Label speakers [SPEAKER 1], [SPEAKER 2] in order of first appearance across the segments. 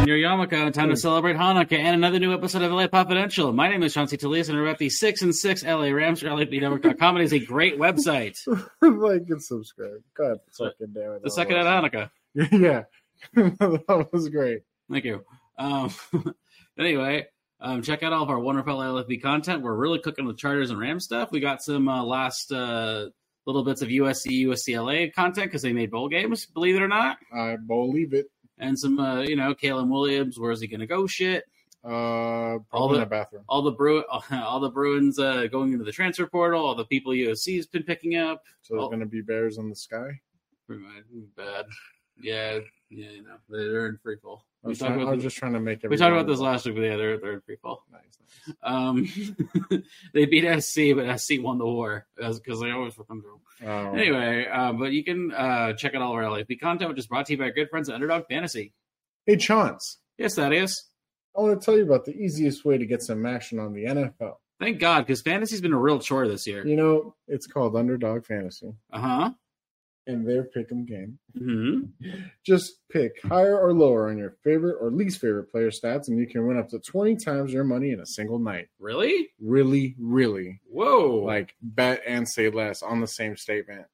[SPEAKER 1] Hanukkah in time to celebrate Hanukkah and another new episode of LA Confidential. My name is Chauncey Talias, and we're at the 6 and 6 LA Rams. LAPnetwork.com. it is a great website.
[SPEAKER 2] like and subscribe. God fucking damn it.
[SPEAKER 1] The second at Hanukkah.
[SPEAKER 2] Yeah. that was great.
[SPEAKER 1] Thank you. Um, anyway, um, check out all of our wonderful LFB content. We're really cooking with charters and Ram stuff. We got some uh, last uh, little bits of USC, USCLA content because they made bowl games, believe it or not.
[SPEAKER 2] I believe it.
[SPEAKER 1] And some, uh, you know, Caleb Williams, where's he going to go shit.
[SPEAKER 2] Uh,
[SPEAKER 1] All
[SPEAKER 2] all in
[SPEAKER 1] the-
[SPEAKER 2] the bathroom.
[SPEAKER 1] All the Bru- all the Bruins uh, going into the transfer portal, all the people USC's been picking up.
[SPEAKER 2] So there's
[SPEAKER 1] all-
[SPEAKER 2] going to be bears in the sky.
[SPEAKER 1] Pretty much bad. Yeah, yeah, you know, they're in free fall.
[SPEAKER 2] I
[SPEAKER 1] We
[SPEAKER 2] was,
[SPEAKER 1] talked
[SPEAKER 2] trying, I
[SPEAKER 1] about
[SPEAKER 2] was
[SPEAKER 1] this,
[SPEAKER 2] just trying to make it.
[SPEAKER 1] we talked about this last week, but yeah, they're, they're in free fall. Um, they beat SC, but SC won the war because they always fucking do.
[SPEAKER 2] Um,
[SPEAKER 1] Anyway, uh, but you can uh, check out all of our LFB content, which is brought to you by our good friends at Underdog Fantasy.
[SPEAKER 2] Hey, Chance,
[SPEAKER 1] Yes, that is.
[SPEAKER 2] I want to tell you about the easiest way to get some action on the NFL.
[SPEAKER 1] Thank God, because fantasy's been a real chore this year.
[SPEAKER 2] You know, it's called Underdog Fantasy,
[SPEAKER 1] Uh huh.
[SPEAKER 2] and their pick'em game.
[SPEAKER 1] hmm
[SPEAKER 2] Just pick higher or lower on your favorite or least favorite player stats, and you can win up to 20 times your money in a single night.
[SPEAKER 1] Really?
[SPEAKER 2] Really, really.
[SPEAKER 1] Whoa.
[SPEAKER 2] Like bet and say less on the same statement.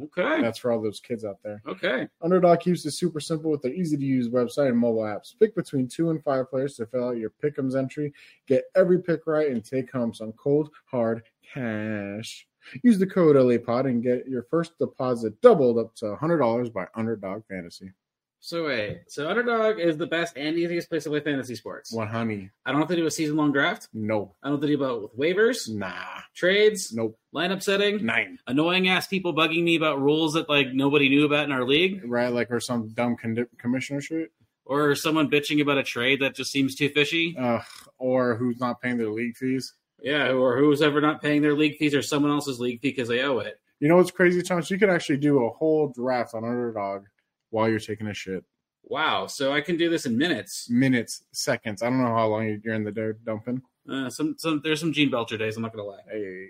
[SPEAKER 1] okay.
[SPEAKER 2] That's for all those kids out there.
[SPEAKER 1] Okay.
[SPEAKER 2] Underdog keeps it super simple with their easy to use website and mobile apps. Pick between two and five players to fill out your pick'ems entry, get every pick right, and take home some cold hard cash. Use the code LAPOD and get your first deposit doubled up to $100 by Underdog Fantasy.
[SPEAKER 1] So wait. So Underdog is the best and easiest place to play fantasy sports.
[SPEAKER 2] What, honey?
[SPEAKER 1] I don't have to do a season long draft.
[SPEAKER 2] No.
[SPEAKER 1] I don't have to deal about with waivers,
[SPEAKER 2] Nah.
[SPEAKER 1] trades,
[SPEAKER 2] Nope.
[SPEAKER 1] lineup setting,
[SPEAKER 2] Nine.
[SPEAKER 1] annoying ass people bugging me about rules that like nobody knew about in our league.
[SPEAKER 2] Right? Like, or some dumb con- commissioner shit?
[SPEAKER 1] or someone bitching about a trade that just seems too fishy.
[SPEAKER 2] Ugh. Or who's not paying their league fees?
[SPEAKER 1] Yeah, or who's ever not paying their league fees or someone else's league fee because they owe it.
[SPEAKER 2] You know what's crazy, Chance? You could actually do a whole draft on Underdog while you're taking a shit.
[SPEAKER 1] Wow, so I can do this in minutes.
[SPEAKER 2] minutes, seconds. I don't know how long you're in the dirt dumping.
[SPEAKER 1] Uh, some, some, there's some Gene Belcher days. I'm not gonna lie.
[SPEAKER 2] Hey,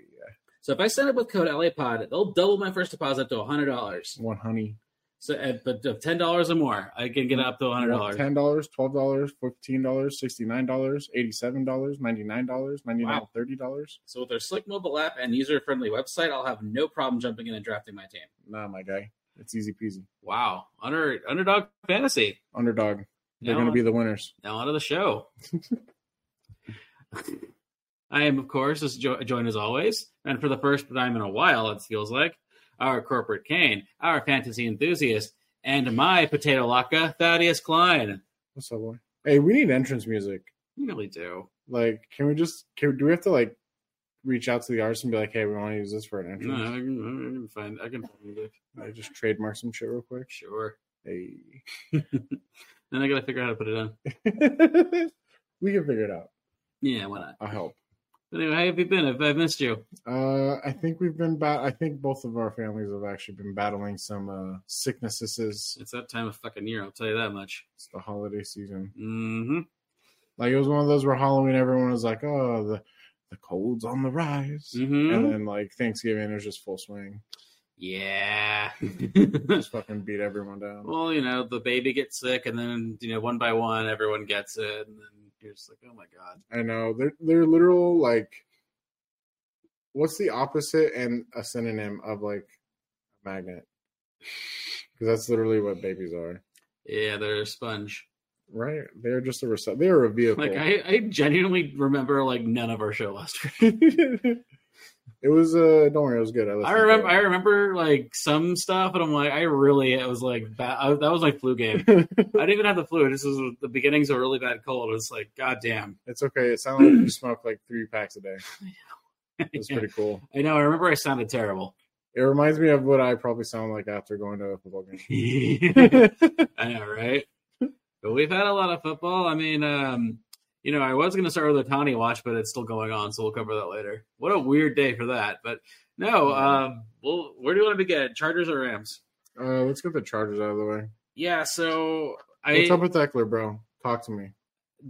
[SPEAKER 1] So if I sign up with code LAPod, they'll double my first deposit up to hundred dollars.
[SPEAKER 2] one honey.
[SPEAKER 1] So, uh, but of ten dollars or more, I can get up to hundred dollars.
[SPEAKER 2] Ten dollars, twelve dollars, fourteen dollars, sixty-nine dollars, eighty-seven dollars, ninety-nine dollars, ninety-nine,
[SPEAKER 1] Wow.
[SPEAKER 2] thirty dollars.
[SPEAKER 1] So with their slick mobile app and user-friendly website, I'll have no problem jumping in and drafting my team.
[SPEAKER 2] Nah, my guy, it's easy peasy.
[SPEAKER 1] Wow, under underdog fantasy.
[SPEAKER 2] Underdog. They're
[SPEAKER 1] Now
[SPEAKER 2] gonna
[SPEAKER 1] I-
[SPEAKER 2] be the winners.
[SPEAKER 1] now onto the show. I am, of course, as jo- joined as always, and for the first time in a while, it feels like, our corporate Kane, our fantasy enthusiast, and my potato laka, Thaddeus Klein.
[SPEAKER 2] What's up, boy? Hey, we need entrance music.
[SPEAKER 1] You really do.
[SPEAKER 2] Like, can we just? Can, do we have to like reach out to the artist and be like, hey, we want to use this for an
[SPEAKER 1] No, I
[SPEAKER 2] entrance?
[SPEAKER 1] can, I can find. I can find music.
[SPEAKER 2] I just trademark some shit real quick.
[SPEAKER 1] Sure.
[SPEAKER 2] Hey,
[SPEAKER 1] Then I gotta figure out how to put it on.
[SPEAKER 2] we can figure it out.
[SPEAKER 1] Yeah, why not?
[SPEAKER 2] I'll help.
[SPEAKER 1] But anyway, how have you been? I've, I've missed you.
[SPEAKER 2] Uh, I think we've been bat. I think both of our families have actually been battling some uh, sicknesses.
[SPEAKER 1] It's that time of fucking year. I'll tell you that much.
[SPEAKER 2] It's the holiday season.
[SPEAKER 1] Mm-hmm.
[SPEAKER 2] Like it was one of those where Halloween, everyone was like, "Oh, the the cold's on the rise,"
[SPEAKER 1] Mm-hmm.
[SPEAKER 2] and then like Thanksgiving it was just full swing,
[SPEAKER 1] Yeah.
[SPEAKER 2] just fucking beat everyone down.
[SPEAKER 1] Well, you know, the baby gets sick, and then you know, one by one, everyone gets it, and then you're just like, oh my god.
[SPEAKER 2] I know they're they're literal like, what's the opposite and a synonym of like a magnet? Because that's literally what babies are,
[SPEAKER 1] Yeah, they're a sponge.
[SPEAKER 2] right? They're just a rece- they're a vehicle.
[SPEAKER 1] Like I, I genuinely remember like none of our show last week.
[SPEAKER 2] it was uh don't worry, it was good. listened
[SPEAKER 1] I
[SPEAKER 2] to
[SPEAKER 1] remember,
[SPEAKER 2] it.
[SPEAKER 1] I remember like some stuff, and I'm like, I really, it was like ba- I, that was my flu game. I didn't even have the flu. This was the beginnings of a really bad cold. It was like, god damn.
[SPEAKER 2] it's okay. It sounded like you smoked like three packs a day. It was pretty cool.
[SPEAKER 1] I know. I remember I sounded terrible.
[SPEAKER 2] It reminds me of what I probably sound like after going to a football game.
[SPEAKER 1] I know, right? But we've had a lot of football. I mean, um, you know, I was going to start with a Tawny watch, but it's still going on, so we'll cover that later. What a weird day for that. But no, um, well, where do you want to begin? Chargers or Rams?
[SPEAKER 2] Uh let's get the Chargers out of the way.
[SPEAKER 1] Yeah, so I
[SPEAKER 2] What's up with Eckler, bro? Talk to me.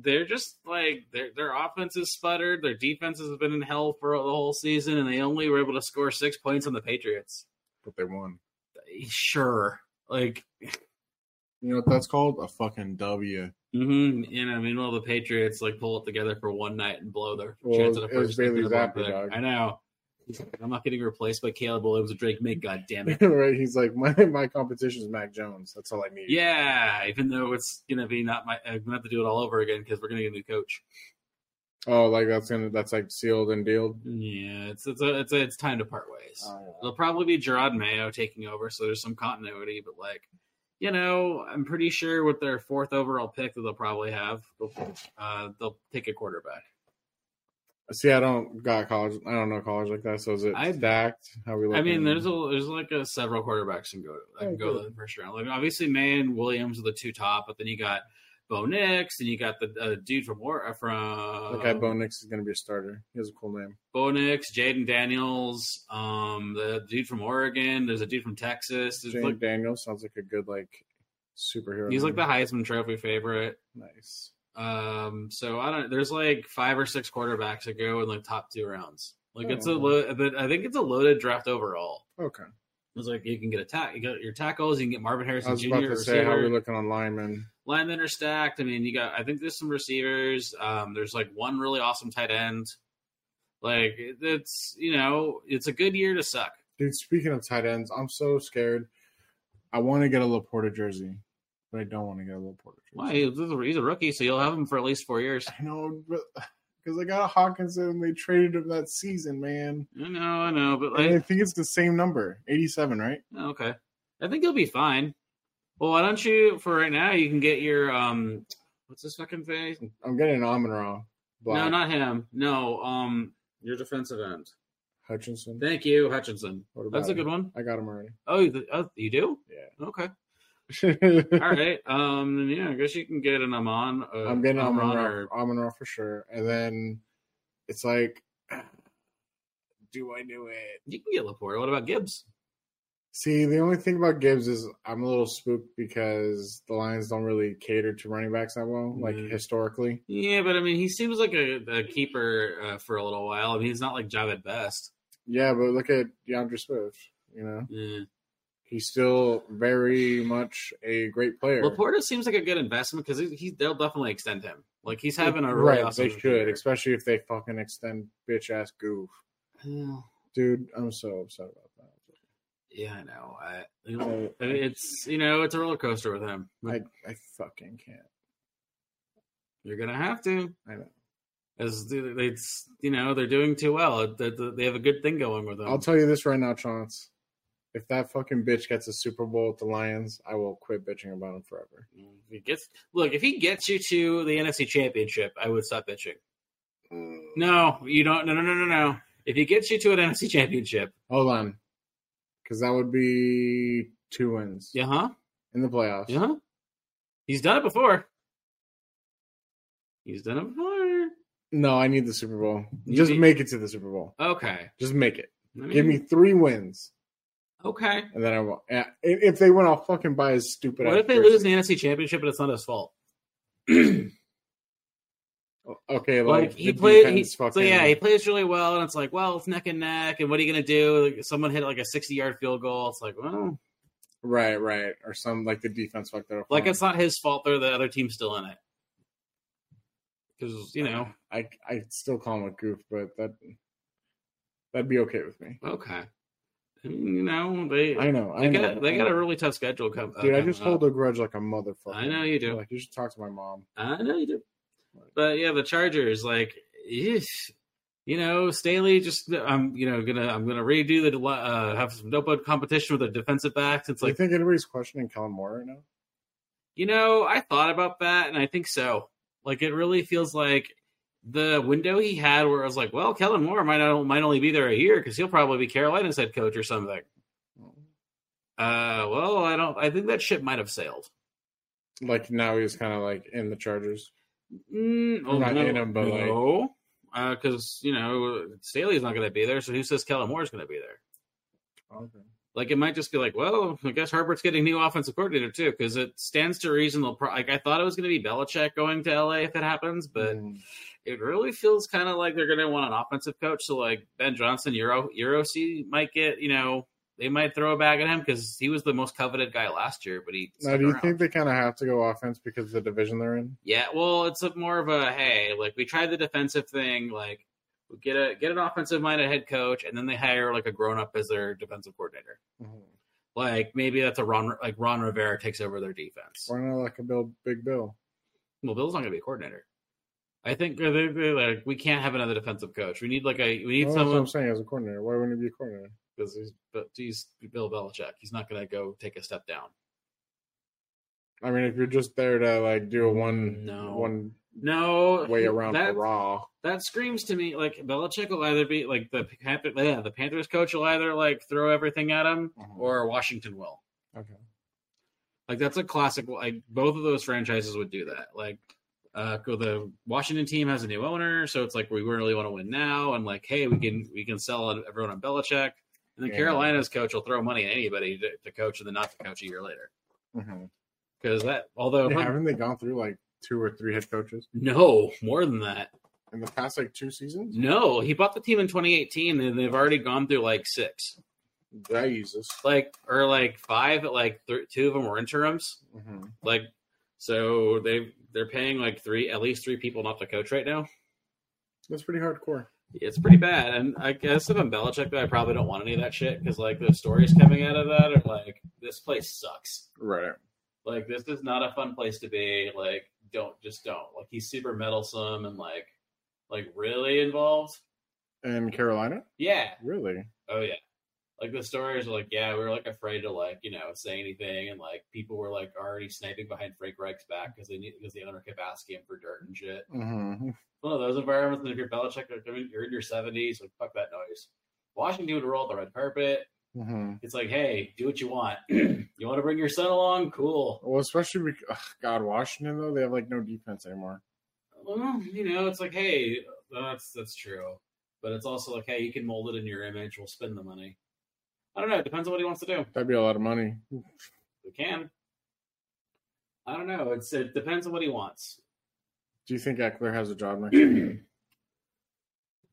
[SPEAKER 1] they're just like their their offense is sputtered, their defenses have been in hell for the whole season, and they only were able to score six points on the Patriots.
[SPEAKER 2] But they won.
[SPEAKER 1] Sure, like
[SPEAKER 2] You know what that's called? A fucking W.
[SPEAKER 1] Mm-hmm. You know, meanwhile the Patriots like pull it together for one night and blow their
[SPEAKER 2] Well,
[SPEAKER 1] chance at a
[SPEAKER 2] it was
[SPEAKER 1] first. pick
[SPEAKER 2] Bailey
[SPEAKER 1] and a one
[SPEAKER 2] Zappi,
[SPEAKER 1] pick.
[SPEAKER 2] dog.
[SPEAKER 1] I know. He's like, I'm not getting replaced by Caleb Williams or Drake May. God damn it.
[SPEAKER 2] right? He's like, my my competition is Mac Jones. That's all I need.
[SPEAKER 1] Yeah, even though it's gonna be not my, I'm gonna have to do it all over again because we're gonna get a new coach.
[SPEAKER 2] Oh, like that's gonna that's like sealed and dealed.
[SPEAKER 1] Yeah, it's it's a, it's a, it's time to part ways.
[SPEAKER 2] Oh, yeah.
[SPEAKER 1] It'll probably be Gerard Mayo taking over, so there's some continuity. But like, you know, I'm pretty sure with their fourth overall pick that they'll probably have, they'll, uh, they'll take a quarterback.
[SPEAKER 2] See, I don't got college. I don't know college like that. So is it
[SPEAKER 1] I-
[SPEAKER 2] stacked? How we? Looking?
[SPEAKER 1] I mean, there's a there's like a several quarterbacks can go that
[SPEAKER 2] Oh,
[SPEAKER 1] can go
[SPEAKER 2] good.
[SPEAKER 1] in the first round. Like obviously May and Williams are the two top, but then you got Bo Nix, and you got the uh, dude from War uh, from
[SPEAKER 2] That guy Bo Nix is gonna be a starter. He has a cool name.
[SPEAKER 1] Bo Nix, Jaden Daniels, um, the dude from Oregon. There's a dude from Texas. There's
[SPEAKER 2] Jane
[SPEAKER 1] like,
[SPEAKER 2] Daniels sounds like a good like superhero.
[SPEAKER 1] he's like the
[SPEAKER 2] name.
[SPEAKER 1] Heisman Trophy favorite.
[SPEAKER 2] nice.
[SPEAKER 1] Um, so I don't. There's like five or six quarterbacks that go in the top two rounds. Like it's a
[SPEAKER 2] Oh.
[SPEAKER 1] lo- but I think it's a loaded draft overall.
[SPEAKER 2] Okay,
[SPEAKER 1] It's like you can get a tack, you got your tackles, you can get Marvin
[SPEAKER 2] I
[SPEAKER 1] Harrison
[SPEAKER 2] was
[SPEAKER 1] Jr.
[SPEAKER 2] about to say
[SPEAKER 1] receiver.
[SPEAKER 2] how we looking on linemen.
[SPEAKER 1] linemen are stacked. I mean, you got I think there's some receivers. Um, there's like one really awesome tight end. Like it- it's you know it's a good year to suck.
[SPEAKER 2] Dude, speaking of tight ends, I'm so scared. I want to get a Laporta jersey, but I don't want to get a Laporta jersey.
[SPEAKER 1] Why he's a he's a rookie, so you'll have him for at least four years.
[SPEAKER 2] I know, but because I got a Hawkinson and they traded him that season, man.
[SPEAKER 1] I know, I know, but
[SPEAKER 2] And I
[SPEAKER 1] like oh,
[SPEAKER 2] think it's the same number, 87, right?
[SPEAKER 1] okay, I think he'll be fine. Well, why don't you for right now? You can get your um, what's his fucking face?
[SPEAKER 2] I'm getting an Amon Ra. Black
[SPEAKER 1] No, not him. No, um, your defensive end.
[SPEAKER 2] Hutchinson.
[SPEAKER 1] Thank you, Hutchinson.
[SPEAKER 2] What about
[SPEAKER 1] That's a
[SPEAKER 2] him?
[SPEAKER 1] good one.
[SPEAKER 2] I got him already.
[SPEAKER 1] Oh, you, oh, you do?
[SPEAKER 2] Yeah.
[SPEAKER 1] Okay. All right. Um. then, Yeah. I guess you can get an Amon. Uh,
[SPEAKER 2] I'm getting Amon
[SPEAKER 1] Amon
[SPEAKER 2] Ra,
[SPEAKER 1] or-
[SPEAKER 2] Amon Ra for sure. And then it's like, do I do it?
[SPEAKER 1] You can get Laporte. What about Gibbs?
[SPEAKER 2] See, the only thing about Gibbs is I'm a little spooked because the Lions don't really cater to running backs that well, like
[SPEAKER 1] Mm.
[SPEAKER 2] historically.
[SPEAKER 1] Yeah, but I mean, he seems like a, a keeper uh, for a little while. I mean, he's not like Javid Best.
[SPEAKER 2] Yeah, but look at DeAndre Swift. You know,
[SPEAKER 1] Yeah.
[SPEAKER 2] he's still very much a great player.
[SPEAKER 1] Laporta seems like a good investment because he, he they'll definitely extend him. Like he's having a really
[SPEAKER 2] right,
[SPEAKER 1] awesome.
[SPEAKER 2] they should,
[SPEAKER 1] career.
[SPEAKER 2] especially if they fucking extend bitch ass goof,
[SPEAKER 1] Well,
[SPEAKER 2] dude. I'm so upset about that.
[SPEAKER 1] Yeah, I know. I, you know, I mean, it's you know, it's a roller coaster with him.
[SPEAKER 2] I I fucking can't.
[SPEAKER 1] You're gonna have to.
[SPEAKER 2] I know.
[SPEAKER 1] As it's you know they're doing too well. They- They they have a good thing going with them.
[SPEAKER 2] I'll tell you this right now, Chance. If that fucking bitch gets a Super Bowl with the Lions, I will quit bitching about him forever.
[SPEAKER 1] If he gets look, if he gets you to the NFC Championship, I would stop bitching. Mm. No, you don't. No, no, no, no, no. If he gets you to an NFC Championship,
[SPEAKER 2] Hold on, because that would be two wins
[SPEAKER 1] yeah, huh,
[SPEAKER 2] in the playoffs.
[SPEAKER 1] yeah, huh. He's done it before. He's done it before.
[SPEAKER 2] No, I need the Super Bowl.
[SPEAKER 1] You
[SPEAKER 2] Just
[SPEAKER 1] need-
[SPEAKER 2] make it to the Super Bowl.
[SPEAKER 1] Okay.
[SPEAKER 2] Just make it.
[SPEAKER 1] I mean,
[SPEAKER 2] Give me three wins,
[SPEAKER 1] Okay.
[SPEAKER 2] and then I will. eh, If they win, I'll fucking buy his stupid.
[SPEAKER 1] What
[SPEAKER 2] ass
[SPEAKER 1] if they
[SPEAKER 2] jersey.
[SPEAKER 1] lose the NFC Championship and it's not his fault? like,
[SPEAKER 2] Oh, Okay, like,
[SPEAKER 1] he
[SPEAKER 2] the
[SPEAKER 1] played. He,
[SPEAKER 2] defense
[SPEAKER 1] so
[SPEAKER 2] fucking-
[SPEAKER 1] yeah, he plays really well, and it's like, well, it's neck and neck, and what are you gonna do? Like, someone hit like a sixty-yard field goal. It's like, well,
[SPEAKER 2] right, right, or some like the defense fucked it up.
[SPEAKER 1] like
[SPEAKER 2] for him.
[SPEAKER 1] it's not his fault. They're the other team's still in it. Because you know,
[SPEAKER 2] I I still call him a goof, but that that'd be okay with me.
[SPEAKER 1] okay, you know they
[SPEAKER 2] I know, I
[SPEAKER 1] they
[SPEAKER 2] know,
[SPEAKER 1] got they
[SPEAKER 2] I
[SPEAKER 1] got a
[SPEAKER 2] know.
[SPEAKER 1] really tough schedule come. uh,
[SPEAKER 2] Dude, I
[SPEAKER 1] coming
[SPEAKER 2] just hold
[SPEAKER 1] up.
[SPEAKER 2] a grudge like a motherfucker.
[SPEAKER 1] I know you do.
[SPEAKER 2] Like you should talk to my mom.
[SPEAKER 1] I know you do, but yeah, the Chargers like, eesh. you know, Staley just I'm you know gonna I'm gonna redo the uh, have some dope competition with the defensive backs. It's
[SPEAKER 2] Do you
[SPEAKER 1] like
[SPEAKER 2] think anybody's questioning Kellen Moore right now?
[SPEAKER 1] you know I thought about that and I think so. Like it really feels like. The window he had, where I was like, "Well, Kellen Moore might not, might only be there a year because he'll probably be Carolina's head coach or something." Uh, well, I don't. I think that ship might have sailed.
[SPEAKER 2] Like now he's kind of like in the Chargers.
[SPEAKER 1] Mm, oh,
[SPEAKER 2] not
[SPEAKER 1] no,
[SPEAKER 2] in 'em, but, like-
[SPEAKER 1] because you know Staley's not going to be there. So who says Kellen Moore's going to be there?
[SPEAKER 2] Okay.
[SPEAKER 1] Like it might just be like, well, I guess Herbert's getting new offensive coordinator too, because it stands to reason they'll. Pro- like I thought it was going to be Belichick going to LA if it happens, but
[SPEAKER 2] Mm.
[SPEAKER 1] it really feels kind of like they're going to want an offensive coach. So like Ben Johnson, Euro Euro C might get you know they might throw it back at him because he was the most coveted guy last year. But he
[SPEAKER 2] Now,
[SPEAKER 1] stuck
[SPEAKER 2] do you
[SPEAKER 1] around.
[SPEAKER 2] think they kind of have to go offense because of the division they're in?
[SPEAKER 1] Yeah, well, it's a, more of a hey, like we tried the defensive thing, like we get a get an offensive minded head coach, and then they hire like a grown up as their defensive coordinator.
[SPEAKER 2] Hmm.
[SPEAKER 1] Like maybe that's a Ron, like Ron Rivera takes over their defense.
[SPEAKER 2] Why not like a Bill, Big Bill?
[SPEAKER 1] Well, Bill's not going to be a coordinator. I think they're, they're like we can't have another defensive coach. We need like a we need
[SPEAKER 2] Well, that's what
[SPEAKER 1] someone
[SPEAKER 2] I'm saying as a coordinator. Why wouldn't he be a coordinator?
[SPEAKER 1] because he's but he's Bill Belichick. He's not going to go take a step down.
[SPEAKER 2] I mean, if you're just there to like do a one
[SPEAKER 1] No.
[SPEAKER 2] one
[SPEAKER 1] No
[SPEAKER 2] way around
[SPEAKER 1] that-
[SPEAKER 2] hurrah,
[SPEAKER 1] that screams to me like Belichick will either be like the Panther, yeah, the Panthers coach will either like throw everything at him
[SPEAKER 2] Mhm.
[SPEAKER 1] or Washington will.
[SPEAKER 2] okay,
[SPEAKER 1] Like that's a classic. Like both of those franchises would do that. Like uh, go- the Washington team has a new owner, so it's like we really want to win now, and like hey, we can we can sell everyone on Belichick. And then
[SPEAKER 2] Yeah.
[SPEAKER 1] Carolina's coach will throw money at anybody to, to coach and then not to coach a year later.
[SPEAKER 2] Mhm.
[SPEAKER 1] Because that, although
[SPEAKER 2] Yeah, haven't they gone through like two or three head coaches
[SPEAKER 1] no more than that,
[SPEAKER 2] in the past like two seasons?
[SPEAKER 1] no, he bought the team in 2018, and they've already gone through like six.
[SPEAKER 2] Jesus.
[SPEAKER 1] like or like five like th- two of them were interims
[SPEAKER 2] Mhm.
[SPEAKER 1] like so they they're paying like three at least three people not to coach right now
[SPEAKER 2] That's pretty hardcore.
[SPEAKER 1] it's pretty bad and i guess if i'm Belichick, though, i probably don't want any of that shit because like the stories coming out of that are like this place sucks
[SPEAKER 2] Right.
[SPEAKER 1] like this is not a fun place to be like don't just don't like he's super meddlesome and like like really involved
[SPEAKER 2] In Carolina,
[SPEAKER 1] yeah
[SPEAKER 2] really?
[SPEAKER 1] Oh yeah. Like the stories are like, yeah, we were like afraid to like, you know, say anything and like people were like already sniping behind Frank Reich's back because they need because the owner kept asking him for dirt and shit.
[SPEAKER 2] Mm-hmm.
[SPEAKER 1] One of those environments and if you're Belichick, like, I mean, you're in your seventies, like fuck that noise. Washington would roll out the red carpet.
[SPEAKER 2] Mm-hmm.
[SPEAKER 1] It's like, hey, do what you want. you want to bring your son along? Cool.
[SPEAKER 2] Well, especially because, ugh, God, Washington though they have like no defense anymore.
[SPEAKER 1] Well, you know, it's like, hey, that's that's true. But it's also like, hey, you can mold it in your image. We'll spend the money. I don't know. It depends on what he wants to do.
[SPEAKER 2] That'd be a lot of money.
[SPEAKER 1] We can. I don't know. It's it depends on what he wants.
[SPEAKER 2] Do you think Eckler has a job next year?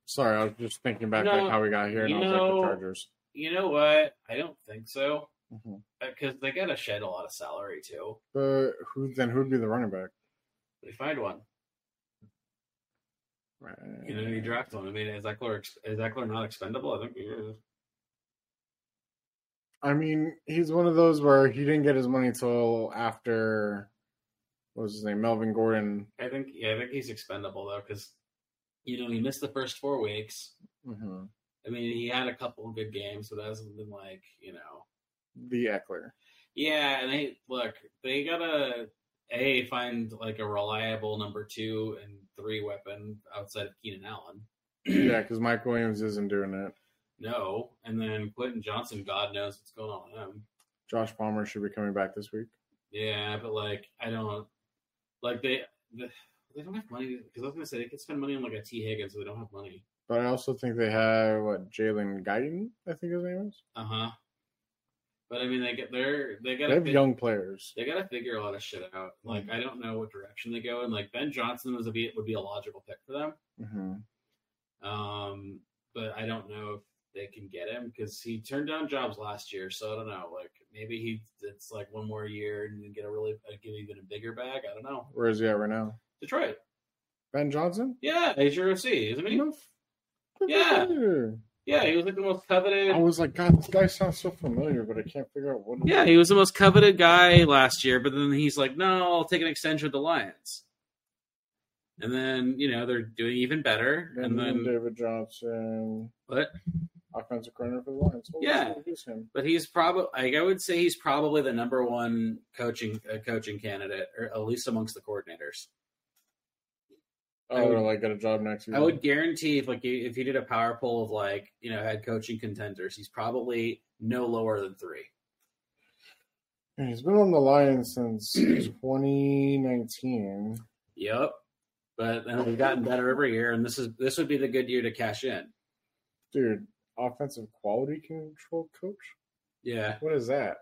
[SPEAKER 2] Sorry, I was just thinking back
[SPEAKER 1] No,
[SPEAKER 2] like how we got here, and I
[SPEAKER 1] you
[SPEAKER 2] was
[SPEAKER 1] know-
[SPEAKER 2] like the Chargers.
[SPEAKER 1] You know what? I don't think so
[SPEAKER 2] Mhm.
[SPEAKER 1] because they gotta shed a lot of salary too.
[SPEAKER 2] But who then? Who'd be the running back?
[SPEAKER 1] They find one.
[SPEAKER 2] Right.
[SPEAKER 1] You know, you draft one. I mean, is Eckler ex- is Eckler not expendable? I think. Yeah.
[SPEAKER 2] I mean, he's one of those where he didn't get his money till after what was his name, Melvin Gordon.
[SPEAKER 1] I think. Yeah, I think he's expendable though because you know he missed the first four weeks.
[SPEAKER 2] Mm-hmm.
[SPEAKER 1] I mean, he had a couple of good games, but that hasn't been like you know.
[SPEAKER 2] The Eckler.
[SPEAKER 1] Yeah, and they look, they gotta a find like a reliable number two and three weapon outside of Keenan Allen.
[SPEAKER 2] Yeah, because Mike Williams isn't doing it.
[SPEAKER 1] no, and then Quentin Johnson, God knows what's going on with him.
[SPEAKER 2] Josh Palmer should be coming back this week.
[SPEAKER 1] Yeah, but like I don't like they they don't have money because I was gonna say they could spend money on like a T Higgins, so they don't have money.
[SPEAKER 2] But I also think they have what Jalen Guyton, I think his name is.
[SPEAKER 1] Uh huh. But I mean, they get they're they
[SPEAKER 2] They
[SPEAKER 1] gotta
[SPEAKER 2] have
[SPEAKER 1] fig-
[SPEAKER 2] young Mm. players.
[SPEAKER 1] they gotta figure a lot of shit out. Like I don't know what direction they go, and like Ben Johnson was a be would be a logical pick for them.
[SPEAKER 2] hmm
[SPEAKER 1] Um, but I don't know if they can get him because he turned down jobs last year. So I don't know. Like maybe he it's like one more year and then get a really uh, get even a bigger bag. I don't know.
[SPEAKER 2] Where is he at right now?
[SPEAKER 1] Detroit,
[SPEAKER 2] Ben Johnson?
[SPEAKER 1] yeah, he's your OC, isn't he?
[SPEAKER 2] No.
[SPEAKER 1] Yeah. Yeah, he was like the most coveted.
[SPEAKER 2] I was like, God, this guy sounds so familiar, but I can't figure out what.
[SPEAKER 1] Yeah, he was the most coveted guy last year. But then he's like, no, I'll take an extension with the Lions. And then you know they're doing even better.
[SPEAKER 2] And,
[SPEAKER 1] And
[SPEAKER 2] then
[SPEAKER 1] then,
[SPEAKER 2] David Johnson,
[SPEAKER 1] but
[SPEAKER 2] offensive coordinator for the Lions. Oh,
[SPEAKER 1] Yeah.
[SPEAKER 2] so Use him.
[SPEAKER 1] but he's probably like, I would say he's probably the number one coaching uh, coaching candidate, or at least amongst the coordinators.
[SPEAKER 2] Oh,
[SPEAKER 1] I would-
[SPEAKER 2] like get a job next year.
[SPEAKER 1] I would guarantee if like you- if you did a power poll of like you know head coaching contenders, he's probably no lower than three.
[SPEAKER 2] And He's been on the Lions since 2019.
[SPEAKER 1] Yep. But then we've gotten better every year, and this is this would be the good year to cash in.
[SPEAKER 2] Dude, offensive quality control coach?
[SPEAKER 1] Yeah.
[SPEAKER 2] What is that?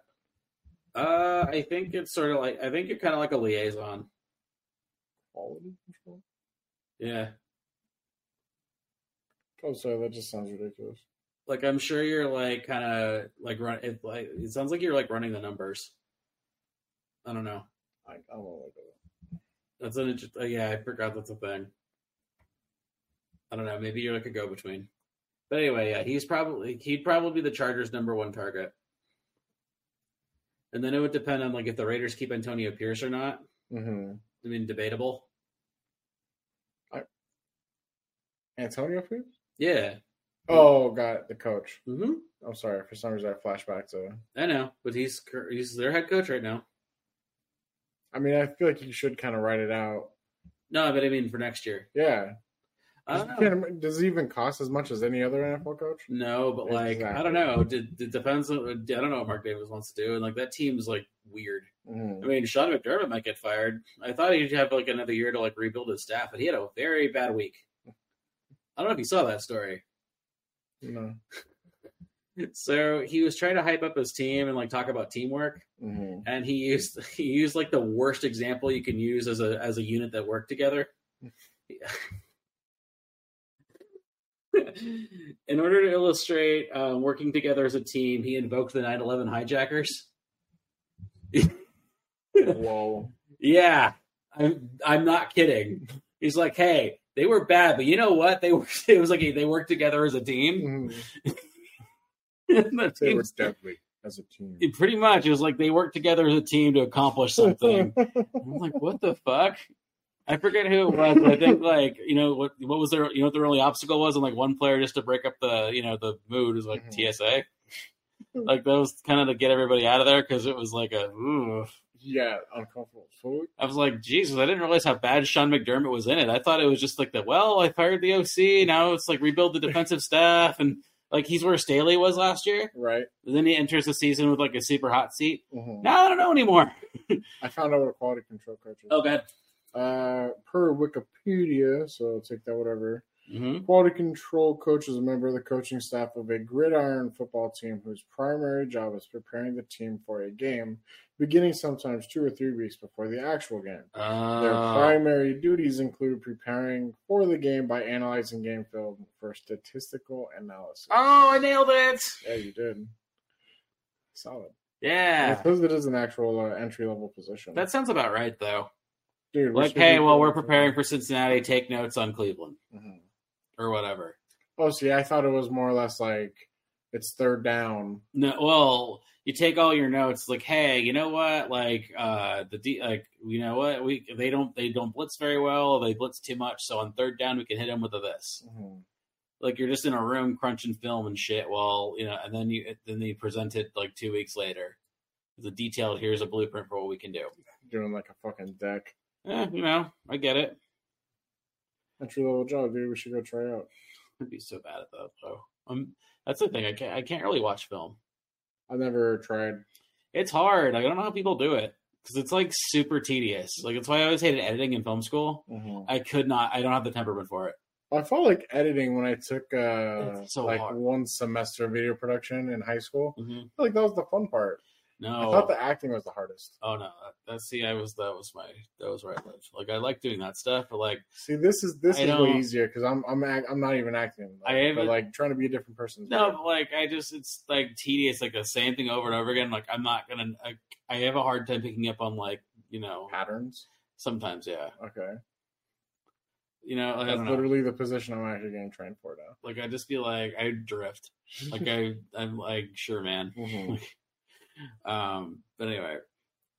[SPEAKER 1] Uh, I think it's sort of like I think you're kind of like a liaison.
[SPEAKER 2] Quality control?
[SPEAKER 1] Yeah.
[SPEAKER 2] Oh, sorry, that just sounds ridiculous.
[SPEAKER 1] Like I'm sure you're like kind of like run. It, like it sounds like you're like running the numbers. I don't know.
[SPEAKER 2] I, I don't know. Like that.
[SPEAKER 1] That's an inter- oh, yeah. I forgot that's a thing. I don't know. Maybe you're like a go-between. But anyway, yeah, he's probably he'd probably be the Chargers' number one target. And then it would depend on like if the Raiders keep Antonio Pierce or not.
[SPEAKER 2] Mm-hmm.
[SPEAKER 1] I mean, debatable.
[SPEAKER 2] Antonio Pierce?
[SPEAKER 1] Yeah.
[SPEAKER 2] Oh, got it. The coach.
[SPEAKER 1] Mm-hmm.
[SPEAKER 2] I'm sorry. For some reason, I flashed back to.
[SPEAKER 1] I know, but he's cur- he's their head coach right now.
[SPEAKER 2] I mean, I feel like you should kind of write it out.
[SPEAKER 1] No, but I mean for next year.
[SPEAKER 2] Yeah.
[SPEAKER 1] I
[SPEAKER 2] You
[SPEAKER 1] don't know.
[SPEAKER 2] can't im- does it even cost as much as any other NFL coach?
[SPEAKER 1] No, but like I
[SPEAKER 2] Exactly.
[SPEAKER 1] don't know. Did, did depends. On, I don't know what Mark Davis wants to do, and like that team's like weird.
[SPEAKER 2] Mhm.
[SPEAKER 1] I mean, Sean McDermott might get fired. I thought he'd have like another year to like rebuild his staff, but he had a very bad week. I don't know if you saw that story.
[SPEAKER 2] No.
[SPEAKER 1] So he was trying to hype up his team and like talk about teamwork,
[SPEAKER 2] Mhm.
[SPEAKER 1] and he used he used like the worst example you can use as a as a unit that worked together. In order to illustrate uh, working together as a team, he invoked the 9/11 hijackers.
[SPEAKER 2] Whoa.
[SPEAKER 1] Yeah, I'm I'm not kidding. He's like, hey, they were bad, but you know what? They were. It was like they worked together as a team.
[SPEAKER 2] Mhm.
[SPEAKER 1] And the
[SPEAKER 2] Mm. They were
[SPEAKER 1] team's-
[SPEAKER 2] deadly as a team.
[SPEAKER 1] it pretty much, it was like they worked together as a team to accomplish something. I'm like, what the fuck? I forget who it was. But I think like you know what what was their you know what their only obstacle was, and like one player just to break up the you know the mood is like
[SPEAKER 2] Mhm.
[SPEAKER 1] TSA. Like that was kind of to get everybody out of there because it was like a. Ooh.
[SPEAKER 2] yeah, uncomfortable. So
[SPEAKER 1] I was like, Jesus, I didn't realize how bad Sean McDermott was in it. I thought it was just like the well, I fired the OC, now it's like rebuild the defensive staff, and like he's where Staley was last year.
[SPEAKER 2] right.
[SPEAKER 1] And then he enters the season with like a super hot seat.
[SPEAKER 2] Mhm.
[SPEAKER 1] Now I don't know anymore.
[SPEAKER 2] I found out what a quality control coach is.
[SPEAKER 1] Oh god.
[SPEAKER 2] Uh, per Wikipedia, so take that whatever.
[SPEAKER 1] hmm
[SPEAKER 2] Quality control coach is a member of the coaching staff of a gridiron football team whose primary job is preparing the team for a game, beginning sometimes two or three weeks before the actual game. Their
[SPEAKER 1] Ah. Uh,
[SPEAKER 2] primary duties include preparing for the game by analyzing game film for statistical analysis.
[SPEAKER 1] oh, I nailed it.
[SPEAKER 2] Yeah, you did. Solid. I
[SPEAKER 1] Yeah,
[SPEAKER 2] suppose it is an actual uh, entry level position.
[SPEAKER 1] that sounds about right though.
[SPEAKER 2] Dude, we
[SPEAKER 1] Like,
[SPEAKER 2] should
[SPEAKER 1] hey,
[SPEAKER 2] do-
[SPEAKER 1] well, we're preparing for Cincinnati. Take notes on Cleveland
[SPEAKER 2] Mhm.
[SPEAKER 1] or whatever.
[SPEAKER 2] Oh, see, I thought it was more or less like it's third down.
[SPEAKER 1] No, well, you take all your notes. Like, hey, you know what? Like, uh, the D, like, you know what? We they don't they don't blitz very well. They blitz too much. So on third down, we can hit them with a this. Like, you're just in a room crunching film and shit. While you know, and then you then you present it like two weeks later. The detailed here's a blueprint for what we can do.
[SPEAKER 2] Doing like a fucking deck
[SPEAKER 1] Eh, you know, I get it.
[SPEAKER 2] entry level job, dude. We should go try out.
[SPEAKER 1] I'd be so bad at that though. Um, that's the thing. I can't I can't really watch film.
[SPEAKER 2] I never tried.
[SPEAKER 1] It's hard. I don't know how people do it because it's like super tedious. Like, it's why I always hated editing in film school. I could not. I don't have the temperament for it.
[SPEAKER 2] I felt like editing when I took uh,
[SPEAKER 1] It's so
[SPEAKER 2] like
[SPEAKER 1] hard.
[SPEAKER 2] one semester of video production in high school. I feel like that was the fun part. Mm-hmm. I
[SPEAKER 1] No.
[SPEAKER 2] thought the acting was the hardest.
[SPEAKER 1] oh no. That's see. I was. That was my. That was where I lived. Like I like doing that stuff, but like
[SPEAKER 2] See, this is this
[SPEAKER 1] I
[SPEAKER 2] is
[SPEAKER 1] don't-
[SPEAKER 2] way easier because I'm I'm act, I'm not even acting. Like,
[SPEAKER 1] I haven't-
[SPEAKER 2] but like trying to be a different person. is
[SPEAKER 1] no,
[SPEAKER 2] weird.
[SPEAKER 1] but like I just it's like tedious. Like the same thing over and over again. Like I'm not gonna. I, I have a hard time picking up on like you know
[SPEAKER 2] patterns.
[SPEAKER 1] sometimes yeah
[SPEAKER 2] Okay,
[SPEAKER 1] you know like, I
[SPEAKER 2] that's
[SPEAKER 1] don't know.
[SPEAKER 2] literally the position I'm actually getting trained for now.
[SPEAKER 1] Like I just be like I drift. Like I I'm like sure man.
[SPEAKER 2] Mhm.
[SPEAKER 1] Um, but anyway,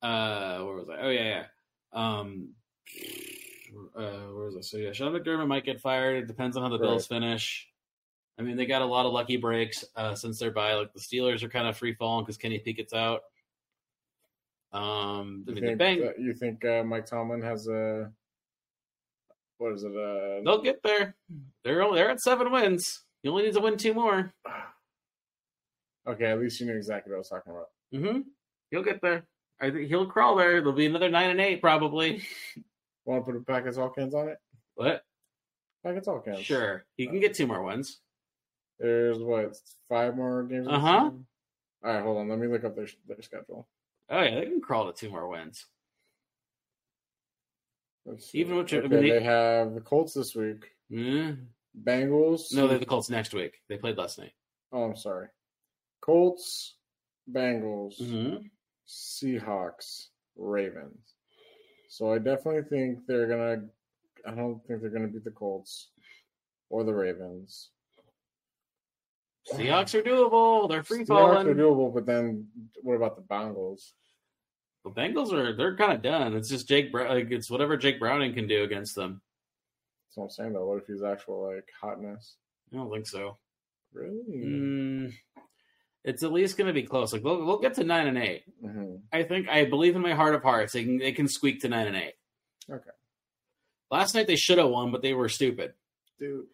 [SPEAKER 1] uh, where was I? Oh yeah, yeah. Um, uh, where was I? So yeah, Sean McDermott might get fired. It depends on how the
[SPEAKER 2] Right.
[SPEAKER 1] Bills finish. I mean, they got a lot of lucky breaks uh, since they're by. Like the Steelers are kind of free falling because Kenny Pickett's out. Um, I mean,
[SPEAKER 2] You
[SPEAKER 1] the
[SPEAKER 2] think,
[SPEAKER 1] bang,
[SPEAKER 2] that- you think uh, Mike Tomlin has a what is it? Uh,
[SPEAKER 1] they'll get there. They're only, they're at seven wins. He only needs to win two more.
[SPEAKER 2] Okay, at least you knew exactly what I was talking about.
[SPEAKER 1] Mm-hmm. He'll get there. I think he'll crawl there. There'll be another nine and eight probably.
[SPEAKER 2] Want to put a packets all cans on it?
[SPEAKER 1] What?
[SPEAKER 2] Packets all cans.
[SPEAKER 1] Sure, he can get two more wins.
[SPEAKER 2] There's what five more games. in the
[SPEAKER 1] Uh-huh.
[SPEAKER 2] season? All right, hold on. Let me look up their their schedule.
[SPEAKER 1] Oh yeah, they can crawl to two more wins.
[SPEAKER 2] Let's
[SPEAKER 1] Even
[SPEAKER 2] see.
[SPEAKER 1] with your- I
[SPEAKER 2] okay,
[SPEAKER 1] mean,
[SPEAKER 2] they,
[SPEAKER 1] they-
[SPEAKER 2] have the Colts this week,
[SPEAKER 1] Eh,
[SPEAKER 2] Bengals.
[SPEAKER 1] No, they have the Colts next week. They played last night.
[SPEAKER 2] Oh, I'm sorry. Colts, Bengals,
[SPEAKER 1] Mhm.
[SPEAKER 2] Seahawks, Ravens. So I definitely think they're gonna. I don't think they're gonna beat the Colts or the Ravens.
[SPEAKER 1] Seahawks are doable. They're free
[SPEAKER 2] Seahawks
[SPEAKER 1] falling.
[SPEAKER 2] are doable, but then what about the Bengals?
[SPEAKER 1] the Bengals are they're kind of done. It's just Jake. Brown Like it's whatever Jake Browning can do against them.
[SPEAKER 2] That's what I'm saying though. What if he's actual like hotness?
[SPEAKER 1] I don't think so.
[SPEAKER 2] Really?
[SPEAKER 1] Mm, it's at least going to be close. Like we'll, we'll get to nine and eight.
[SPEAKER 2] hmm
[SPEAKER 1] I think I believe in my heart of hearts they can they can squeak to nine and eight.
[SPEAKER 2] Okay.
[SPEAKER 1] Last night they should have won, but they were stupid.
[SPEAKER 2] Dude,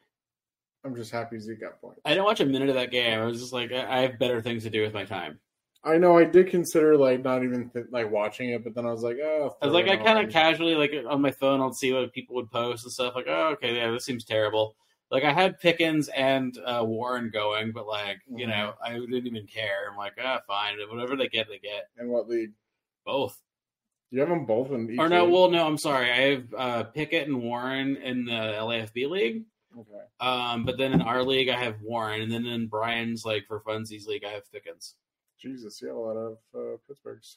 [SPEAKER 2] I'm just happy Zeke got points.
[SPEAKER 1] I didn't watch a minute of that game. I was just like, I, I have better things to do with my time.
[SPEAKER 2] I know I did consider like not even th- like watching it, but then I was like, oh,
[SPEAKER 1] I was like, I kind of casually like on my phone, I'll see what people would post and stuff. Like, oh, okay, yeah, this seems terrible. Like I had Pickens and uh, Warren going, but like you know, I didn't even care. I'm like, ah, fine, whatever they get, they get
[SPEAKER 2] And what league?
[SPEAKER 1] both.
[SPEAKER 2] You have them both in E each.
[SPEAKER 1] Or no,
[SPEAKER 2] league?
[SPEAKER 1] well, no, I'm sorry. I have uh, Pickett and Warren in the LAFB league.
[SPEAKER 2] Okay.
[SPEAKER 1] Um, but then in our league, I have Warren, and then in Brian's like for funsies league, I have Pickens.
[SPEAKER 2] Jesus, you have a lot of uh, Pittsburghs.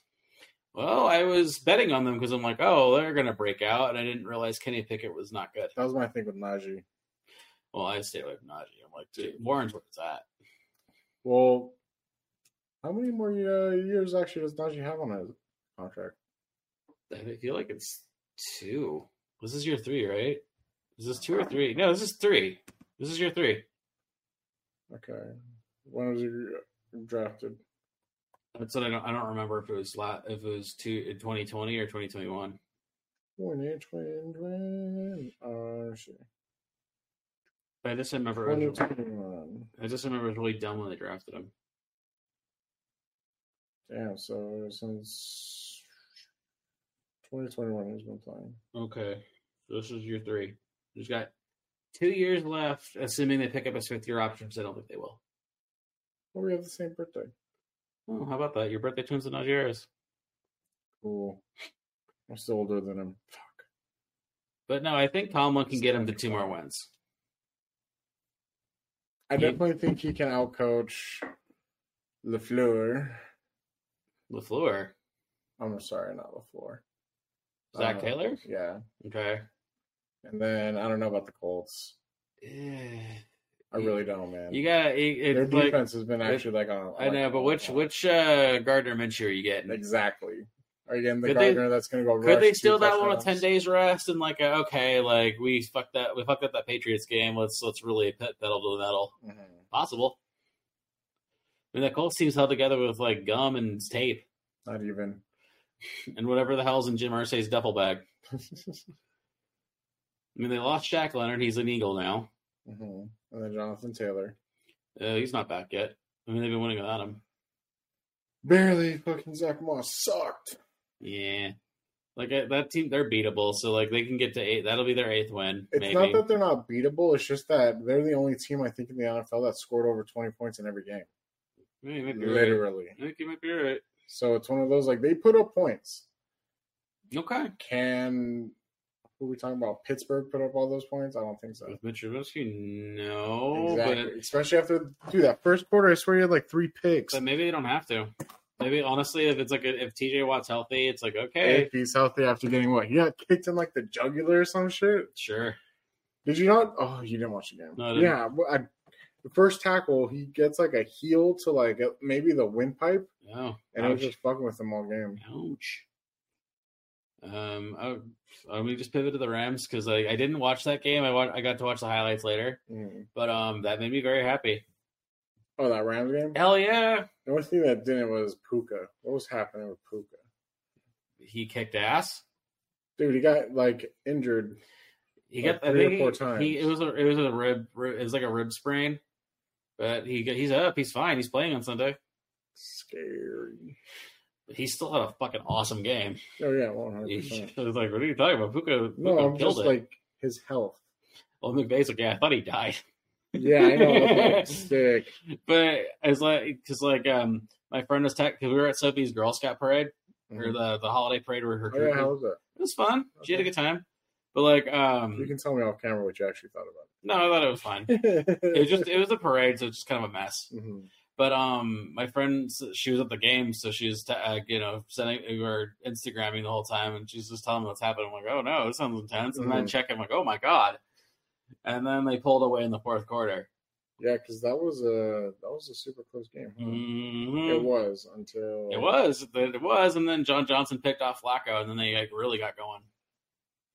[SPEAKER 1] Well, I was betting on them because I'm like, oh, they're gonna break out, and I didn't realize Kenny Pickett was not good.
[SPEAKER 2] That was my thing with Najee.
[SPEAKER 1] Well, I stay away from Najee. I'm like, dude, Warren's where it's at.
[SPEAKER 2] Well, how many more uh, years actually does Najee have on his contract?
[SPEAKER 1] I feel like it's two. Uh-huh. This is your three, right? Is this two or three? No, this is three. This is your three.
[SPEAKER 2] Okay. When was he drafted?
[SPEAKER 1] That's what I don't. I don't remember if it was la- if it was two in 2020 or 2021.
[SPEAKER 2] Twenty twenty one. Oh shit.
[SPEAKER 1] But I just remember. it was-
[SPEAKER 2] Twenty twenty one.
[SPEAKER 1] I just remember it was really dumb when they drafted him.
[SPEAKER 2] Damn. So since twenty twenty one, he's been playing.
[SPEAKER 1] Okay. This is year three. He's got two years left, assuming they pick up his fifth year option, because I don't think they will.
[SPEAKER 2] Well, we have the same birthday.
[SPEAKER 1] Oh, how about that? Your birthday twins in Algiers.
[SPEAKER 2] Cool. I'm still older than him. Fuck.
[SPEAKER 1] But no, I think Tomlin can get him to two more wins.
[SPEAKER 2] I
[SPEAKER 1] Yeah.
[SPEAKER 2] definitely think he can outcoach Lafleur.
[SPEAKER 1] LaFleur.
[SPEAKER 2] I'm sorry, not Lafleur.
[SPEAKER 1] Zach
[SPEAKER 2] Uh,
[SPEAKER 1] Taylor?
[SPEAKER 2] Yeah,
[SPEAKER 1] Okay.
[SPEAKER 2] and then I don't know about the Colts.
[SPEAKER 1] Yeah.
[SPEAKER 2] I
[SPEAKER 1] You-
[SPEAKER 2] really don't, man.
[SPEAKER 1] You got it,
[SPEAKER 2] Their
[SPEAKER 1] it's like
[SPEAKER 2] defense has been actually like on.
[SPEAKER 1] I know, but which which uh Gardner Minshew are you getting?
[SPEAKER 2] exactly are you getting the
[SPEAKER 1] Could they-
[SPEAKER 2] Gardner that's going to go? rush
[SPEAKER 1] Could they
[SPEAKER 2] two
[SPEAKER 1] steal that one with ten
[SPEAKER 2] touchdowns?
[SPEAKER 1] days rest and like a, okay, like we fucked that we fucked up that Patriots game. Let's let's really pet pedal to the metal.
[SPEAKER 2] Mhm.
[SPEAKER 1] Possible. I mean, that Colts team's held together with like gum and tape
[SPEAKER 2] Not even.
[SPEAKER 1] and whatever the hell's in Jim Irsay's duffel bag. I mean, they lost Shaq Leonard. He's an Eagle now.
[SPEAKER 2] Mhm. And then Jonathan Taylor
[SPEAKER 1] Uh, he's not back yet. I mean, they've been winning without him.
[SPEAKER 2] barely fucking Zach Moss sucked.
[SPEAKER 1] Yeah. Like uh, that team, they're beatable. So, like, they can get to eight. That'll be their eighth win.
[SPEAKER 2] It's
[SPEAKER 1] maybe.
[SPEAKER 2] not that they're not beatable. It's just that they're the only team I think in the NFL that scored over 20 points in every game.
[SPEAKER 1] Yeah, you might be right.
[SPEAKER 2] Literally.
[SPEAKER 1] I think you might be right.
[SPEAKER 2] So it's one of those like they put up points.
[SPEAKER 1] Okay.
[SPEAKER 2] Can who are we talking about? Pittsburgh put up all those points? I don't think so.
[SPEAKER 1] With Mitch Trubisky, no.
[SPEAKER 2] exactly. Especially after dude that first quarter, I swear you had like three
[SPEAKER 1] But,
[SPEAKER 2] picks.
[SPEAKER 1] but maybe they don't have to. Maybe, honestly, if it's like a, if TJ Watt's healthy, it's like, okay,
[SPEAKER 2] If he's healthy after getting what? He got kicked in like the jugular or some shit.
[SPEAKER 1] sure.
[SPEAKER 2] Did you not? Oh, you didn't watch the game.
[SPEAKER 1] No, I didn't.
[SPEAKER 2] Yeah, well, I, the first tackle, he gets like a heel to like a, maybe the windpipe,
[SPEAKER 1] No.
[SPEAKER 2] and it was
[SPEAKER 1] Oh, Ouch.
[SPEAKER 2] just fucking with him all game.
[SPEAKER 1] Ouch. Um, I, I'm gonna just pivot to the Rams because I, I didn't watch that game. I wa- I got to watch the highlights later,
[SPEAKER 2] Mm.
[SPEAKER 1] but um, that made me very happy.
[SPEAKER 2] Oh, that Rams game.
[SPEAKER 1] Hell yeah!
[SPEAKER 2] The only thing that didn't was Puka. What was happening with Puka?
[SPEAKER 1] He kicked ass.
[SPEAKER 2] Dude, he got like injured.
[SPEAKER 1] He
[SPEAKER 2] Like
[SPEAKER 1] got I
[SPEAKER 2] three or
[SPEAKER 1] think
[SPEAKER 2] four
[SPEAKER 1] he,
[SPEAKER 2] times.
[SPEAKER 1] he- it was a it was a rib, rib it was like a rib sprain, but he got- he's up. He's fine. He's playing on Sunday.
[SPEAKER 2] Scary.
[SPEAKER 1] But he still had a fucking awesome game.
[SPEAKER 2] Oh yeah, one
[SPEAKER 1] I
[SPEAKER 2] hundred percent.
[SPEAKER 1] was like, what are you talking about? Puka, Puka
[SPEAKER 2] No, I'm
[SPEAKER 1] killed
[SPEAKER 2] just
[SPEAKER 1] it.
[SPEAKER 2] like his health.
[SPEAKER 1] well, McVay's like, yeah, I thought he died.
[SPEAKER 2] Yeah, I know. I'm like, sick.
[SPEAKER 1] but it's like because like um my friend was tech because we were at Sophie's Girl Scout parade or
[SPEAKER 2] Mhm.
[SPEAKER 1] the the holiday parade where her
[SPEAKER 2] Oh yeah, how was that?
[SPEAKER 1] it was fun. She had a
[SPEAKER 2] Okay.
[SPEAKER 1] good time. But like, um,
[SPEAKER 2] You can tell me off camera what you actually thought
[SPEAKER 1] no, I thought it was fine.
[SPEAKER 2] about it.
[SPEAKER 1] It was just it was a parade, so it's just kind of a mess.
[SPEAKER 2] Mhm.
[SPEAKER 1] But um, my friend, she was at the game, so she was uh, you know sending we were Instagramming the whole time, and she's just telling me what's happening. I'm like, oh no, this sounds intense. And then I
[SPEAKER 2] Mhm.
[SPEAKER 1] check, I'm like, oh my god. And then they pulled away in the fourth quarter.
[SPEAKER 2] Yeah, because that was a that was a super close game. huh?
[SPEAKER 1] Mhm.
[SPEAKER 2] It was until
[SPEAKER 1] It was. It was. And then John Johnson picked off Flacco, and then they like really got going.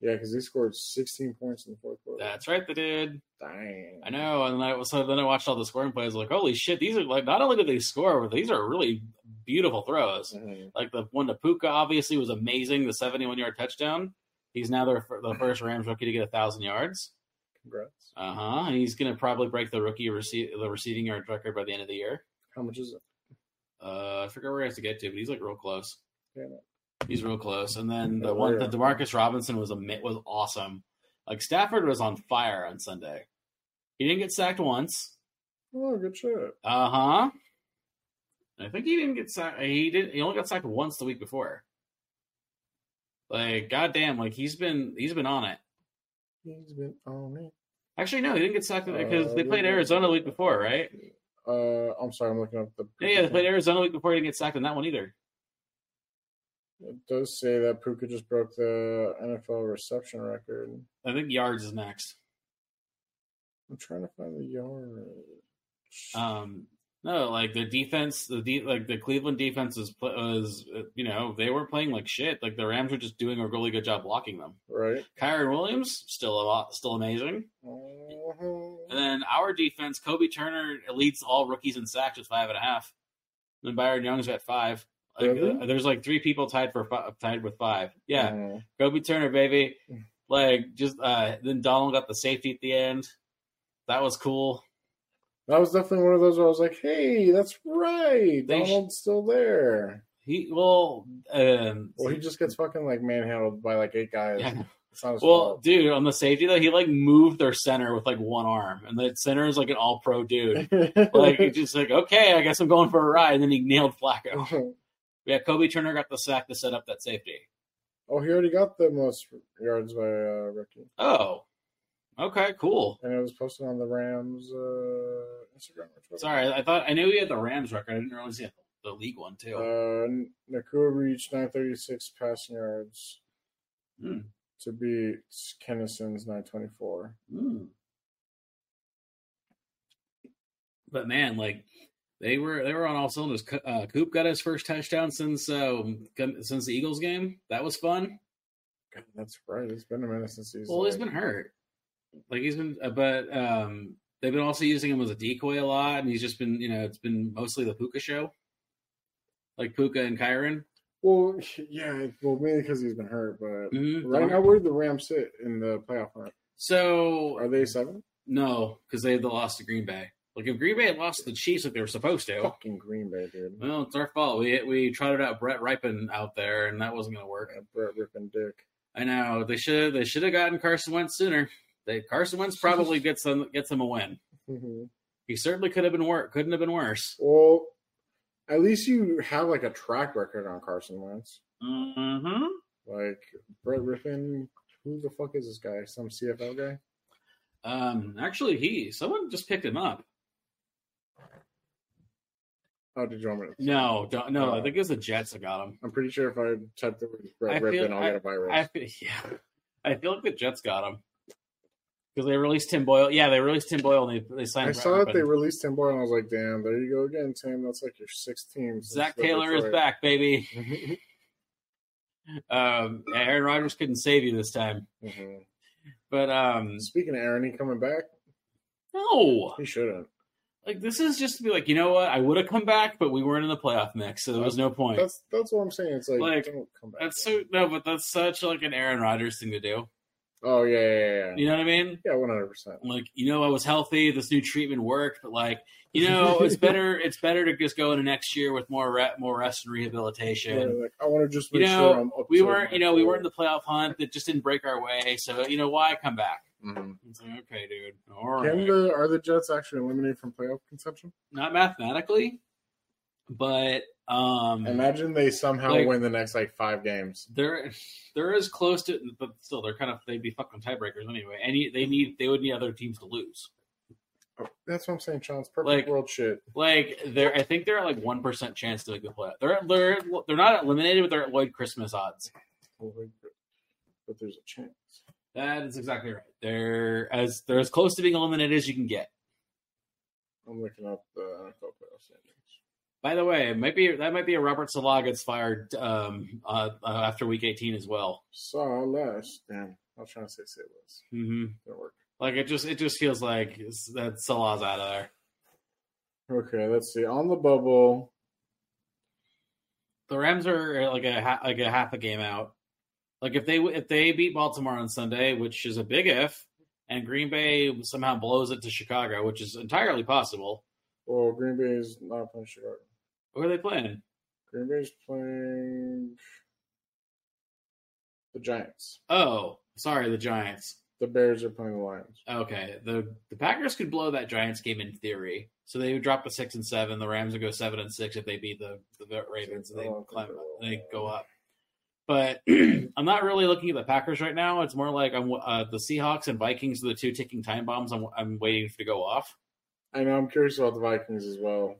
[SPEAKER 2] Yeah, because he scored 16 points in the fourth quarter.
[SPEAKER 1] That's right, they did.
[SPEAKER 2] dang.
[SPEAKER 1] I know. And then I, so then I watched all the scoring plays. Like, holy shit! These are like not only did they score, but these are really beautiful throws.
[SPEAKER 2] Mhm.
[SPEAKER 1] Like the one to Puka obviously was amazing. The seventy-one yard touchdown. He's now their, the first Rams rookie to get a thousand yards.
[SPEAKER 2] Congrats.
[SPEAKER 1] Uh huh. And he's gonna probably break the rookie receive the receiving yard record by the end of the year.
[SPEAKER 2] How much is it?
[SPEAKER 1] Uh, I forget where he has to get to, but he's like real close.
[SPEAKER 2] Damn
[SPEAKER 1] He's real close. And then
[SPEAKER 2] Yeah,
[SPEAKER 1] the one
[SPEAKER 2] yeah.
[SPEAKER 1] that Demarcus Robinson was a was awesome. Like Stafford was on fire on Sunday. He didn't get sacked once.
[SPEAKER 2] Oh, good shit.
[SPEAKER 1] Uh huh. I think he didn't get sacked. He did. not He only got sacked once the week before. Like goddamn, like he's been he's been on it.
[SPEAKER 2] He's been on it.
[SPEAKER 1] Actually, no, he didn't get sacked because
[SPEAKER 2] Uh,
[SPEAKER 1] they played
[SPEAKER 2] yeah.
[SPEAKER 1] Arizona the week before, right?
[SPEAKER 2] Uh, I'm sorry, I'm looking up the.
[SPEAKER 1] Yeah, yeah, they played Arizona the week before. He didn't get sacked in that one either.
[SPEAKER 2] It does say that Puka just broke the NFL reception record.
[SPEAKER 1] I think yards is next.
[SPEAKER 2] I'm trying to find the yard.
[SPEAKER 1] Um, no, like the defense, the de- like the Cleveland defense was, pl- was uh, you know they were playing like shit. Like the Rams were just doing a really good job blocking them.
[SPEAKER 2] right?
[SPEAKER 1] Kyron Williams still a lot, still amazing, and
[SPEAKER 2] Mhm.
[SPEAKER 1] then our defense, Kobe Turner leads all rookies in sacks with five and a half. And then Byron Young's got five. Like,
[SPEAKER 2] Really?
[SPEAKER 1] uh, there's like three people tied for fi- tied with five. Yeah,
[SPEAKER 2] Mhm.
[SPEAKER 1] Kobe Turner, baby. Like just uh, then Donald got the safety at the end. That was cool.
[SPEAKER 2] That was definitely one of those where I was like, hey, that's right.
[SPEAKER 1] They sh-
[SPEAKER 2] Donald's still there.
[SPEAKER 1] He well, um,
[SPEAKER 2] Well, he just gets fucking like manhandled by like eight guys.
[SPEAKER 1] yeah.
[SPEAKER 2] It's not his
[SPEAKER 1] Well,
[SPEAKER 2] fault.
[SPEAKER 1] dude, on the safety though, he like moved their center with like one arm, and the center is like an all pro dude. Like he's just like, okay, I guess I'm going for a ride, and then he nailed Flacco. Yeah, Kobe Turner got the sack to set up that safety.
[SPEAKER 2] oh, he already got the most yards by uh, rookie,
[SPEAKER 1] Oh, okay, cool.
[SPEAKER 2] and it was posted on the Rams uh, Instagram. Or Twitter.
[SPEAKER 1] Sorry, I thought I knew he had the Rams record. I didn't realize he had the league one too.
[SPEAKER 2] Uh, Nakua reached 936 passing yards
[SPEAKER 1] Hmm.
[SPEAKER 2] to beat Kennison's 924.
[SPEAKER 1] Mm. But man, like they were they were on all cylinders. Co- Uh, Coop got his first touchdown since uh, since the Eagles game. That was fun.
[SPEAKER 2] God, that's right. It's been a minute since he's.
[SPEAKER 1] Well, he's
[SPEAKER 2] like-
[SPEAKER 1] been hurt. Like he's been, uh, but um, they've been also using him as a decoy a lot, and he's just been, you know, it's been mostly the Puka show, like Puka and Kyron.
[SPEAKER 2] Well, yeah. Well, mainly because he's been hurt, but
[SPEAKER 1] Mhm.
[SPEAKER 2] right now, where do the Rams sit in the playoff hunt? Are
[SPEAKER 1] So
[SPEAKER 2] they seven?
[SPEAKER 1] no, because they had the loss to Green Bay. Like if Green Bay had lost to the Chiefs, like they were supposed to,
[SPEAKER 2] Fucking Green Bay, dude.
[SPEAKER 1] well, it's our fault. We we trotted out Brett Ripon out there, and that wasn't going to work.
[SPEAKER 2] Uh, Brett ripping dick.
[SPEAKER 1] I know they should they should have gotten Carson Wentz sooner. They Carson Wentz probably gets them gets them a win.
[SPEAKER 2] Mhm.
[SPEAKER 1] He certainly could have been wor- couldn't have been worse.
[SPEAKER 2] Well, at least you have like a track record on Carson Wentz.
[SPEAKER 1] Mm-hmm.
[SPEAKER 2] Like Brett Rippin, who the fuck is this guy? Some CFL guy?
[SPEAKER 1] Um, actually, he someone just picked him up.
[SPEAKER 2] Oh, did you want me? to-
[SPEAKER 1] No, don't, no, I think it was the Jets that got him.
[SPEAKER 2] I'm pretty sure if I type the word
[SPEAKER 1] I
[SPEAKER 2] Brett
[SPEAKER 1] feel-
[SPEAKER 2] Rippin, I'll get a virus.
[SPEAKER 1] I feel, yeah, I feel like the Jets got him because they released Tim Boyle. Yeah, they released Tim Boyle and they they signed.
[SPEAKER 2] I
[SPEAKER 1] Brett
[SPEAKER 2] saw that they
[SPEAKER 1] Rippon.
[SPEAKER 2] released Tim Boyle, and I was like, "Damn, there you go again, Tim. That's like your sixth team." since
[SPEAKER 1] Zach
[SPEAKER 2] the
[SPEAKER 1] Taylor is
[SPEAKER 2] Detroit." Mm-hmm.
[SPEAKER 1] back, baby. Um, Aaron Rodgers couldn't save you this time, Mm-hmm.
[SPEAKER 2] Mhm.
[SPEAKER 1] but um,
[SPEAKER 2] Speaking of Aaron, he coming back?
[SPEAKER 1] no,
[SPEAKER 2] He shouldn't.
[SPEAKER 1] like this is just to be like, you know what? I would have come back, but we weren't in the playoff mix, so there was no point.
[SPEAKER 2] That's that's what I'm saying. It's like,
[SPEAKER 1] Like,
[SPEAKER 2] don't come back.
[SPEAKER 1] That's so no, but that's such like an Aaron Rodgers thing to do.
[SPEAKER 2] oh yeah, yeah, yeah,
[SPEAKER 1] You know what I mean?
[SPEAKER 2] yeah, one hundred percent.
[SPEAKER 1] like you know i was healthy this new treatment worked but like you know it's better it's better to just go into next year with more re- more rest and rehabilitation
[SPEAKER 2] Like, I want to just
[SPEAKER 1] You
[SPEAKER 2] make
[SPEAKER 1] know,
[SPEAKER 2] sure I'm up.
[SPEAKER 1] we
[SPEAKER 2] to
[SPEAKER 1] weren't
[SPEAKER 2] my
[SPEAKER 1] you know we
[SPEAKER 2] goal.
[SPEAKER 1] weren't in the playoff hunt that just didn't break our way so you know why come back
[SPEAKER 2] Mhm.
[SPEAKER 1] it's like okay dude all
[SPEAKER 2] Can
[SPEAKER 1] right
[SPEAKER 2] the are the Jets actually eliminated from playoff contention?
[SPEAKER 1] not mathematically But um,
[SPEAKER 2] Imagine they somehow
[SPEAKER 1] Like-
[SPEAKER 2] win the next like five games.
[SPEAKER 1] they're they're as close to, but still they're kind of they'd be fucking tiebreakers anyway. And you- they need they would need other teams to lose.
[SPEAKER 2] Oh, That's what I'm saying, Sean. It's perfect
[SPEAKER 1] Like-
[SPEAKER 2] world shit.
[SPEAKER 1] Like they're I think they're at like one percent chance to make the playoff. They're they're they're not eliminated, but they're at Lloyd Christmas odds.
[SPEAKER 2] But there's a chance.
[SPEAKER 1] That is exactly right. They're as they're as close to being eliminated as you can get.
[SPEAKER 2] I'm looking up the NFL playoff standings.
[SPEAKER 1] By the way, it might be that might be a Robert Salah gets fired um, uh, uh, after week eighteen as well.
[SPEAKER 2] Saw less. Damn, I was trying to say say less.
[SPEAKER 1] hmm
[SPEAKER 2] Didn't work.
[SPEAKER 1] Like it just it just feels like it's- that Salah's out of there.
[SPEAKER 2] Okay, let's see. On the bubble,
[SPEAKER 1] The Rams are uh, like a ha- like a half a game out. Like if they if they beat Baltimore on Sunday, which is a big if, and Green Bay somehow blows it to Chicago, which is entirely possible.
[SPEAKER 2] well, Green Bay is not playing Chicago.
[SPEAKER 1] Who are they playing?
[SPEAKER 2] Green Bay's playing the Giants.
[SPEAKER 1] Oh, sorry, the Giants.
[SPEAKER 2] The Bears are playing the Lions.
[SPEAKER 1] Okay, the the Packers could blow that Giants game in theory, so they would drop to six and seven. The Rams would go seven and six if they beat the the Ravens and they
[SPEAKER 2] Oh,
[SPEAKER 1] climb
[SPEAKER 2] okay.
[SPEAKER 1] up, they go up. But I'm not really looking at the Packers right now. It's more like I'm uh, the Seahawks and Vikings are the two ticking time bombs. I'm I'm waiting to go off.
[SPEAKER 2] I know. I'm curious about the Vikings as well.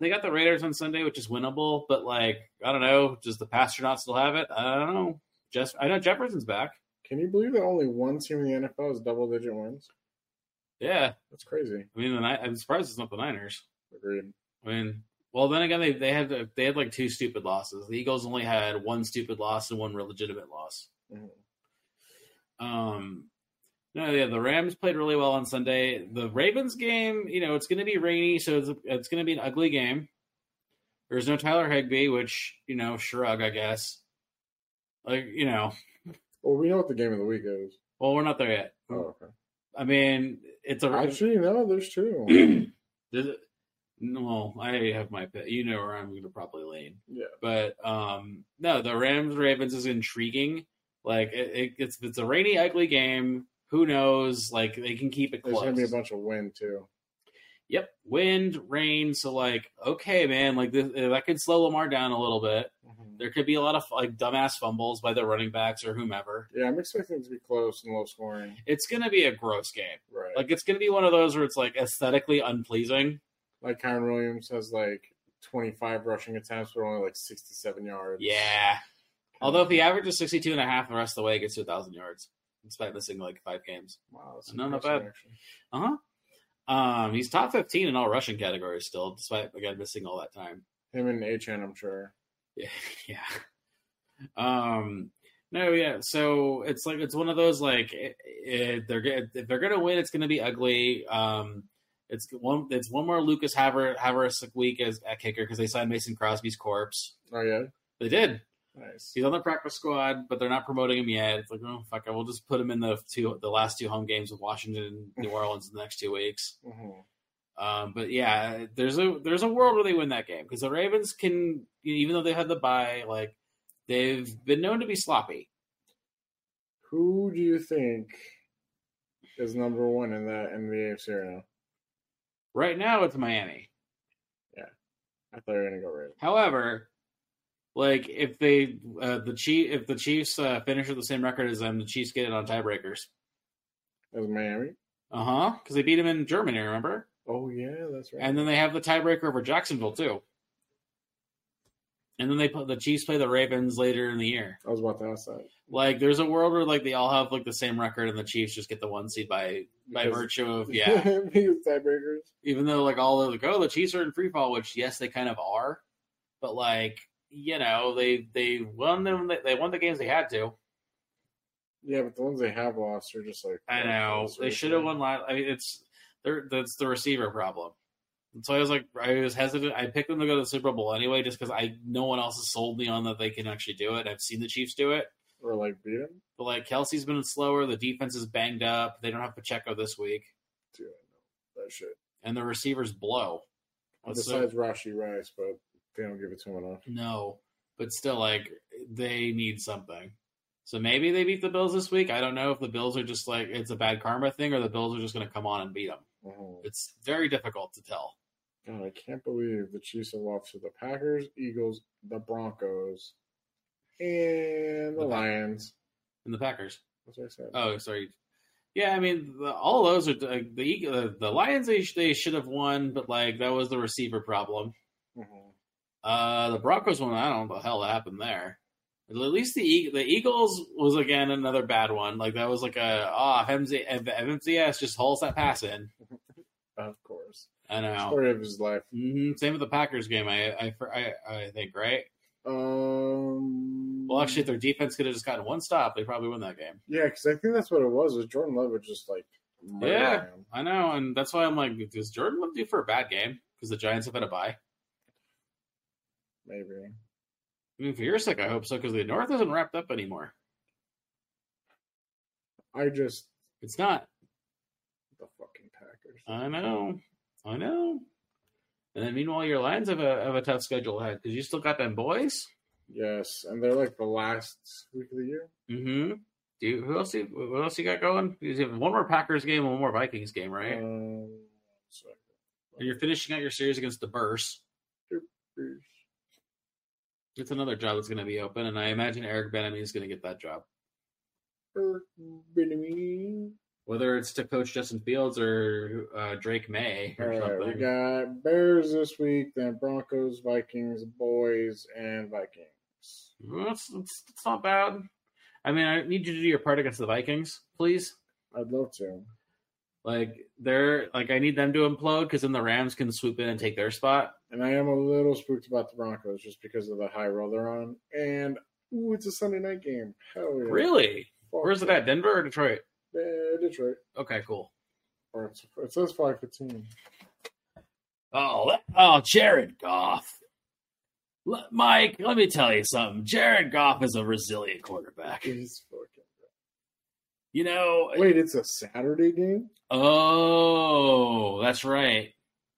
[SPEAKER 1] They got the Raiders on Sunday, which is winnable, but like I don't know, does the Pasternauts still have it? I don't know. Just I know Jefferson's back.
[SPEAKER 2] Can you believe that only one team in the NFL has double digit wins?
[SPEAKER 1] Yeah,
[SPEAKER 2] That's crazy.
[SPEAKER 1] I mean, the, Ni- I'm surprised it's not the Niners.
[SPEAKER 2] Agreed.
[SPEAKER 1] I mean, well, then again, they they had they had like two stupid losses. The Eagles only had one stupid loss and one legitimate loss.
[SPEAKER 2] Mhm.
[SPEAKER 1] Um, no, yeah, the Rams played really well on Sunday. The Ravens game, you know, it's going to be rainy, so it's, it's going to be an ugly game. There's no Tyler Higby, which you know, shrug, I guess. Like you know,
[SPEAKER 2] Well, we know what the game of the week is.
[SPEAKER 1] well, we're not there yet.
[SPEAKER 2] Oh, okay.
[SPEAKER 1] I mean, it's a
[SPEAKER 2] Actually, no, there's two.
[SPEAKER 1] Does it, no, I have my pick. You know where I'm going to probably lean.
[SPEAKER 2] Yeah.
[SPEAKER 1] But um, no, the Rams Ravens is intriguing. Like it, it, it's it's a rainy, ugly game. Who knows? Like they can keep it
[SPEAKER 2] There's
[SPEAKER 1] close.
[SPEAKER 2] gonna be a bunch of win too.
[SPEAKER 1] yep, wind, rain. So like, okay, man, like this, that could slow Lamar down a little bit.
[SPEAKER 2] Mm-hmm.
[SPEAKER 1] There could be a lot of like dumbass fumbles by the running backs or whomever.
[SPEAKER 2] Yeah, I'm expecting it to be close and low scoring.
[SPEAKER 1] It's gonna be a gross game.
[SPEAKER 2] Right. Like,
[SPEAKER 1] Like it's gonna be one of those where it's like aesthetically unpleasing.
[SPEAKER 2] like Kyron Williams has like 25 rushing attempts, but only like 67 yards.
[SPEAKER 1] Yeah. Although if he averages 62 and a half the rest of the way, he gets to 1,000 yards, despite missing like five games.
[SPEAKER 2] Wow, that's
[SPEAKER 1] No, not
[SPEAKER 2] impressive,
[SPEAKER 1] bad.
[SPEAKER 2] actually.
[SPEAKER 1] Uh huh. Um, he's top 15 in all rushing categories still, despite, again, missing all that time.
[SPEAKER 2] Him and Achan, I'm sure.
[SPEAKER 1] Yeah. yeah. Um, no, yeah. So it's like, it's one of those, like, it, it, they're, go- if they're going to win, it's going to be ugly. Um, it's one. It's one more Lucas Haver Haversick week as at kicker because they signed Mason Crosby's corpse.
[SPEAKER 2] Oh yeah,
[SPEAKER 1] They did.
[SPEAKER 2] nice.
[SPEAKER 1] He's on the practice squad, but they're not promoting him yet. It's like, oh fuck, I will just put him in the two the last two home games with Washington and New Orleans in the next two weeks.
[SPEAKER 2] Mhm.
[SPEAKER 1] Um, but yeah, there's a there's a world where they win that game because the Ravens can, even though they had the bye, like they've been known to be sloppy.
[SPEAKER 2] Who do you think is number one in that in the AFC right now?
[SPEAKER 1] Right now, it's Miami.
[SPEAKER 2] I thought you were gonna go Ravens.
[SPEAKER 1] However, like if they uh, the chief if the Chiefs uh, finish with the same record as them, the Chiefs get it on tiebreakers.
[SPEAKER 2] As Miami.
[SPEAKER 1] Uh huh. Because they beat them in Germany, remember?
[SPEAKER 2] Oh yeah, that's right.
[SPEAKER 1] And then they have the tiebreaker over Jacksonville too. And then they put the Chiefs play the Ravens later in the year.
[SPEAKER 2] I was about to ask that.
[SPEAKER 1] Like there's a world where like they all have like the same record and the Chiefs just get the one seed by by
[SPEAKER 2] Because-
[SPEAKER 1] virtue of yeah.
[SPEAKER 2] because tiebreakers.
[SPEAKER 1] Even though like all over the go, the Chiefs are in free fall, which yes they kind of are, but like you know they they won them they won the games they had to.
[SPEAKER 2] Yeah, but the ones they have lost are just like
[SPEAKER 1] I know they should have won. Last, I mean, it's they're, that's the receiver problem. And so I was like, I was hesitant. I picked them to go to the Super Bowl anyway, just because I no one else has sold me on that they can actually do it. I've seen the Chiefs do it,
[SPEAKER 2] or like beat them.
[SPEAKER 1] but like Kelsey's been slower. The defense is banged up. They don't have Pacheco this week,
[SPEAKER 2] Dude, I know that shit.
[SPEAKER 1] and the receivers blow. So,
[SPEAKER 2] Besides Rashi Rice, but they don't give it to him enough.
[SPEAKER 1] no, but still, like they need something. So maybe they beat the Bills this week. I don't know if the Bills are just like it's a bad karma thing, or the Bills are just going to come on and beat them.
[SPEAKER 2] Mhm.
[SPEAKER 1] It's very difficult to tell.
[SPEAKER 2] God, I can't believe the Chiefs have lost to the Packers, Eagles, the Broncos, and the,
[SPEAKER 1] The Packers.
[SPEAKER 2] Lions.
[SPEAKER 1] and the Packers.
[SPEAKER 2] That's what I said.
[SPEAKER 1] Oh, sorry. Yeah, I mean, the, all those are uh, the Eagle- uh, the Lions. They, sh- they should have won, but like that was the receiver problem.
[SPEAKER 2] Mhm.
[SPEAKER 1] Uh, the Broncos one, I don't know what the hell happened there. At least the Eag- the Eagles was again another bad one. Like that was like a ah oh, MCS just hauls that pass in.
[SPEAKER 2] Of course.
[SPEAKER 1] I know.
[SPEAKER 2] Story of his life.
[SPEAKER 1] hmm Same with the Packers game. I I I, I think right.
[SPEAKER 2] Um, Mm-hmm.
[SPEAKER 1] Well, actually, if their defense could have just gotten one stop, they probably win that game.
[SPEAKER 2] yeah, because I think that's what it was. Was Jordan Love was just like, murder
[SPEAKER 1] Yeah.
[SPEAKER 2] him.
[SPEAKER 1] I know, and that's why I'm like, does Jordan Love do for a bad game? Because the Giants have had a bye.
[SPEAKER 2] maybe.
[SPEAKER 1] I mean, for your sake, I hope so, because the North isn't wrapped up anymore.
[SPEAKER 2] I just
[SPEAKER 1] It's not.
[SPEAKER 2] the fucking Packers.
[SPEAKER 1] I know. I know. And then meanwhile, your Lions have a have a tough schedule ahead because you still got them boys.
[SPEAKER 2] yes, and they're like the last week of the year.
[SPEAKER 1] Mm-hmm. Do you, who else? You, what else you got going? You have one more Packers game and one more Vikings game, right?
[SPEAKER 2] Um, so,
[SPEAKER 1] And You're finishing out your series against the Burst. It's another job that's going to be open, and I imagine Eric Benamy is going to get that job.
[SPEAKER 2] All
[SPEAKER 1] Whether it's to coach Justin Fields or uh, Drake May or
[SPEAKER 2] right, we
[SPEAKER 1] something.
[SPEAKER 2] got Bears this week, then Broncos, Vikings, Boys, and Vikings.
[SPEAKER 1] Well, It's, it's, it's not bad. I mean, I need you to do your part against the Vikings, please.
[SPEAKER 2] I'd love to.
[SPEAKER 1] Like they're like I need them to implode because then the Rams can swoop in and take their spot.
[SPEAKER 2] And I am a little spooked about the Broncos just because of the high roll they're on. And ooh, it's a Sunday night game. Hell yeah.
[SPEAKER 1] Really?
[SPEAKER 2] Fuck
[SPEAKER 1] Where's it
[SPEAKER 2] yeah.
[SPEAKER 1] at? Denver or Detroit?
[SPEAKER 2] Eh, Detroit.
[SPEAKER 1] Okay, cool.
[SPEAKER 2] Or it's, it says five fifteen.
[SPEAKER 1] Oh, let- oh, Jared Goff. Let- Mike, let me tell you something. Jared Goff is a resilient quarterback.
[SPEAKER 2] He's fucking.
[SPEAKER 1] You know.
[SPEAKER 2] Wait, it's a Saturday game.
[SPEAKER 1] Oh, that's right.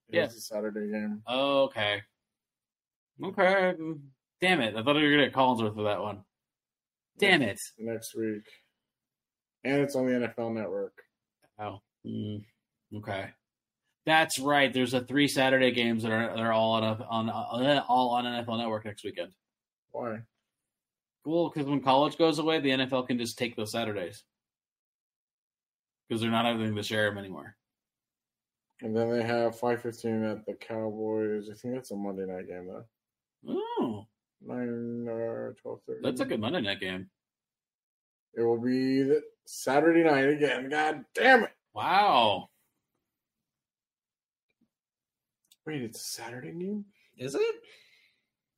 [SPEAKER 2] It
[SPEAKER 1] Yeah.
[SPEAKER 2] is a Saturday game.
[SPEAKER 1] Oh, okay. Okay. Damn it! I thought you were gonna Collinsworth for that one. Damn it!
[SPEAKER 2] Next week, and it's on the NFL Network.
[SPEAKER 1] Oh, mm, okay. That's right. There's a three Saturday games that are they're all on a, on uh, all on NFL Network next weekend.
[SPEAKER 2] Why?
[SPEAKER 1] Cool, because when college goes away, the NFL can just take those Saturdays because they're not having to share them anymore.
[SPEAKER 2] And then they have five fifteen at the Cowboys. I think that's a Monday night game though.
[SPEAKER 1] Oh,
[SPEAKER 2] Nine or twelve thirty.
[SPEAKER 1] that's a good Monday night game.
[SPEAKER 2] It will be the Saturday night again. God damn it!
[SPEAKER 1] Wow,
[SPEAKER 2] Wait, it's a Saturday game.
[SPEAKER 1] is it?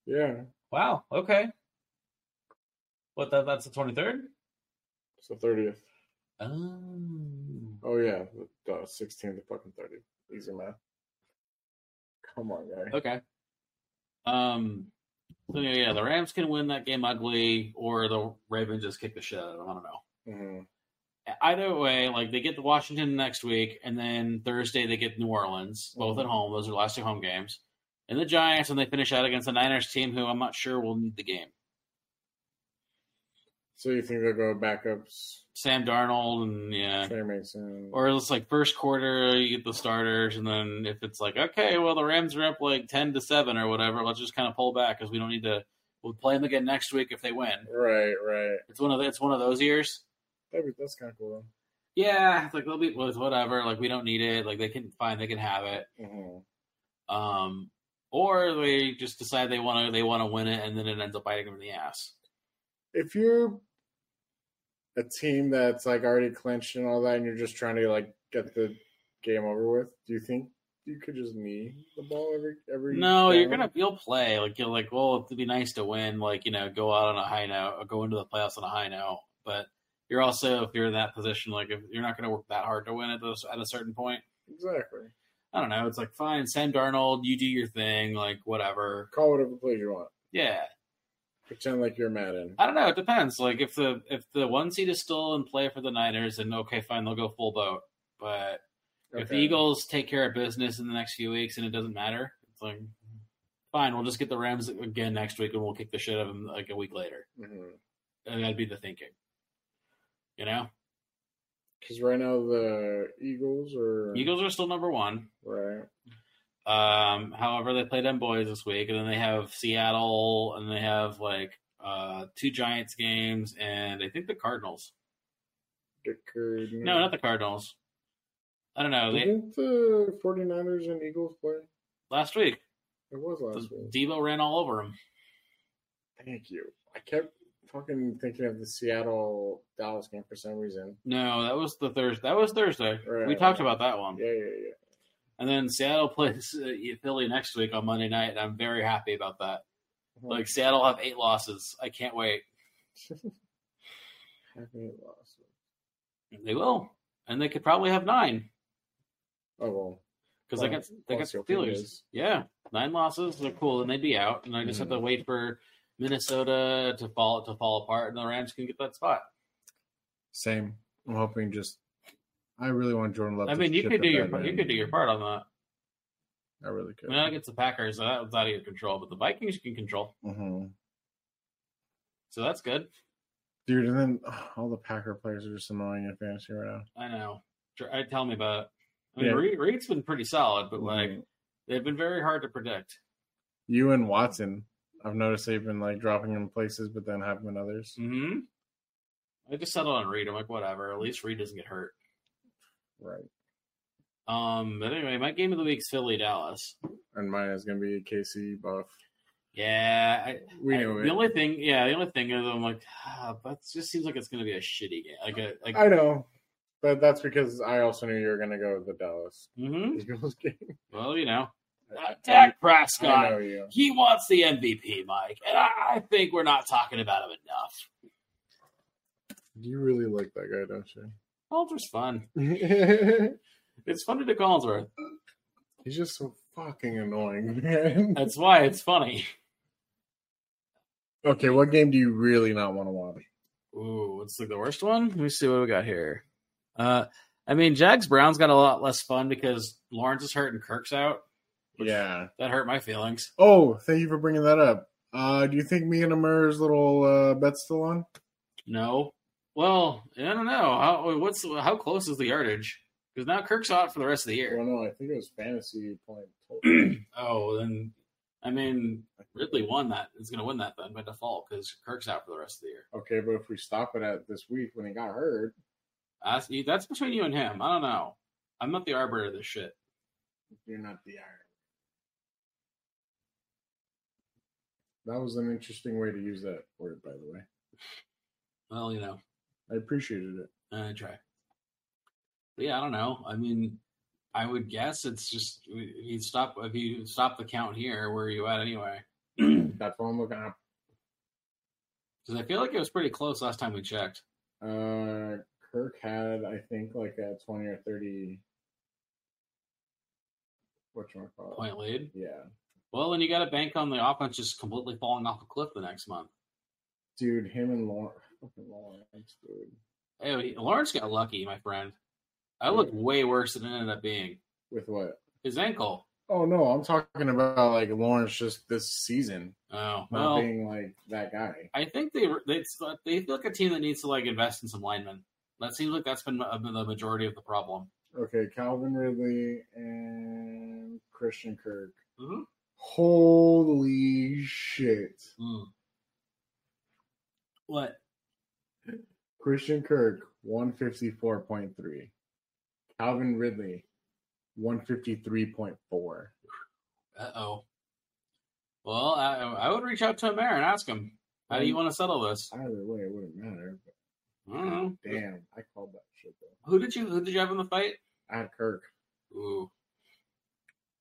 [SPEAKER 2] Yeah,
[SPEAKER 1] Wow. Okay. What? That, that's the twenty third.
[SPEAKER 2] it's the thirtieth.
[SPEAKER 1] Oh.
[SPEAKER 2] Oh yeah, the sixteen to fucking thirty. Easy math. Come on, guy.
[SPEAKER 1] Okay. Um. So anyway, yeah, the Rams can win that game ugly, or the Ravens just kick the shit out of them. I don't know.
[SPEAKER 2] Mhm.
[SPEAKER 1] Either way, like they get to Washington next week, and then Thursday they get New Orleans, both at home. Those are the last two home games, and the Giants, and they finish out against the Niners team, who I'm not sure will need the game.
[SPEAKER 2] So you think they'll go backups?
[SPEAKER 1] Sam Darnold, and yeah,
[SPEAKER 2] Trey Mason.
[SPEAKER 1] or it's like first quarter you get the starters, and then if it's like okay, well the Rams are up like ten to seven or whatever, let's just kind of pull back because we don't need to. We'll play them again next week if they win.
[SPEAKER 2] right, right.
[SPEAKER 1] It's one of the, it's one of those years.
[SPEAKER 2] That'd be, that's kind of cool
[SPEAKER 1] Yeah, it's like they'll be well, it's whatever. Like we don't need it. Like they can fine, they can have it.
[SPEAKER 2] though. Mhm.
[SPEAKER 1] Um, or they just decide they want to they want to win it, and then it ends up biting them in the ass.
[SPEAKER 2] If you're a team that's like already clinched and all that, and you're just trying to like get the game over with, do you think you could just knee the ball every every?
[SPEAKER 1] No, you're
[SPEAKER 2] down?
[SPEAKER 1] gonna you'll play like you're like well it'd be nice to win like you know go out on a high note or go into the playoffs on a high note, but you're also if you're in that position like if you're not gonna work that hard to win at those at a certain point.
[SPEAKER 2] exactly
[SPEAKER 1] I don't know. It's like fine, Sam Darnold, you do your thing, like whatever.
[SPEAKER 2] call whatever plays you want.
[SPEAKER 1] Yeah,
[SPEAKER 2] Pretend like you're Madden.
[SPEAKER 1] I don't know. It depends. Like if the if the one seed is still in play for the Niners, then okay, fine, they'll go full boat. But if the
[SPEAKER 2] Okay.
[SPEAKER 1] Eagles take care of business in the next few weeks and it doesn't matter, it's like fine, we'll just get the Rams again next week and we'll kick the shit out of them like a week later.
[SPEAKER 2] Mhm.
[SPEAKER 1] And that'd be the thinking. You know,
[SPEAKER 2] Because right now the Eagles are
[SPEAKER 1] Eagles are still number one.
[SPEAKER 2] right.
[SPEAKER 1] Um, however, they play them boys this week, and then they have Seattle, and they have like uh, two Giants games, and I think the Cardinals.
[SPEAKER 2] Hmm.
[SPEAKER 1] No, not the Cardinals. I don't know. They,
[SPEAKER 2] Didn't the 49ers and Eagles play?
[SPEAKER 1] last week,
[SPEAKER 2] It was last week.
[SPEAKER 1] Debo ran all over him.
[SPEAKER 2] Thank you. I kept fucking thinking of the Seattle Dallas game for some reason.
[SPEAKER 1] No, that was the Thursday. That was Thursday.
[SPEAKER 2] Right.
[SPEAKER 1] we talked about that one.
[SPEAKER 2] Yeah, yeah, yeah.
[SPEAKER 1] And then Seattle plays uh, Philly next week on Monday night, and I'm very happy about that.
[SPEAKER 2] Uh-huh.
[SPEAKER 1] Like Seattle have eight losses. I can't wait.
[SPEAKER 2] Happy it lost.
[SPEAKER 1] They will, and they could probably have nine
[SPEAKER 2] Oh well.
[SPEAKER 1] because they
[SPEAKER 2] Well,
[SPEAKER 1] got they got
[SPEAKER 2] plus your fingers.
[SPEAKER 1] Steelers. Yeah, nine losses. They're cool, and they'd be out. And I just
[SPEAKER 2] Mm-hmm.
[SPEAKER 1] have to wait for Minnesota to fall to fall apart, and the Rams can get that spot.
[SPEAKER 2] Same. I'm hoping just. I really want Jordan Love.
[SPEAKER 1] I
[SPEAKER 2] to
[SPEAKER 1] mean, you
[SPEAKER 2] chip
[SPEAKER 1] could
[SPEAKER 2] it
[SPEAKER 1] do your
[SPEAKER 2] back in.
[SPEAKER 1] you could do your part on that.
[SPEAKER 2] I really could.
[SPEAKER 1] I mean, that gets the Packers. So that was out of your control, but the Vikings you can control,
[SPEAKER 2] hmm
[SPEAKER 1] so that's good.
[SPEAKER 2] Dude, and then ugh, all the Packer players are just annoying in fantasy right now.
[SPEAKER 1] I know. Tr- I tell me about. It. I mean,
[SPEAKER 2] Yeah.
[SPEAKER 1] Reed, Reed's been pretty solid, but like
[SPEAKER 2] Mhm.
[SPEAKER 1] they've been very hard to predict.
[SPEAKER 2] you and Watson, I've noticed they've been like dropping in places, but then having in others.
[SPEAKER 1] Hmm. I just settled on Reed. I'm like, whatever. At least Reed doesn't get hurt.
[SPEAKER 2] Right.
[SPEAKER 1] Um. But anyway, my game of the week's Philly Dallas.
[SPEAKER 2] And mine is going to be KC Buff.
[SPEAKER 1] Yeah. I,
[SPEAKER 2] We
[SPEAKER 1] I-
[SPEAKER 2] knew
[SPEAKER 1] the
[SPEAKER 2] it.
[SPEAKER 1] only thing, yeah, the only thing is I'm like, ah, that just seems like it's gonna be a shitty game. Like a like.
[SPEAKER 2] I know, but that's because I also knew you were going to go with the Dallas
[SPEAKER 1] hmm
[SPEAKER 2] Eagles game.
[SPEAKER 1] Well, you know, Uh,
[SPEAKER 2] I-
[SPEAKER 1] Dak
[SPEAKER 2] I know
[SPEAKER 1] Prescott.
[SPEAKER 2] you.
[SPEAKER 1] He wants the MVP, Mike, and I, I think we're not talking about him enough.
[SPEAKER 2] You really like that guy, don't
[SPEAKER 1] Alder's fun.
[SPEAKER 2] you?
[SPEAKER 1] It's funny to Collinsworth.
[SPEAKER 2] He's just so fucking annoying, man.
[SPEAKER 1] That's why it's funny.
[SPEAKER 2] Okay, what game do you really not want to watch?
[SPEAKER 1] Ooh, what's like the worst one? Let me see what we got here. Uh, I mean, Jags Browns got a lot less fun because Lawrence is hurt and Kirk's out. Which-
[SPEAKER 2] Yeah.
[SPEAKER 1] That hurt my feelings.
[SPEAKER 2] Oh, thank you for bringing that up. Uh, do you think me and Amir's little uh, bet's still on?
[SPEAKER 1] No. Well, I don't know. How what's how close is the yardage? Because now Kirk's out for the rest of the year.
[SPEAKER 2] Well, no, I think it was fantasy point.
[SPEAKER 1] Oh, then I mean Ridley won that. Is going to win that then by default because Kirk's out for the rest of the year.
[SPEAKER 2] okay, but if we stop it at this week when he got hurt,
[SPEAKER 1] That's, that's between you and him. I don't know. I'm not the arbiter of this shit.
[SPEAKER 2] you're not the iron. That was an interesting way to use that word, by the way.
[SPEAKER 1] Well, you know.
[SPEAKER 2] I appreciated it.
[SPEAKER 1] I Uh, try. But yeah, I don't know. I mean, I would guess it's just if you stop if you stop the count here, where are you at anyway? Because
[SPEAKER 2] That's what I'm looking at.
[SPEAKER 1] I feel like it was pretty close last time we checked.
[SPEAKER 2] Uh, Kirk had, I think, like a 20 or 30. Whatchamacallit?
[SPEAKER 1] Point lead.
[SPEAKER 2] Yeah.
[SPEAKER 1] Well, then you got to bank on the offense just completely falling off a cliff the next month.
[SPEAKER 2] Dude, him and Lawrence. Fucking Lawrence, dude.
[SPEAKER 1] Hey, Lawrence got lucky, my friend. I looked way worse than it ended up being.
[SPEAKER 2] With what?
[SPEAKER 1] His ankle.
[SPEAKER 2] Oh, no, I'm talking about like Lawrence just this season,
[SPEAKER 1] Oh
[SPEAKER 2] not
[SPEAKER 1] well.
[SPEAKER 2] being like that guy.
[SPEAKER 1] I think they they they feel like a team that needs to like invest in some linemen. That seems like that's been uh, the majority of the problem.
[SPEAKER 2] Okay, Calvin Ridley and Christian Kirk.
[SPEAKER 1] hmm
[SPEAKER 2] Holy shit.
[SPEAKER 1] Mm. What?
[SPEAKER 2] Christian Kirk, 154.3. Calvin Ridley, 153.4.
[SPEAKER 1] Uh oh. Well, I, I would reach out to a mayor and ask him, how do you want to settle this?
[SPEAKER 2] Either way, it wouldn't matter. But
[SPEAKER 1] I don't know.
[SPEAKER 2] damn, I called that shit though.
[SPEAKER 1] Who did you Who did you have in the fight?
[SPEAKER 2] I had Kirk.
[SPEAKER 1] Ooh.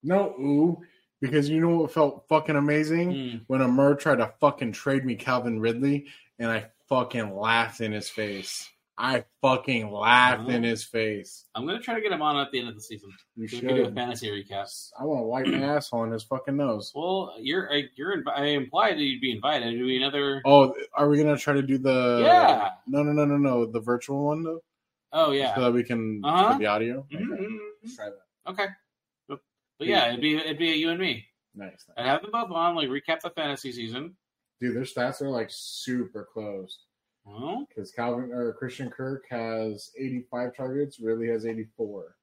[SPEAKER 2] No, ooh, because you know what felt fucking amazing?
[SPEAKER 1] Mm.
[SPEAKER 2] When Amur tried to fucking trade me Calvin Ridley and I fucking laughed in his face. I fucking laughed in his face.
[SPEAKER 1] I'm gonna try to get him on at the end of the season.
[SPEAKER 2] You
[SPEAKER 1] We can do a
[SPEAKER 2] should.
[SPEAKER 1] fantasy recap.
[SPEAKER 2] I want to wipe my asshole in his fucking nose.
[SPEAKER 1] Well, you're I- you're inv- I implied that you'd be invited. Do we another?
[SPEAKER 2] Oh, are we gonna try to do the?
[SPEAKER 1] Yeah.
[SPEAKER 2] No, no, no, no, no. The virtual one though,
[SPEAKER 1] Oh yeah.
[SPEAKER 2] so that we can
[SPEAKER 1] Uh-huh.
[SPEAKER 2] for the audio.
[SPEAKER 1] Mhm,
[SPEAKER 2] Okay.
[SPEAKER 1] mhm, mhm.
[SPEAKER 2] Let's try that.
[SPEAKER 1] Okay. But yeah, it'd be it'd be you and me.
[SPEAKER 2] Nice, nice.
[SPEAKER 1] I'd have them both on, like recap the fantasy season.
[SPEAKER 2] dude. Their stats are like super close
[SPEAKER 1] Well,
[SPEAKER 2] because Calvin or Christian Kirk has 85 targets. Ridley has 84.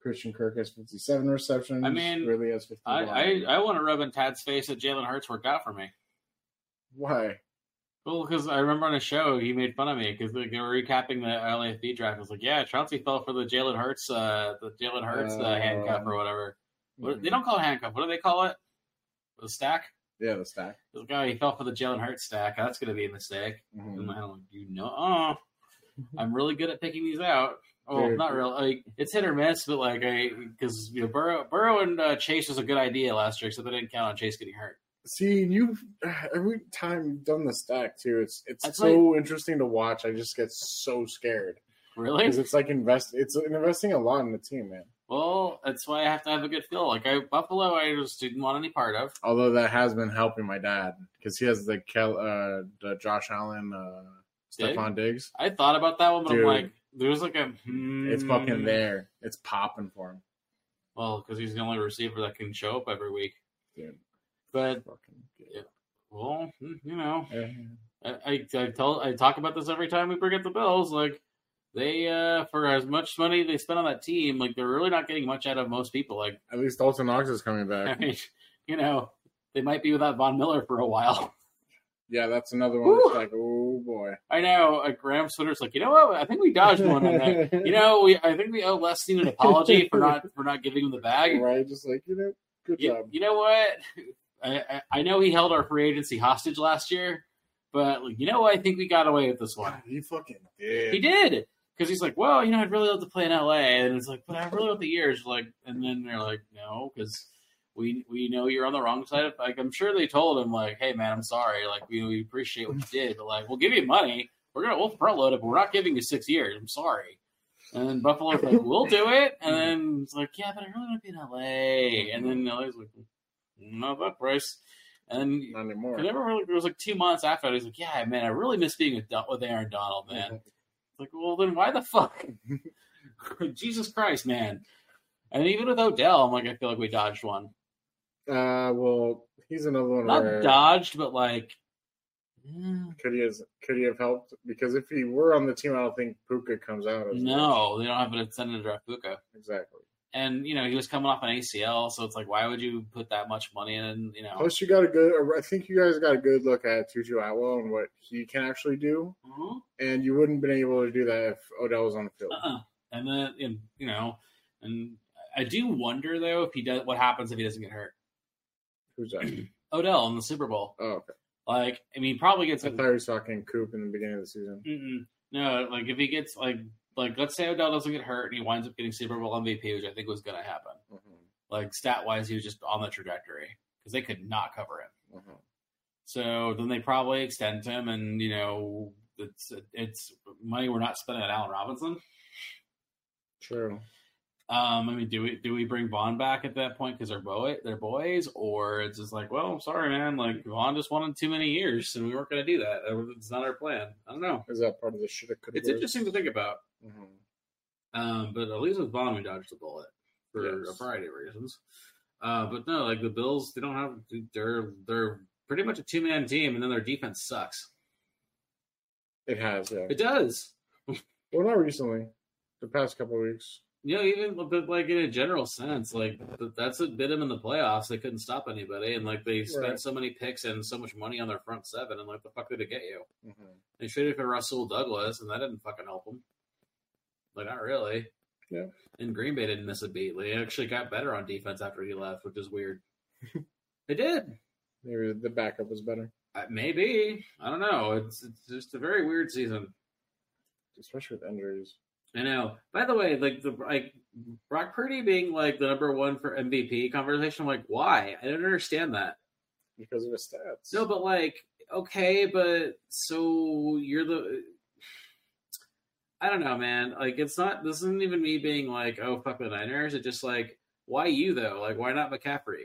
[SPEAKER 2] Christian Kirk has 57 receptions.
[SPEAKER 1] I mean,
[SPEAKER 2] really has 50.
[SPEAKER 1] I, I, I want to rub in Tad's face that Jalen Hurts worked out for me.
[SPEAKER 2] Why?
[SPEAKER 1] Well, because I remember on a show he made fun of me because they were recapping the LAFB draft. I was like, yeah, Chauncey fell for the Jalen Hurts, uh, the Jalen Hurts uh,
[SPEAKER 2] Uh,
[SPEAKER 1] handcuff or whatever. What,
[SPEAKER 2] hmm.
[SPEAKER 1] they don't call it handcuff. What do they call it? The stack.
[SPEAKER 2] Yeah, the stack.
[SPEAKER 1] He's like, oh, he fell for the Jalen Hurts stack. That's gonna be a mistake.
[SPEAKER 2] Mhm.
[SPEAKER 1] And I'm like, you know, oh, I'm really good at picking these out. Oh,
[SPEAKER 2] Dude.
[SPEAKER 1] not real. Like, it's hit or miss, but like, I because you know Burrow, Burrow and uh, Chase was a good idea last year, except I didn't count on Chase getting hurt.
[SPEAKER 2] See, you every time you've done the stack too, it's it's
[SPEAKER 1] That's
[SPEAKER 2] so interesting to watch. I just get so scared
[SPEAKER 1] Really?
[SPEAKER 2] because it's like invest. It's investing a lot in the team, man.
[SPEAKER 1] Well, that's why I have to have a good feel. Like I Buffalo, I just didn't want any part of.
[SPEAKER 2] Although that has been helping my dad because he has the Kel, uh, the Josh Allen, uh,
[SPEAKER 1] Dig?
[SPEAKER 2] Stephon Diggs.
[SPEAKER 1] I thought about that one, but
[SPEAKER 2] Dude.
[SPEAKER 1] I'm like, there's like a hmm.
[SPEAKER 2] It's fucking there. It's popping for him.
[SPEAKER 1] Well, because he's the only receiver that can show up every week.
[SPEAKER 2] Dude.
[SPEAKER 1] But
[SPEAKER 2] Fucking good.
[SPEAKER 1] well, hmm, you know,
[SPEAKER 2] Yeah.
[SPEAKER 1] I, I I tell I talk about this every time we bring up the Bills. Like they uh for as much money they spend on that team, like they're really not getting much out of most people. Like
[SPEAKER 2] At least Dalton Knox is coming
[SPEAKER 1] I
[SPEAKER 2] back.
[SPEAKER 1] mean, you know, they might be without Von Miller for a while.
[SPEAKER 2] yeah, that's another one. That's like, oh boy.
[SPEAKER 1] I know. Like Graham Switter's like, you know what? I think we dodged one on that. You know, we I think we owe Lessing an apology for not for not giving him the bag.
[SPEAKER 2] right? Just like you know, good
[SPEAKER 1] You,
[SPEAKER 2] job.
[SPEAKER 1] you know what? I, I I know he held our free agency hostage last year, but like, you know what? I think we got away with this one.
[SPEAKER 2] God, he fucking did.
[SPEAKER 1] He did because he's like, well, you know, I'd really love to play in L.A. And it's like, but I really want the years. Like, and then they're like, no, because we we know you're on the wrong side. Of, like, I'm sure they told him like, hey man, I'm sorry. Like, we, we appreciate what you did, but like, we'll give you money. We're gonna we'll front load it, but we're not giving you six years. I'm sorry. And then Buffalo's like, we'll do it. And then it's like, yeah, but I really want to be in L.A. And then L.A.'s like, not that price. And
[SPEAKER 2] Not anymore.
[SPEAKER 1] I never really, it was like two months after that. He's like, yeah, man, I really miss being with, Don- with Aaron Donald, man. It's like, well, then why the fuck? Jesus Christ, man. And even with Odell, I'm like, I feel like we dodged one.
[SPEAKER 2] Uh, well, he's another one
[SPEAKER 1] Not
[SPEAKER 2] where
[SPEAKER 1] dodged, but like, mm,
[SPEAKER 2] could he has could he have helped? Because if he were on the team, I don't think Puka comes out. As
[SPEAKER 1] no, they don't have an incentive to draft Puka.
[SPEAKER 2] exactly.
[SPEAKER 1] And, you know, he was coming off an ACL, so it's like, why would you put that much money in, you know?
[SPEAKER 2] Plus, you got a good. I think you guys got a good look at Tutu Atwell and what he can actually do,
[SPEAKER 1] Mhm.
[SPEAKER 2] and you wouldn't have been able to do that if Odell was on the field.
[SPEAKER 1] Uh-uh. And then, and, you know, and I do wonder, though, if he does, what happens if he doesn't get hurt?
[SPEAKER 2] Who's that?
[SPEAKER 1] Odell in the Super Bowl.
[SPEAKER 2] Oh, okay.
[SPEAKER 1] Like, I mean, probably gets.
[SPEAKER 2] I thought you were talking Coop in the beginning of the season.
[SPEAKER 1] Mm-mm. No, like if he gets like like let's say Odell doesn't get hurt and he winds up getting Super Bowl MVP, which I think was going to happen.
[SPEAKER 2] Mhm,
[SPEAKER 1] Like stat wise, he was just on the trajectory because they could not cover him.
[SPEAKER 2] mhm.
[SPEAKER 1] So then they probably extend him, and you know it's it's money we're not spending on Allen Robinson.
[SPEAKER 2] True.
[SPEAKER 1] Um, I mean, do we do we bring Vaughn back at that point because they're boy they're boys, or it's just like, well, I'm sorry, man, like Vaughn just wanted too many years, and we weren't going to do that. It's not our plan. I don't know.
[SPEAKER 2] Is that part of the shit that could?
[SPEAKER 1] It's interesting to think about.
[SPEAKER 2] hmm
[SPEAKER 1] Um, but at least with Vaughn, we dodged the bullet for
[SPEAKER 2] Yes.
[SPEAKER 1] a variety of reasons. Uh, but no, like the Bills, they don't have they're they're pretty much a two man team, and then their defense sucks.
[SPEAKER 2] It has, yeah.
[SPEAKER 1] It does.
[SPEAKER 2] Well, not recently. The past couple of weeks.
[SPEAKER 1] You know, even but like in a general sense, like th- that's what bit them in the playoffs. They couldn't stop anybody, and like they spent
[SPEAKER 2] Right.
[SPEAKER 1] so many picks and so much money on their front seven, and like the fuck did it get you?
[SPEAKER 2] hmm
[SPEAKER 1] They traded for Russell Douglas, and that didn't fucking help them. Like, not really.
[SPEAKER 2] Yeah.
[SPEAKER 1] And Green Bay didn't miss a beat. They actually got better on defense after he left, which is weird. they did.
[SPEAKER 2] Maybe the backup was better,
[SPEAKER 1] Uh, Maybe. I don't know. It's, it's just a very weird season.
[SPEAKER 2] especially with injuries.
[SPEAKER 1] I know. By the way, like the like Brock Purdy being like the number one for MVP conversation, I'm like, why? I don't understand that.
[SPEAKER 2] because of his stats.
[SPEAKER 1] No, but like, okay, but so you're the. I don't know, man. Like, it's not. This isn't even me being like, oh, fuck the Niners. It's just like, why you though? Like, why not McCaffrey?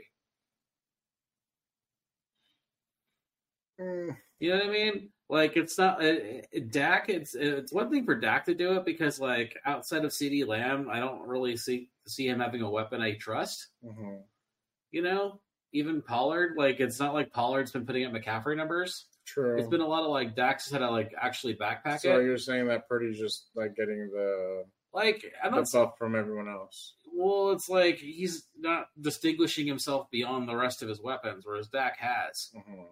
[SPEAKER 2] Mm,
[SPEAKER 1] You know what I mean? Like, it's not uh, Dak. It's it's one thing for Dak to do it because like outside of C.D. Lamb, I don't really see see him having a weapon I trust.
[SPEAKER 2] mhm,
[SPEAKER 1] You know, even Pollard. Like, it's not like Pollard's been putting up McCaffrey numbers.
[SPEAKER 2] True.
[SPEAKER 1] It's been a lot of like Dak's had to like actually backpack
[SPEAKER 2] so
[SPEAKER 1] it.
[SPEAKER 2] you're saying that Purdy's just like getting the
[SPEAKER 1] Like I'm not
[SPEAKER 2] That's off from everyone else.
[SPEAKER 1] well, it's like he's not distinguishing himself beyond the rest of his weapons, whereas Dak has.
[SPEAKER 2] Mhm.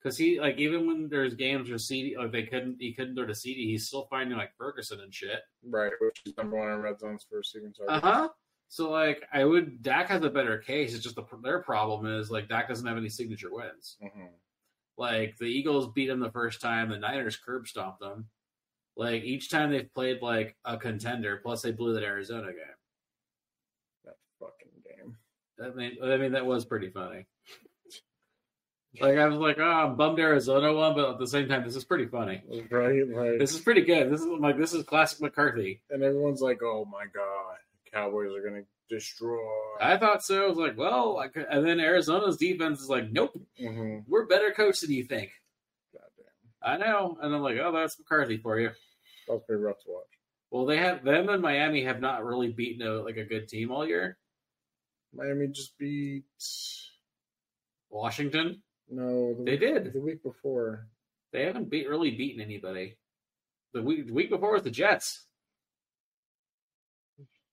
[SPEAKER 1] Because he like even when there's games where CD like they couldn't he couldn't throw to CD, he's still finding like Ferguson and shit.
[SPEAKER 2] Right, which is number one in red zones for receiving
[SPEAKER 1] Uh
[SPEAKER 2] target.
[SPEAKER 1] huh. So like I would Dak has a better case. It's just the, their problem is like Dak doesn't have any signature wins.
[SPEAKER 2] Mhm.
[SPEAKER 1] Like the Eagles beat them the first time, the Niners curb stomped them. Like each time they've played like a contender, plus they blew that Arizona game.
[SPEAKER 2] That fucking game.
[SPEAKER 1] That made, I mean, that was pretty funny. Like I was like, oh, I'm bummed Arizona won, but at the same time, this is pretty funny.
[SPEAKER 2] Right, like,
[SPEAKER 1] This is pretty good. This is I'm like this is classic McCarthy.
[SPEAKER 2] and everyone's like, "Oh my god, Cowboys are gonna destroy."
[SPEAKER 1] I thought so. I was like, well, I could, and then Arizona's defense is like, nope,
[SPEAKER 2] mm-hmm.
[SPEAKER 1] we're better coached than you think.
[SPEAKER 2] Goddamn,
[SPEAKER 1] I know, and I'm like, oh, that's McCarthy for you.
[SPEAKER 2] that was pretty rough to watch.
[SPEAKER 1] Well, they have them and Miami have not really beaten a, like a good team all year.
[SPEAKER 2] Miami just beat
[SPEAKER 1] Washington,
[SPEAKER 2] no, the
[SPEAKER 1] They
[SPEAKER 2] week,
[SPEAKER 1] did.
[SPEAKER 2] the week before.
[SPEAKER 1] they haven't beat really beaten anybody. The week the week before was the Jets.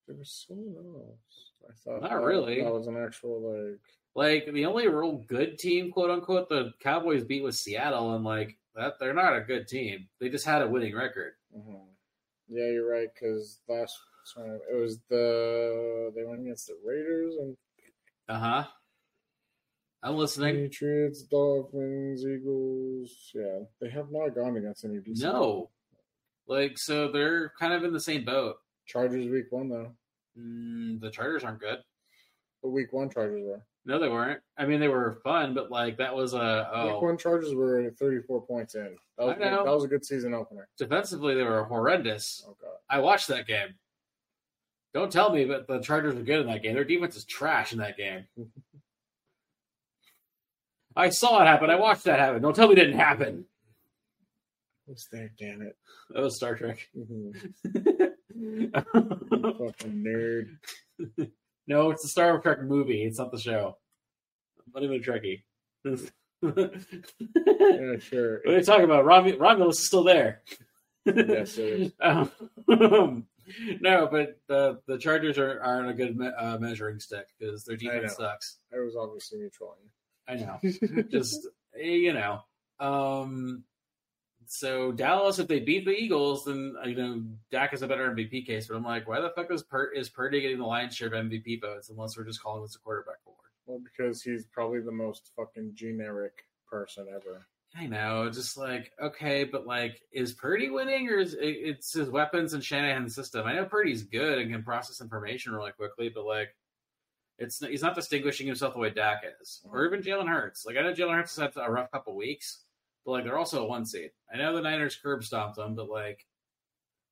[SPEAKER 2] There was someone else. I thought
[SPEAKER 1] Not
[SPEAKER 2] that-
[SPEAKER 1] really.
[SPEAKER 2] That was an actual like.
[SPEAKER 1] Like the only real good team, quote unquote, the Cowboys beat was Seattle, and like that, they're not a good team. They just had a winning record.
[SPEAKER 2] mhm. Yeah, you're right. Because last time it was the they went against the Raiders and
[SPEAKER 1] Uh huh. I'm listening.
[SPEAKER 2] Patriots, Dolphins, Eagles. Yeah, they have not gone against any decent.
[SPEAKER 1] No, like so they're kind of in the same boat.
[SPEAKER 2] Chargers week one though,
[SPEAKER 1] Mm, the Chargers aren't good.
[SPEAKER 2] but week one Chargers were.
[SPEAKER 1] No, they weren't. I mean, they were fun, but like that was a
[SPEAKER 2] Week
[SPEAKER 1] oh,
[SPEAKER 2] one Chargers were 34 points in. That was,
[SPEAKER 1] I know.
[SPEAKER 2] that was a good season opener.
[SPEAKER 1] defensively they were horrendous.
[SPEAKER 2] Oh god,
[SPEAKER 1] I watched that game. Don't tell me, but the Chargers were good in that game. Their defense is trash in that game. I saw it happen. I watched that happen. Don't tell me it didn't happen.
[SPEAKER 2] I was there? Damn it,
[SPEAKER 1] That was Star Trek.
[SPEAKER 2] Mhm. You
[SPEAKER 1] no,
[SPEAKER 2] fucking nerd.
[SPEAKER 1] it's the Star Trek movie. It's not the show. I'm not even a Trekkie. what
[SPEAKER 2] Yeah, sure.
[SPEAKER 1] are you talking about? Rom- Romulus is still there.
[SPEAKER 2] yes, it is.
[SPEAKER 1] Um, no, but the the Chargers are, aren't a good me- uh, measuring stick because their defense
[SPEAKER 2] know.
[SPEAKER 1] sucks.
[SPEAKER 2] I was obviously me trolling.
[SPEAKER 1] I know. Just eh, you know. Um so Dallas, if they beat the Eagles, then you know Dak is a better MVP case. But I'm like, why the fuck is Pur- is Purdy getting the lion's share of MVP votes unless we're just calling this a quarterback award?
[SPEAKER 2] Well, because he's probably the most fucking generic person ever.
[SPEAKER 1] I know, just like okay, but like, is Purdy winning or is it, it's his weapons and Shanahan's system? I know Purdy's good and can process information really quickly, but like, it's he's not distinguishing himself the way Dak is, or even Jalen Hurts. Like I know Jalen Hurts has had a rough couple weeks, but like they're also a one seed. I know the Niners curb stomped them, but like,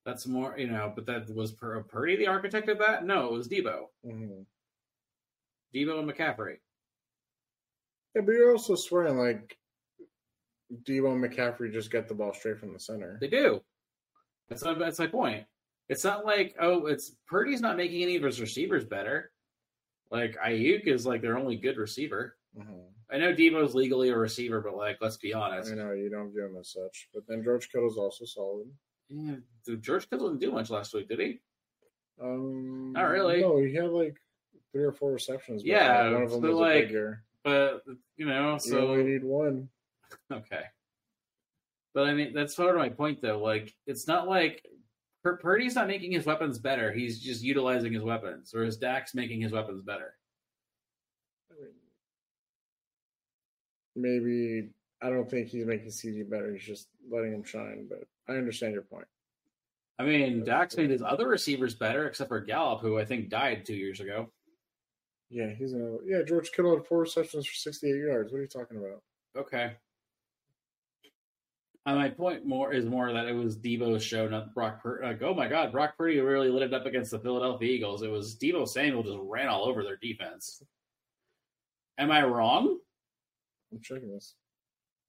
[SPEAKER 1] that's more you know. But that was Pur- Purdy the architect of that? No, it was Debo,
[SPEAKER 2] hmm
[SPEAKER 1] Debo and McCaffrey.
[SPEAKER 2] Yeah, but you're also swearing like Debo and McCaffrey just get the ball straight from the center.
[SPEAKER 1] They do. That's not, that's my point. It's not like oh, it's Purdy's not making any of his receivers better. Like Ayuk is like their only good receiver.
[SPEAKER 2] Mhm.
[SPEAKER 1] I know Debo's legally a receiver, but like let's be honest,
[SPEAKER 2] I know you don't view him as such, but then George Kittle's also solid.
[SPEAKER 1] Yeah, dude, George Kittle didn't do much last week, did he?
[SPEAKER 2] Um,
[SPEAKER 1] Not really.
[SPEAKER 2] No, he had like three or four receptions. but, like,
[SPEAKER 1] Yeah,
[SPEAKER 2] one of them
[SPEAKER 1] so,
[SPEAKER 2] was
[SPEAKER 1] like,
[SPEAKER 2] a bigger.
[SPEAKER 1] But you know,
[SPEAKER 2] So you only
[SPEAKER 1] so
[SPEAKER 2] need one.
[SPEAKER 1] okay. But I mean, that's part of my point though. Like it's not like Pur- Purdy's not making his weapons better. He's just utilizing his weapons, whereas Dak's making his weapons better.
[SPEAKER 2] I mean, Maybe I don't think he's making CG better. He's just letting him shine. But I understand your point.
[SPEAKER 1] I mean,
[SPEAKER 2] That's
[SPEAKER 1] Dak's
[SPEAKER 2] true.
[SPEAKER 1] made his other receivers better, except for Gallup, who I think died two years ago.
[SPEAKER 2] Yeah, he's another. Yeah, George Kittle had four receptions for 68 yards. What are you talking about?
[SPEAKER 1] Okay. And my point more is more that it was Debo's show, not Brock. Pur- like, oh my God, Brock Purdy really lit it up against the Philadelphia Eagles. It was Debo Samuel just ran all over their defense. Am I wrong?
[SPEAKER 2] I'm checking this.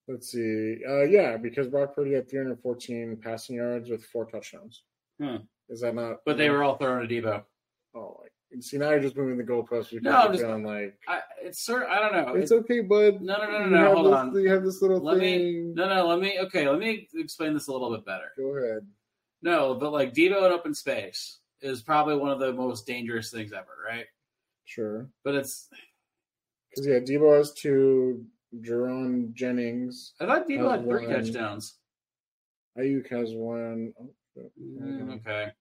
[SPEAKER 2] Let's see. Uh, yeah, because Brock Purdy had 314 passing yards with four touchdowns.
[SPEAKER 1] Hmm.
[SPEAKER 2] Is that not?
[SPEAKER 1] But they were all throwing to Debo.
[SPEAKER 2] Oh, like, see, now you're just moving the goalpost. because
[SPEAKER 1] No, I'm
[SPEAKER 2] you're
[SPEAKER 1] just-
[SPEAKER 2] feeling like
[SPEAKER 1] I, it's sort. Of, I don't know. It's
[SPEAKER 2] it's okay, bud.
[SPEAKER 1] no, no, no, no,
[SPEAKER 2] You
[SPEAKER 1] no.
[SPEAKER 2] have
[SPEAKER 1] Hold
[SPEAKER 2] this-
[SPEAKER 1] on.
[SPEAKER 2] You have this little
[SPEAKER 1] Let me-
[SPEAKER 2] thing.
[SPEAKER 1] No, no. Let me. Okay, let me explain this a little bit better.
[SPEAKER 2] Go ahead.
[SPEAKER 1] No, but like Debo in open space. is probably one of the most dangerous things ever, right?
[SPEAKER 2] Sure.
[SPEAKER 1] But it's
[SPEAKER 2] Because yeah, Debo has two. Jerron Jennings.
[SPEAKER 1] I thought Debo had three
[SPEAKER 2] One.
[SPEAKER 1] touchdowns.
[SPEAKER 2] Ayuk has one. Oh, shit.
[SPEAKER 1] Mm,
[SPEAKER 2] Okay.
[SPEAKER 1] okay,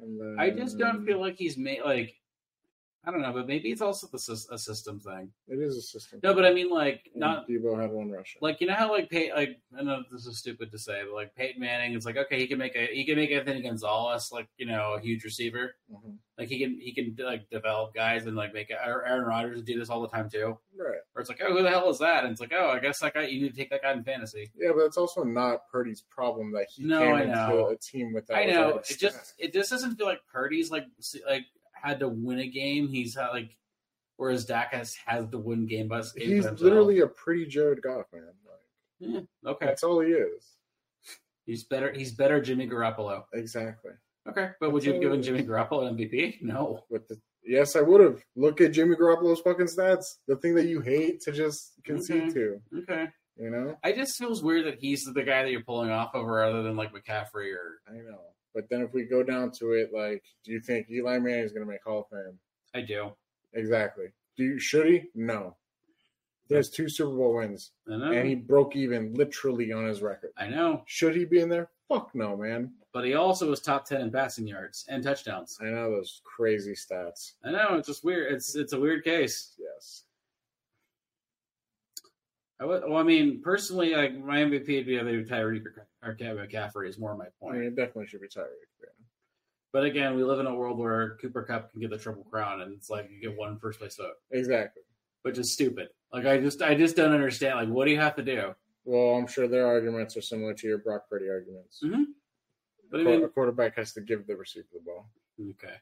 [SPEAKER 2] And then,
[SPEAKER 1] I just don't feel like he's made like I don't know, but maybe it's also the sys- a system thing.
[SPEAKER 2] it is a system.
[SPEAKER 1] No, but I mean like
[SPEAKER 2] And
[SPEAKER 1] not
[SPEAKER 2] Debo had one rush.
[SPEAKER 1] like you know how like Pey- like I know this is stupid to say, but like Peyton Manning, it's like okay, he can make a he can make Anthony Gonzalez like you know a huge receiver.
[SPEAKER 2] Mhm.
[SPEAKER 1] Like he can he can like develop guys and like make Aaron Aaron Rodgers do this all the time too.
[SPEAKER 2] Right.
[SPEAKER 1] Or it's like oh who the hell is that? And it's like oh I guess that guy you need to take that guy in fantasy.
[SPEAKER 2] Yeah, but it's also not Purdy's problem that he
[SPEAKER 1] No,
[SPEAKER 2] came
[SPEAKER 1] I
[SPEAKER 2] into
[SPEAKER 1] know.
[SPEAKER 2] a team without.
[SPEAKER 1] I know
[SPEAKER 2] without a
[SPEAKER 1] it just
[SPEAKER 2] staff.
[SPEAKER 1] it just doesn't feel like Purdy's like s- like had to win a game. He's had like whereas Dak has has to win game by game by
[SPEAKER 2] he's
[SPEAKER 1] himself.
[SPEAKER 2] literally a pretty Jared Goff man. Like,
[SPEAKER 1] okay.
[SPEAKER 2] That's all he is.
[SPEAKER 1] He's better. He's better Jimmy Garoppolo.
[SPEAKER 2] Exactly.
[SPEAKER 1] Okay, but would you have given Jimmy
[SPEAKER 2] Absolutely.
[SPEAKER 1] Garoppolo MVP? No.
[SPEAKER 2] With the yes, I would have. Look at Jimmy Garoppolo's fucking stats. The thing that you hate to just concede
[SPEAKER 1] Okay.
[SPEAKER 2] to.
[SPEAKER 1] Okay.
[SPEAKER 2] You know.
[SPEAKER 1] I just feels weird that he's the guy that you're pulling off of rather than like McCaffrey or
[SPEAKER 2] I know. But then if we go down to it, like, do you think Eli Manning is going to make Hall of Fame?
[SPEAKER 1] I do.
[SPEAKER 2] Exactly. Do you, should he? No. He has two Super Bowl wins,
[SPEAKER 1] I know.
[SPEAKER 2] and he broke even literally on his record.
[SPEAKER 1] I know.
[SPEAKER 2] Should he be in there? Fuck no, man.
[SPEAKER 1] But he also was top ten in passing yards and touchdowns.
[SPEAKER 2] I know those crazy stats.
[SPEAKER 1] I know, it's just weird. It's it's a weird case.
[SPEAKER 2] Yes.
[SPEAKER 1] I would, well, I mean, personally, like my MVP would be either Tyreek or, or Kevin McCaffrey is more my
[SPEAKER 2] I
[SPEAKER 1] point.
[SPEAKER 2] mean, it definitely should be Tyreek. yeah.
[SPEAKER 1] But again, we live in a world where Cooper Cup can get the triple crown, and it's like you get one first place vote,
[SPEAKER 2] Exactly.
[SPEAKER 1] which is stupid. Like I just I just don't understand. Like what do you have to do?
[SPEAKER 2] Well, I'm sure their arguments are similar to your Brock Purdy arguments.
[SPEAKER 1] Mhm. But I
[SPEAKER 2] Qu-
[SPEAKER 1] mean,
[SPEAKER 2] a quarterback has to give the receiver the ball.
[SPEAKER 1] Okay.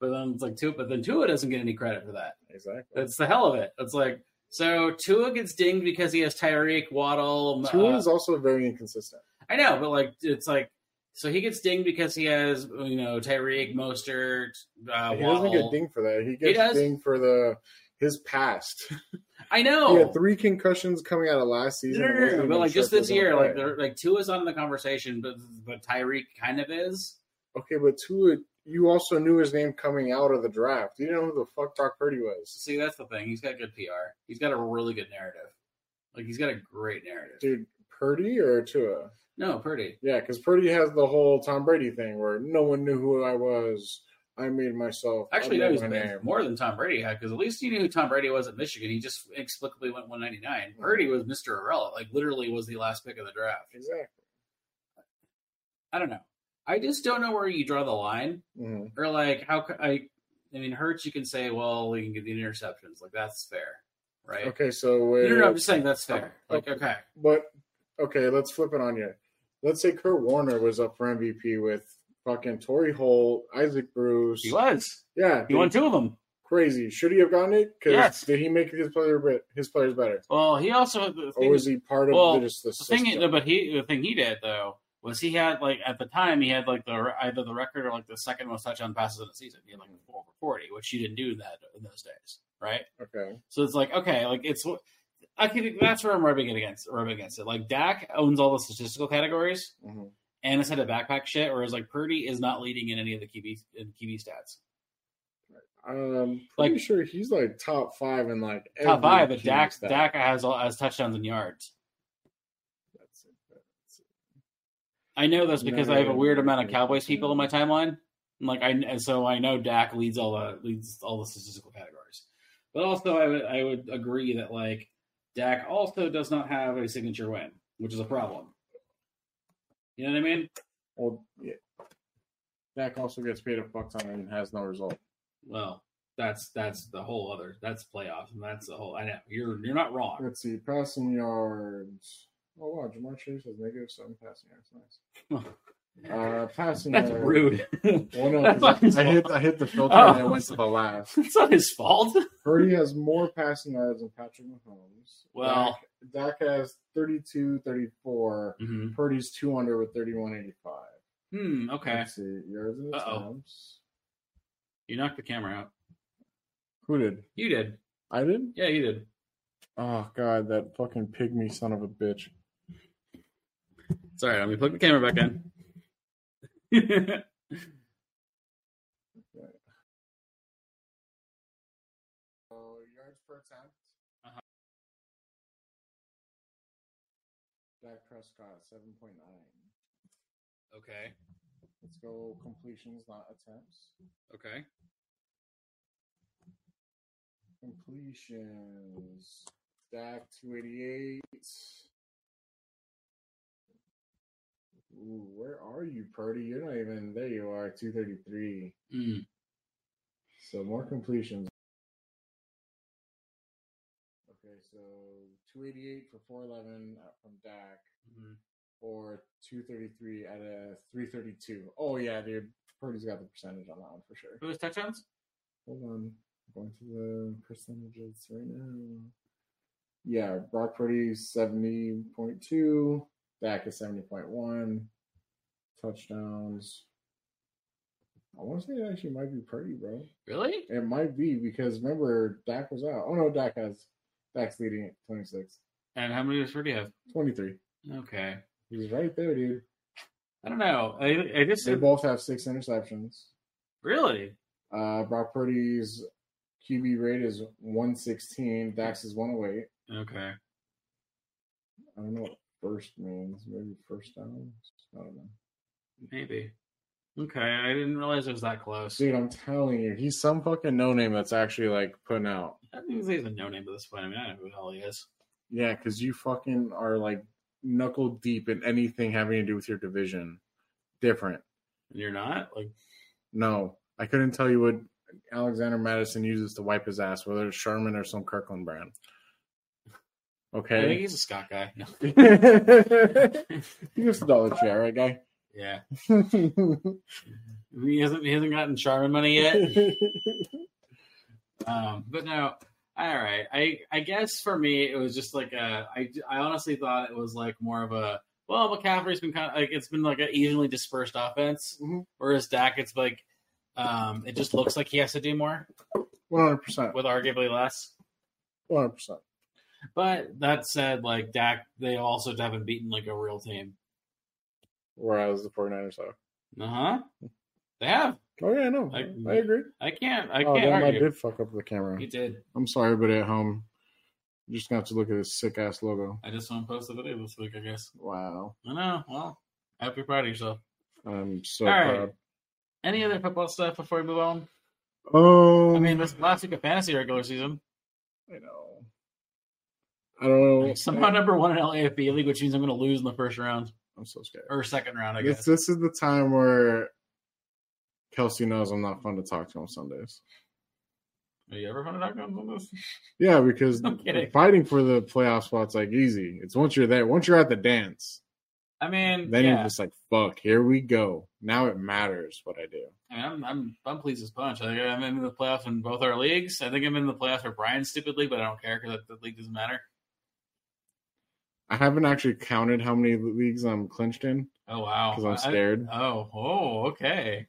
[SPEAKER 1] But then it's like Tua, but then Tua doesn't get any credit for that.
[SPEAKER 2] Exactly.
[SPEAKER 1] That's the hell of it. It's like so Tua gets dinged because he has Tyreek Waddle. uh,
[SPEAKER 2] Tua is also very inconsistent.
[SPEAKER 1] I know, but like it's like so he gets dinged because he has you know Tyreek Mostert. Uh,
[SPEAKER 2] he doesn't get
[SPEAKER 1] Waddle.
[SPEAKER 2] dinged for that. He gets
[SPEAKER 1] does.
[SPEAKER 2] dinged for the his past.
[SPEAKER 1] I
[SPEAKER 2] he
[SPEAKER 1] know.
[SPEAKER 2] had three concussions coming out of last
[SPEAKER 1] No,
[SPEAKER 2] season.
[SPEAKER 1] no,
[SPEAKER 2] and
[SPEAKER 1] no, no,
[SPEAKER 2] wasn't
[SPEAKER 1] But
[SPEAKER 2] even
[SPEAKER 1] like
[SPEAKER 2] sure
[SPEAKER 1] just
[SPEAKER 2] if he
[SPEAKER 1] this
[SPEAKER 2] was
[SPEAKER 1] year,
[SPEAKER 2] gonna
[SPEAKER 1] like
[SPEAKER 2] play.
[SPEAKER 1] they're- like Tua's not in the conversation, but but Tyreek kind of is.
[SPEAKER 2] okay, but Tua, you also knew his name coming out of the draft. You didn't know who the fuck Brock Purdy was.
[SPEAKER 1] See, that's the thing. He's got good PR. He's got a really good narrative. Like he's got a great narrative.
[SPEAKER 2] Dude, Purdy or Tua?
[SPEAKER 1] No, Purdy.
[SPEAKER 2] Yeah, because Purdy has the whole Tom Brady thing where no one knew who I was. I made myself. I
[SPEAKER 1] Actually,
[SPEAKER 2] made
[SPEAKER 1] that was
[SPEAKER 2] my name.
[SPEAKER 1] more than Tom Brady had because at least he knew who Tom Brady was at Michigan. He just inexplicably went 199. Purdy was Mr. Irrelevant, like literally was the last pick of the draft.
[SPEAKER 2] Exactly.
[SPEAKER 1] I don't know. I just don't know where you draw the line
[SPEAKER 2] hmm
[SPEAKER 1] or like how c- I. I mean, Hurts, you can say, well, he can get the interceptions, like that's fair, right?
[SPEAKER 2] Okay, so wait,
[SPEAKER 1] No, no, no, I'm just saying that's fair. Like, okay,
[SPEAKER 2] but okay, let's flip it on you. Let's say Kurt Warner was up for MVP with fucking Torrey Holt, Isaac Bruce.
[SPEAKER 1] was.
[SPEAKER 2] Yeah, dude,
[SPEAKER 1] two of them.
[SPEAKER 2] crazy. Should he have gotten it? Because
[SPEAKER 1] Yes.
[SPEAKER 2] did he make his player bit- his players better,
[SPEAKER 1] Well, he also the
[SPEAKER 2] or
[SPEAKER 1] thing
[SPEAKER 2] was
[SPEAKER 1] is,
[SPEAKER 2] he part of
[SPEAKER 1] well,
[SPEAKER 2] the, just the,
[SPEAKER 1] the
[SPEAKER 2] system?
[SPEAKER 1] thing, is- no, but he the thing he did though was he had like at the time he had like the either the record or like the second most touchdown passes in the season. He had like four over forty, which you didn't do that in those days, right?
[SPEAKER 2] okay,
[SPEAKER 1] So it's like okay, like it's I can that's where I'm rubbing it against rubbing against it. Like Dak owns all the statistical categories.
[SPEAKER 2] Mhm.
[SPEAKER 1] And it's had a backpack shit, whereas like Purdy is not leading in any of the QB in QB stats.
[SPEAKER 2] I'm Um, pretty
[SPEAKER 1] Like-
[SPEAKER 2] sure he's like top five in like
[SPEAKER 1] Top
[SPEAKER 2] every
[SPEAKER 1] five, but
[SPEAKER 2] team
[SPEAKER 1] Dak
[SPEAKER 2] stat.
[SPEAKER 1] Dak has all has touchdowns and yards.
[SPEAKER 2] That's it.
[SPEAKER 1] I know that's
[SPEAKER 2] No,
[SPEAKER 1] because
[SPEAKER 2] no,
[SPEAKER 1] I have a
[SPEAKER 2] no,
[SPEAKER 1] weird
[SPEAKER 2] no,
[SPEAKER 1] amount of
[SPEAKER 2] no,
[SPEAKER 1] Cowboys
[SPEAKER 2] no.
[SPEAKER 1] people in my timeline. And, Like I, and so I know Dak leads all the leads all the statistical categories, but also I would I would agree that like Dak also does not have a signature win, which is a problem. You know what I mean?
[SPEAKER 2] Well, yeah. Dak also gets paid a fuck ton and has no result.
[SPEAKER 1] Well, that's that's the whole other that's playoffs and that's the whole. I know you're you're not wrong.
[SPEAKER 2] Let's see, passing yards. Oh wow, Jamar Chase has negative seven passing yards. Nice. Uh, passing
[SPEAKER 1] That's
[SPEAKER 2] yards.
[SPEAKER 1] rude.
[SPEAKER 2] Well, no,
[SPEAKER 1] That's not
[SPEAKER 2] 'cause
[SPEAKER 1] his
[SPEAKER 2] I, I hit
[SPEAKER 1] fault.
[SPEAKER 2] I hit the filter
[SPEAKER 1] Oh.
[SPEAKER 2] and it went to the last.
[SPEAKER 1] That's not his fault.
[SPEAKER 2] Purdy has more passing yards than Patrick Mahomes.
[SPEAKER 1] Well-
[SPEAKER 2] Dak, Dak has 32, 34.
[SPEAKER 1] Mhm.
[SPEAKER 2] Purdy's two under with thirty one eighty five.
[SPEAKER 1] Hmm. Okay.
[SPEAKER 2] Let's see, yards and
[SPEAKER 1] Uh-oh.
[SPEAKER 2] attempts.
[SPEAKER 1] You knocked the camera out.
[SPEAKER 2] Who did?
[SPEAKER 1] You did.
[SPEAKER 2] I did.
[SPEAKER 1] Yeah, you did.
[SPEAKER 2] Oh god, that fucking pygmy son of a bitch.
[SPEAKER 1] Sorry, let me plug the camera back in.
[SPEAKER 2] per attempt.
[SPEAKER 1] Uh-huh.
[SPEAKER 2] Dak Prescott, 7.9.
[SPEAKER 1] Okay.
[SPEAKER 2] Let's go completions, not attempts.
[SPEAKER 1] Okay.
[SPEAKER 2] Completions. Dak 288. Ooh, where are you, Purdy? You're not even there. You are 233.
[SPEAKER 1] Mm.
[SPEAKER 2] So more completions. Okay, so 288 for 411 out from Dak,
[SPEAKER 1] Mhm.
[SPEAKER 2] or 233 at a 332. Oh yeah, dude, Purdy's got the percentage on that one for sure.
[SPEAKER 1] Who was touchdowns?
[SPEAKER 2] Hold on, I'm going to the percentages right now. Yeah, Brock Purdy 70.2, Dak is 70.1, touchdowns. I want to say it actually might be Purdy, bro.
[SPEAKER 1] Really?
[SPEAKER 2] It might be because remember Dak was out. Oh no, Dak has Dak's leading at 26.
[SPEAKER 1] And how many does Purdy have?
[SPEAKER 2] 23.
[SPEAKER 1] Okay.
[SPEAKER 2] He was right there, dude.
[SPEAKER 1] I don't know. I, I just
[SPEAKER 2] They both have six interceptions.
[SPEAKER 1] really.
[SPEAKER 2] Uh Brock Purdy's QB rate is 116. Dax is 108.
[SPEAKER 1] Okay.
[SPEAKER 2] I don't know what first means. Maybe first downs. I don't know.
[SPEAKER 1] Maybe. Okay. I didn't realize it was that close.
[SPEAKER 2] Dude, I'm telling you, he's some fucking no name that's actually like putting out.
[SPEAKER 1] I think he's a no name at this point. I mean, I don't know who the hell he is.
[SPEAKER 2] Yeah, because you fucking are like knuckle deep in anything having to do with your division. Different.
[SPEAKER 1] And you're not? Like,
[SPEAKER 2] No, I couldn't tell you what Alexander Madison uses to wipe his ass, whether it's Sherman or some Kirkland brand.
[SPEAKER 1] I think
[SPEAKER 2] Okay.
[SPEAKER 1] he's a Scott guy. No.
[SPEAKER 2] he was the Dollar Tree, all right, guy?
[SPEAKER 1] Yeah. He hasn't he hasn't gotten Charmin money yet. Um, but no, all right. I I guess for me it was just like a I I honestly thought it was like more of a well McCaffrey's been kind of like it's been like an evenly dispersed offense,
[SPEAKER 2] Mhm.
[SPEAKER 1] whereas Dak it's like um it just looks like he has to do more
[SPEAKER 2] 100%.
[SPEAKER 1] with arguably less.
[SPEAKER 2] 100%.
[SPEAKER 1] But that said, like Dak, they also haven't beaten like a real team.
[SPEAKER 2] Whereas the 49ers are.
[SPEAKER 1] Uh huh. They have.
[SPEAKER 2] Oh, yeah, no, I,
[SPEAKER 1] I-
[SPEAKER 2] I agree.
[SPEAKER 1] I can't. I
[SPEAKER 2] oh,
[SPEAKER 1] can't
[SPEAKER 2] damn, I
[SPEAKER 1] argue.
[SPEAKER 2] did fuck up the camera.
[SPEAKER 1] You did.
[SPEAKER 2] I'm sorry, everybody at home. You're just going to have to look at this sick ass logo.
[SPEAKER 1] I just want to post the video this week. I guess.
[SPEAKER 2] Wow.
[SPEAKER 1] I know. Well, I hope you're proud of yourself.
[SPEAKER 2] I'm so
[SPEAKER 1] All right.
[SPEAKER 2] proud.
[SPEAKER 1] Any other football stuff before we move on?
[SPEAKER 2] Oh,
[SPEAKER 1] I mean, this last week of fantasy regular season,
[SPEAKER 2] I know. I don't know.
[SPEAKER 1] somehow number one in LAFB league, which means I'm going to lose in the first round
[SPEAKER 2] I'm so scared.
[SPEAKER 1] or second round, I
[SPEAKER 2] This,
[SPEAKER 1] guess.
[SPEAKER 2] this is the time where Kelsey knows I'm not fun to talk to on Sundays.
[SPEAKER 1] Are you ever going to knock on this?
[SPEAKER 2] Yeah, because
[SPEAKER 1] No kidding.
[SPEAKER 2] fighting for the playoff spot's like easy. It's once you're there, once you're at the dance,
[SPEAKER 1] I mean,
[SPEAKER 2] then
[SPEAKER 1] yeah.
[SPEAKER 2] you're just like, fuck, here we go. Now it matters what I do.
[SPEAKER 1] I mean, I'm, I'm, I'm pleased as punch. I think I'm in the playoffs in both our leagues. I think I'm in the playoffs for Brian's stupid league, but I don't care because the league doesn't matter.
[SPEAKER 2] I haven't actually counted how many leagues I'm clinched in
[SPEAKER 1] Oh, wow.
[SPEAKER 2] because I'm
[SPEAKER 1] I-
[SPEAKER 2] scared.
[SPEAKER 1] oh, oh, okay.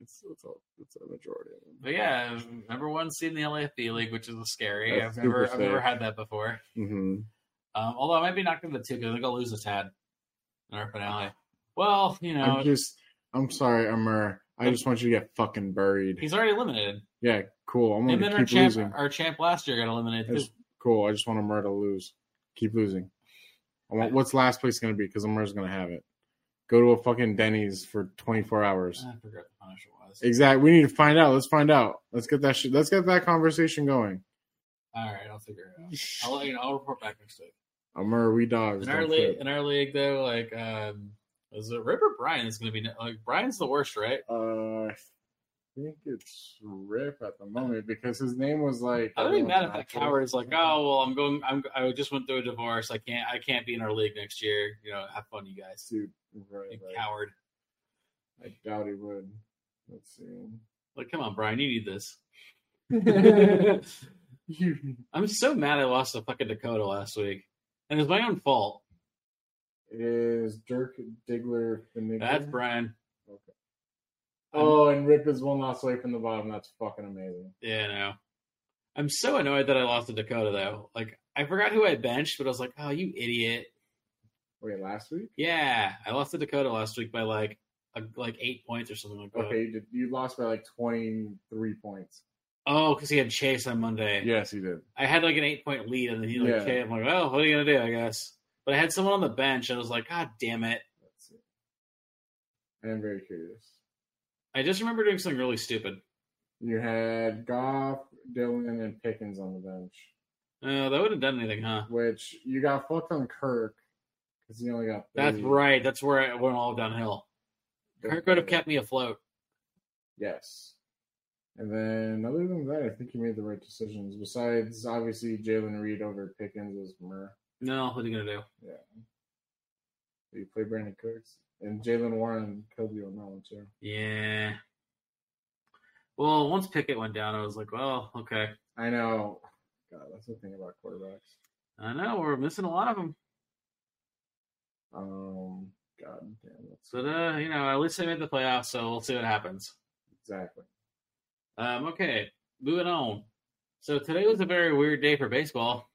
[SPEAKER 2] it's, it's, a, it's a majority. of them.
[SPEAKER 1] But yeah, number one seed in the LAFB league, which is scary.
[SPEAKER 2] That's
[SPEAKER 1] I've never,
[SPEAKER 2] super
[SPEAKER 1] I've never
[SPEAKER 2] safe.
[SPEAKER 1] had that before.
[SPEAKER 2] Mhm.
[SPEAKER 1] Um, although I might be knocked in the two because I think I'll lose a tad in our finale. Well, you know,
[SPEAKER 2] I'm just, I'm sorry, Amir. I just want you to get fucking buried.
[SPEAKER 1] He's already eliminated.
[SPEAKER 2] Yeah, cool. I'm
[SPEAKER 1] And
[SPEAKER 2] going
[SPEAKER 1] then
[SPEAKER 2] to
[SPEAKER 1] our
[SPEAKER 2] keep
[SPEAKER 1] champ,
[SPEAKER 2] losing.
[SPEAKER 1] our champ last year got eliminated.
[SPEAKER 2] It's
[SPEAKER 1] too.
[SPEAKER 2] cool. I just want Amir to lose. Keep losing. I want, what's last place going to be? Because Amir's going to have it. Go to a fucking Denny's for 24 hours.
[SPEAKER 1] I forgot the punishment was.
[SPEAKER 2] Exactly. We need to find out. Let's find out. Let's get that. Shit, let's get that conversation going.
[SPEAKER 1] All right, I'll figure it out. I'll let you know. I'll report back next week.
[SPEAKER 2] Amir, we dogs.
[SPEAKER 1] In our
[SPEAKER 2] don't
[SPEAKER 1] league,
[SPEAKER 2] trip.
[SPEAKER 1] in our league though, like um, is it Rip or Brian is going to be like Brian's the worst, right?
[SPEAKER 2] Uh, I think it's Rip at the moment because his name was like.
[SPEAKER 1] I'd be mad if that
[SPEAKER 2] Everyone's
[SPEAKER 1] coward is like,
[SPEAKER 2] natural.
[SPEAKER 1] oh well, I'm going. I'm. I just went through a divorce. I can't. I can't be in our league next year. You know, have fun, you guys.
[SPEAKER 2] Dude, right,
[SPEAKER 1] You
[SPEAKER 2] right.
[SPEAKER 1] coward.
[SPEAKER 2] I doubt he would. Let's see.
[SPEAKER 1] Like, come on, Brian, you need this.
[SPEAKER 2] it
[SPEAKER 1] I'm so mad I lost to fucking Dakota last week, and it's my own fault.
[SPEAKER 2] is Dirk Diggler. Finnegan.
[SPEAKER 1] That's Brian.
[SPEAKER 2] Oh, and Rip is one loss away from the bottom. That's fucking amazing.
[SPEAKER 1] Yeah, no. I'm so annoyed that I lost to Dakota though. Like I forgot who I benched, but I was like, "Oh, you idiot!"
[SPEAKER 2] Wait, last week?
[SPEAKER 1] Yeah, I lost to Dakota last week by like a, like eight points or something like that.
[SPEAKER 2] Okay, you, did, you lost by like twenty three points.
[SPEAKER 1] Oh, because he had Chase on Monday.
[SPEAKER 2] Yes, he did.
[SPEAKER 1] I had like an eight point lead, and then he like
[SPEAKER 2] Yeah.
[SPEAKER 1] came. I'm like, oh, what are you gonna do? I guess. But I had someone on the bench. I was like, God damn it!
[SPEAKER 2] That's it. I am very curious.
[SPEAKER 1] I just remember doing something really stupid.
[SPEAKER 2] You had Goff, Dylan, and Pickens on the bench,
[SPEAKER 1] Uh, that wouldn't have done anything, huh?
[SPEAKER 2] which you got fucked on Kirk because he only got.
[SPEAKER 1] That's
[SPEAKER 2] three.
[SPEAKER 1] right. That's where it went all downhill. Kirk would have kept me afloat.
[SPEAKER 2] Yes. And then, other than that, I think you made the right decisions. Besides, obviously, Jalen Reed over Pickens was mer.
[SPEAKER 1] No, what are you gonna do?
[SPEAKER 2] You play Brandon Cooks and Jalen Warren killed you on that one too.
[SPEAKER 1] Yeah. Well, once Pickett went down, I was like, well, okay.
[SPEAKER 2] I know. God, that's the thing about quarterbacks.
[SPEAKER 1] I know we're missing a lot of them,
[SPEAKER 2] Um, God damn, that's
[SPEAKER 1] but uh, you know, at least they made the playoffs, so we'll see what happens.
[SPEAKER 2] exactly.
[SPEAKER 1] Um, okay, moving on. So today was a very weird day for baseball.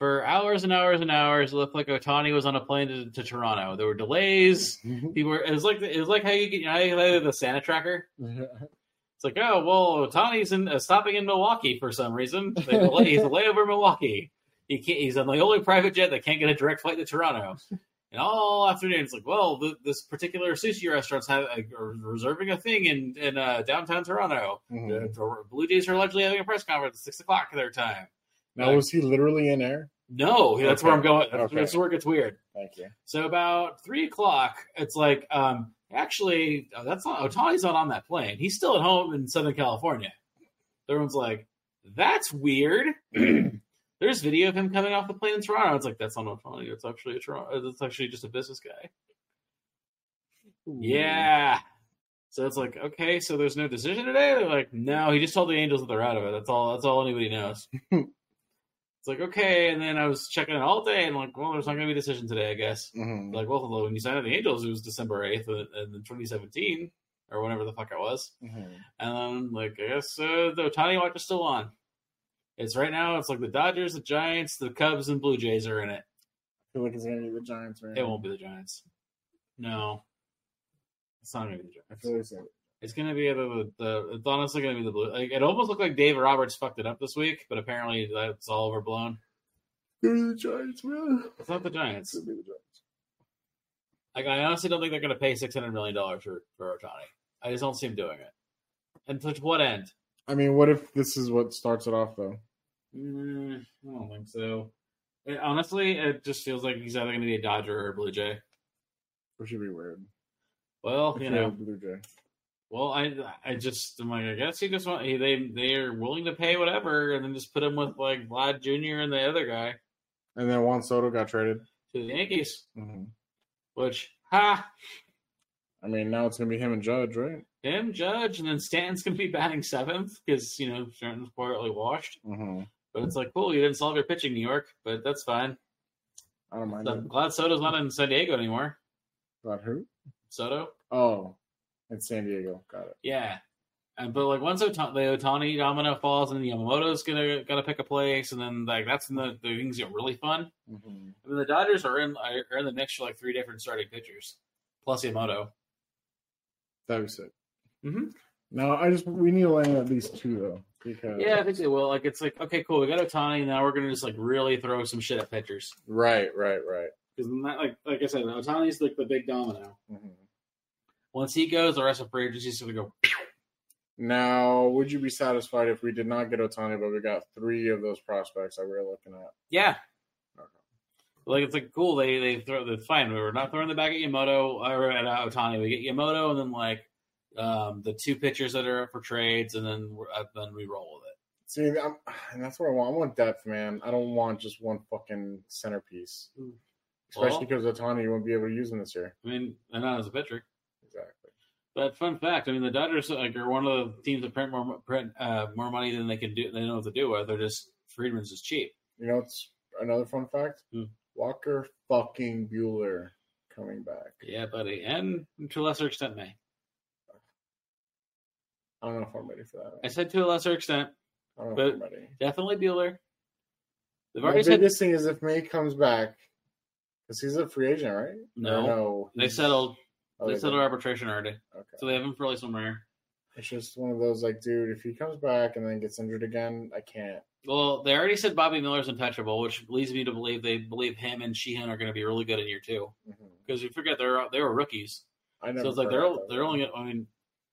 [SPEAKER 1] For hours and hours and hours, it looked like Otani was on a plane to, to Toronto. There were delays. People were. It was like it was like how you get you know, how you get the Santa tracker. It's like, oh well, Otani's in, uh, stopping in Milwaukee for some reason. They delay, he's a layover in Milwaukee. He can't, he's on the only private jet that can't get a direct flight to Toronto. And all afternoon, it's like, well, th- this particular sushi restaurant's have, uh, are reserving a thing in in uh, downtown Toronto.
[SPEAKER 2] Mhm.
[SPEAKER 1] The, the Blue Jays are allegedly having a press conference at six o'clock their time.
[SPEAKER 2] Now, was he literally in air?
[SPEAKER 1] No, that's where I'm
[SPEAKER 2] Okay.
[SPEAKER 1] going. That's,
[SPEAKER 2] Okay.
[SPEAKER 1] that's where it gets weird.
[SPEAKER 2] Thank you.
[SPEAKER 1] So about three o'clock, it's like, um, actually, oh, that's not Otani's not on that plane. He's still at home in Southern California. Everyone's like, that's weird. There's video of him coming off the plane in Toronto. It's like that's not Otani. It's actually a Toronto. It's actually just a business guy.
[SPEAKER 2] Hmm.
[SPEAKER 1] Yeah. So it's like, okay, so there's no decision today? They're like, no, he just told the Angels that they're out of it. That's all that's all anybody knows. it's like, okay, and then I was checking it all day and like, well, there's not gonna be a decision today, I guess.
[SPEAKER 2] Mhm.
[SPEAKER 1] Like, well, when you signed at the Angels, it was December eighth in twenty seventeen or whatever the fuck it was.
[SPEAKER 2] Mhm.
[SPEAKER 1] And then like I guess uh, the Otani watch is still on. It's right now, it's like the Dodgers, the Giants, the Cubs, and Blue Jays are in it.
[SPEAKER 2] I feel like it's gonna be the Giants, man.
[SPEAKER 1] It won't be the Giants. No. It's not gonna be the Giants.
[SPEAKER 2] I feel like it's gonna-
[SPEAKER 1] It's gonna be the, the it's honestly gonna be the blue. Like, it almost looked like Dave Roberts fucked it up this week, but apparently that's all overblown.
[SPEAKER 2] Go to the Giants, man.
[SPEAKER 1] It's not the Giants.
[SPEAKER 2] It's gonna be the Giants.
[SPEAKER 1] Like I honestly don't think they're gonna pay six hundred million dollars for for Otani. I just don't see him doing it. And to what end?
[SPEAKER 2] I mean, what if this is what starts it off though?
[SPEAKER 1] Mm, I don't think so. It- honestly, it just feels like he's either gonna be a Dodger or a Blue Jay.
[SPEAKER 2] Which would be weird.
[SPEAKER 1] Well,
[SPEAKER 2] If
[SPEAKER 1] you
[SPEAKER 2] you're a
[SPEAKER 1] know,
[SPEAKER 2] Blue Jay.
[SPEAKER 1] well, I I just I'm like I guess he just want he, they they are willing to pay whatever and then just put him with like Vlad Jr. and the other guy
[SPEAKER 2] And then Juan Soto got traded.
[SPEAKER 1] to the Yankees,
[SPEAKER 2] Mhm.
[SPEAKER 1] which ha.
[SPEAKER 2] I mean, now it's gonna be him and Judge, right?
[SPEAKER 1] him, Judge, and then Stanton's gonna be batting seventh because you know Stanton's quietly washed.
[SPEAKER 2] Mm-hmm.
[SPEAKER 1] But it's like, cool, you didn't solve your pitching, New York, but that's fine.
[SPEAKER 2] I don't mind.
[SPEAKER 1] I'm
[SPEAKER 2] That.
[SPEAKER 1] glad Soto's not in San Diego anymore.
[SPEAKER 2] About who?
[SPEAKER 1] Soto,
[SPEAKER 2] Oh, in San Diego. Got it.
[SPEAKER 1] yeah. And, but like once Ota- the Otani domino falls, and Yamamoto's gonna gonna pick a place, and then like that's when the, the things get really fun.
[SPEAKER 2] Mm-hmm.
[SPEAKER 1] I mean, the Dodgers are in are in the mix for like three different starting pitchers, plus Yamamoto.
[SPEAKER 2] That'd be sick.
[SPEAKER 1] Mhm.
[SPEAKER 2] No, I just we need to land at least two though because
[SPEAKER 1] Yeah, I think they will. Like it's like okay, cool, we got Otani. Now we're gonna just like really throw some shit at pitchers.
[SPEAKER 2] right, right, right.
[SPEAKER 1] Because like like I said, Otani's like the big domino.
[SPEAKER 2] Mm-hmm.
[SPEAKER 1] Once he goes, the rest of free agency is going to go.
[SPEAKER 2] Now, would you be satisfied if we did not get Otani, but we got three of those prospects that we were looking at?
[SPEAKER 1] Yeah.
[SPEAKER 2] Okay.
[SPEAKER 1] Like it's like cool. They they throw the fine. We were not throwing the back at Yamoto or at uh, Otani. We get Yamoto and then like um, the two pitchers that are up for trades, and then we're, uh, then we roll with it.
[SPEAKER 2] See, I'm, and that's what I want. I want depth, man. I don't want just one fucking centerpiece,
[SPEAKER 1] Mm.
[SPEAKER 2] especially
[SPEAKER 1] Well-
[SPEAKER 2] because Otani you won't be able to use him this year.
[SPEAKER 1] I mean, and not as a pitcher.
[SPEAKER 2] Exactly.
[SPEAKER 1] But fun fact, I mean, the Dodgers like are one of the teams that print more print uh, more money than they can do. They know what to do with. They're just Friedman's is cheap.
[SPEAKER 2] You know, it's another fun fact.
[SPEAKER 1] Hmm.
[SPEAKER 2] Walker fucking Bueller coming back.
[SPEAKER 1] Yeah, buddy, and to a lesser extent, May.
[SPEAKER 2] I don't know if I'm ready for that.
[SPEAKER 1] I said to a lesser extent,
[SPEAKER 2] I don't know if I'm ready.
[SPEAKER 1] definitely Bueller. They've
[SPEAKER 2] My
[SPEAKER 1] already
[SPEAKER 2] biggest
[SPEAKER 1] said
[SPEAKER 2] thing is if May comes back, because he's a free agent, right?
[SPEAKER 1] No.
[SPEAKER 2] Or no
[SPEAKER 1] They settled.
[SPEAKER 2] Oh,
[SPEAKER 1] they
[SPEAKER 2] did?
[SPEAKER 1] settled arbitration already,
[SPEAKER 2] Okay.
[SPEAKER 1] so they haven't released him rare.
[SPEAKER 2] It's just one of those like, dude, if he comes back and then gets injured again, I can't.
[SPEAKER 1] Well, they already said Bobby Miller's untouchable, which leads me to believe they believe him and Sheehan are going to be really good in year two.
[SPEAKER 2] Mhm.
[SPEAKER 1] Because you forget they're they were rookies,
[SPEAKER 2] I never
[SPEAKER 1] so it's like
[SPEAKER 2] forgot
[SPEAKER 1] they're
[SPEAKER 2] that
[SPEAKER 1] they're
[SPEAKER 2] one.
[SPEAKER 1] only. I mean,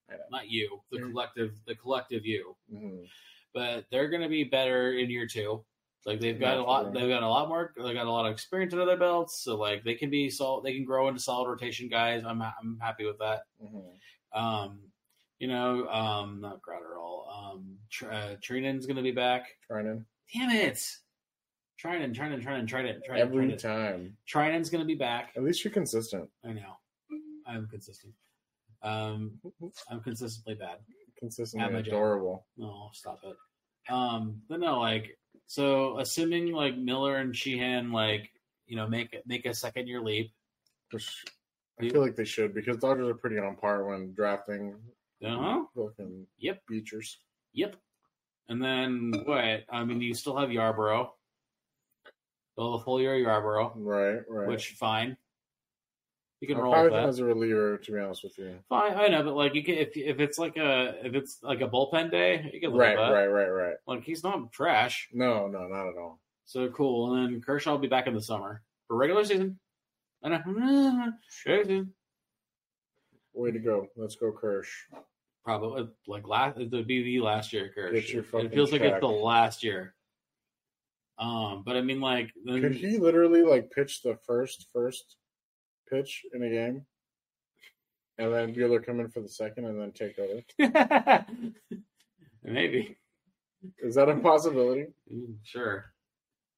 [SPEAKER 2] I know.
[SPEAKER 1] not you, the
[SPEAKER 2] They're-
[SPEAKER 1] collective, the collective you,
[SPEAKER 2] Mhm.
[SPEAKER 1] but they're going to be better in year two. Like they've got a lot,
[SPEAKER 2] Naturally.
[SPEAKER 1] they've got a lot more, they got a lot of experience under their belts, so like they can be solid, they can grow into solid rotation guys. I'm I'm happy with that.
[SPEAKER 2] Mhm.
[SPEAKER 1] Um, you know, um, not Gratterall. Um, Tr- uh, Trinan's going to be back.
[SPEAKER 2] Trinan.
[SPEAKER 1] Damn it! Trinan, Trinan, Trinan, Trinan, Trinan,
[SPEAKER 2] Every
[SPEAKER 1] Trinan.
[SPEAKER 2] time.
[SPEAKER 1] Trinan's going to be back.
[SPEAKER 2] At least you're consistent.
[SPEAKER 1] I know. I'm consistent. Um, I'm consistently bad. At
[SPEAKER 2] Consistently
[SPEAKER 1] my job.
[SPEAKER 2] adorable.
[SPEAKER 1] No, stop it. Um, but no, like so assuming like Miller and Sheehan like, you know, make make a second year leap.
[SPEAKER 2] Which I feel like they should because Dodgers are pretty on par when drafting
[SPEAKER 1] Uh-huh.
[SPEAKER 2] fucking
[SPEAKER 1] Yep.
[SPEAKER 2] beachers.
[SPEAKER 1] Yep. And then what? I mean you still have Yarborough. Still the full year of Yarborough,
[SPEAKER 2] Right, right.
[SPEAKER 1] which fine. You
[SPEAKER 2] I
[SPEAKER 1] can roll with
[SPEAKER 2] probably them
[SPEAKER 1] that.
[SPEAKER 2] as a reliever, to be honest with you.
[SPEAKER 1] Fine, I know, but like you can if if it's like a if it's like a bullpen day, you can live
[SPEAKER 2] Right,
[SPEAKER 1] with that.
[SPEAKER 2] right, right, right.
[SPEAKER 1] Like he's not trash.
[SPEAKER 2] No, no, not at all.
[SPEAKER 1] So cool. And then Kershaw will be back in the summer for regular season. And I, regular season.
[SPEAKER 2] Way to go. Let's go, Kirsch.
[SPEAKER 1] probably uh, like last it would be the last year of Kersh.
[SPEAKER 2] Get your
[SPEAKER 1] It
[SPEAKER 2] fucking
[SPEAKER 1] feels like it's
[SPEAKER 2] check.
[SPEAKER 1] the last year. Um, but I mean, like, then-
[SPEAKER 2] Could he literally like pitch the first first pitch in a game, and then Bueller come in for the second, and then take over?
[SPEAKER 1] maybe
[SPEAKER 2] Is that a possibility?
[SPEAKER 1] Mm, sure.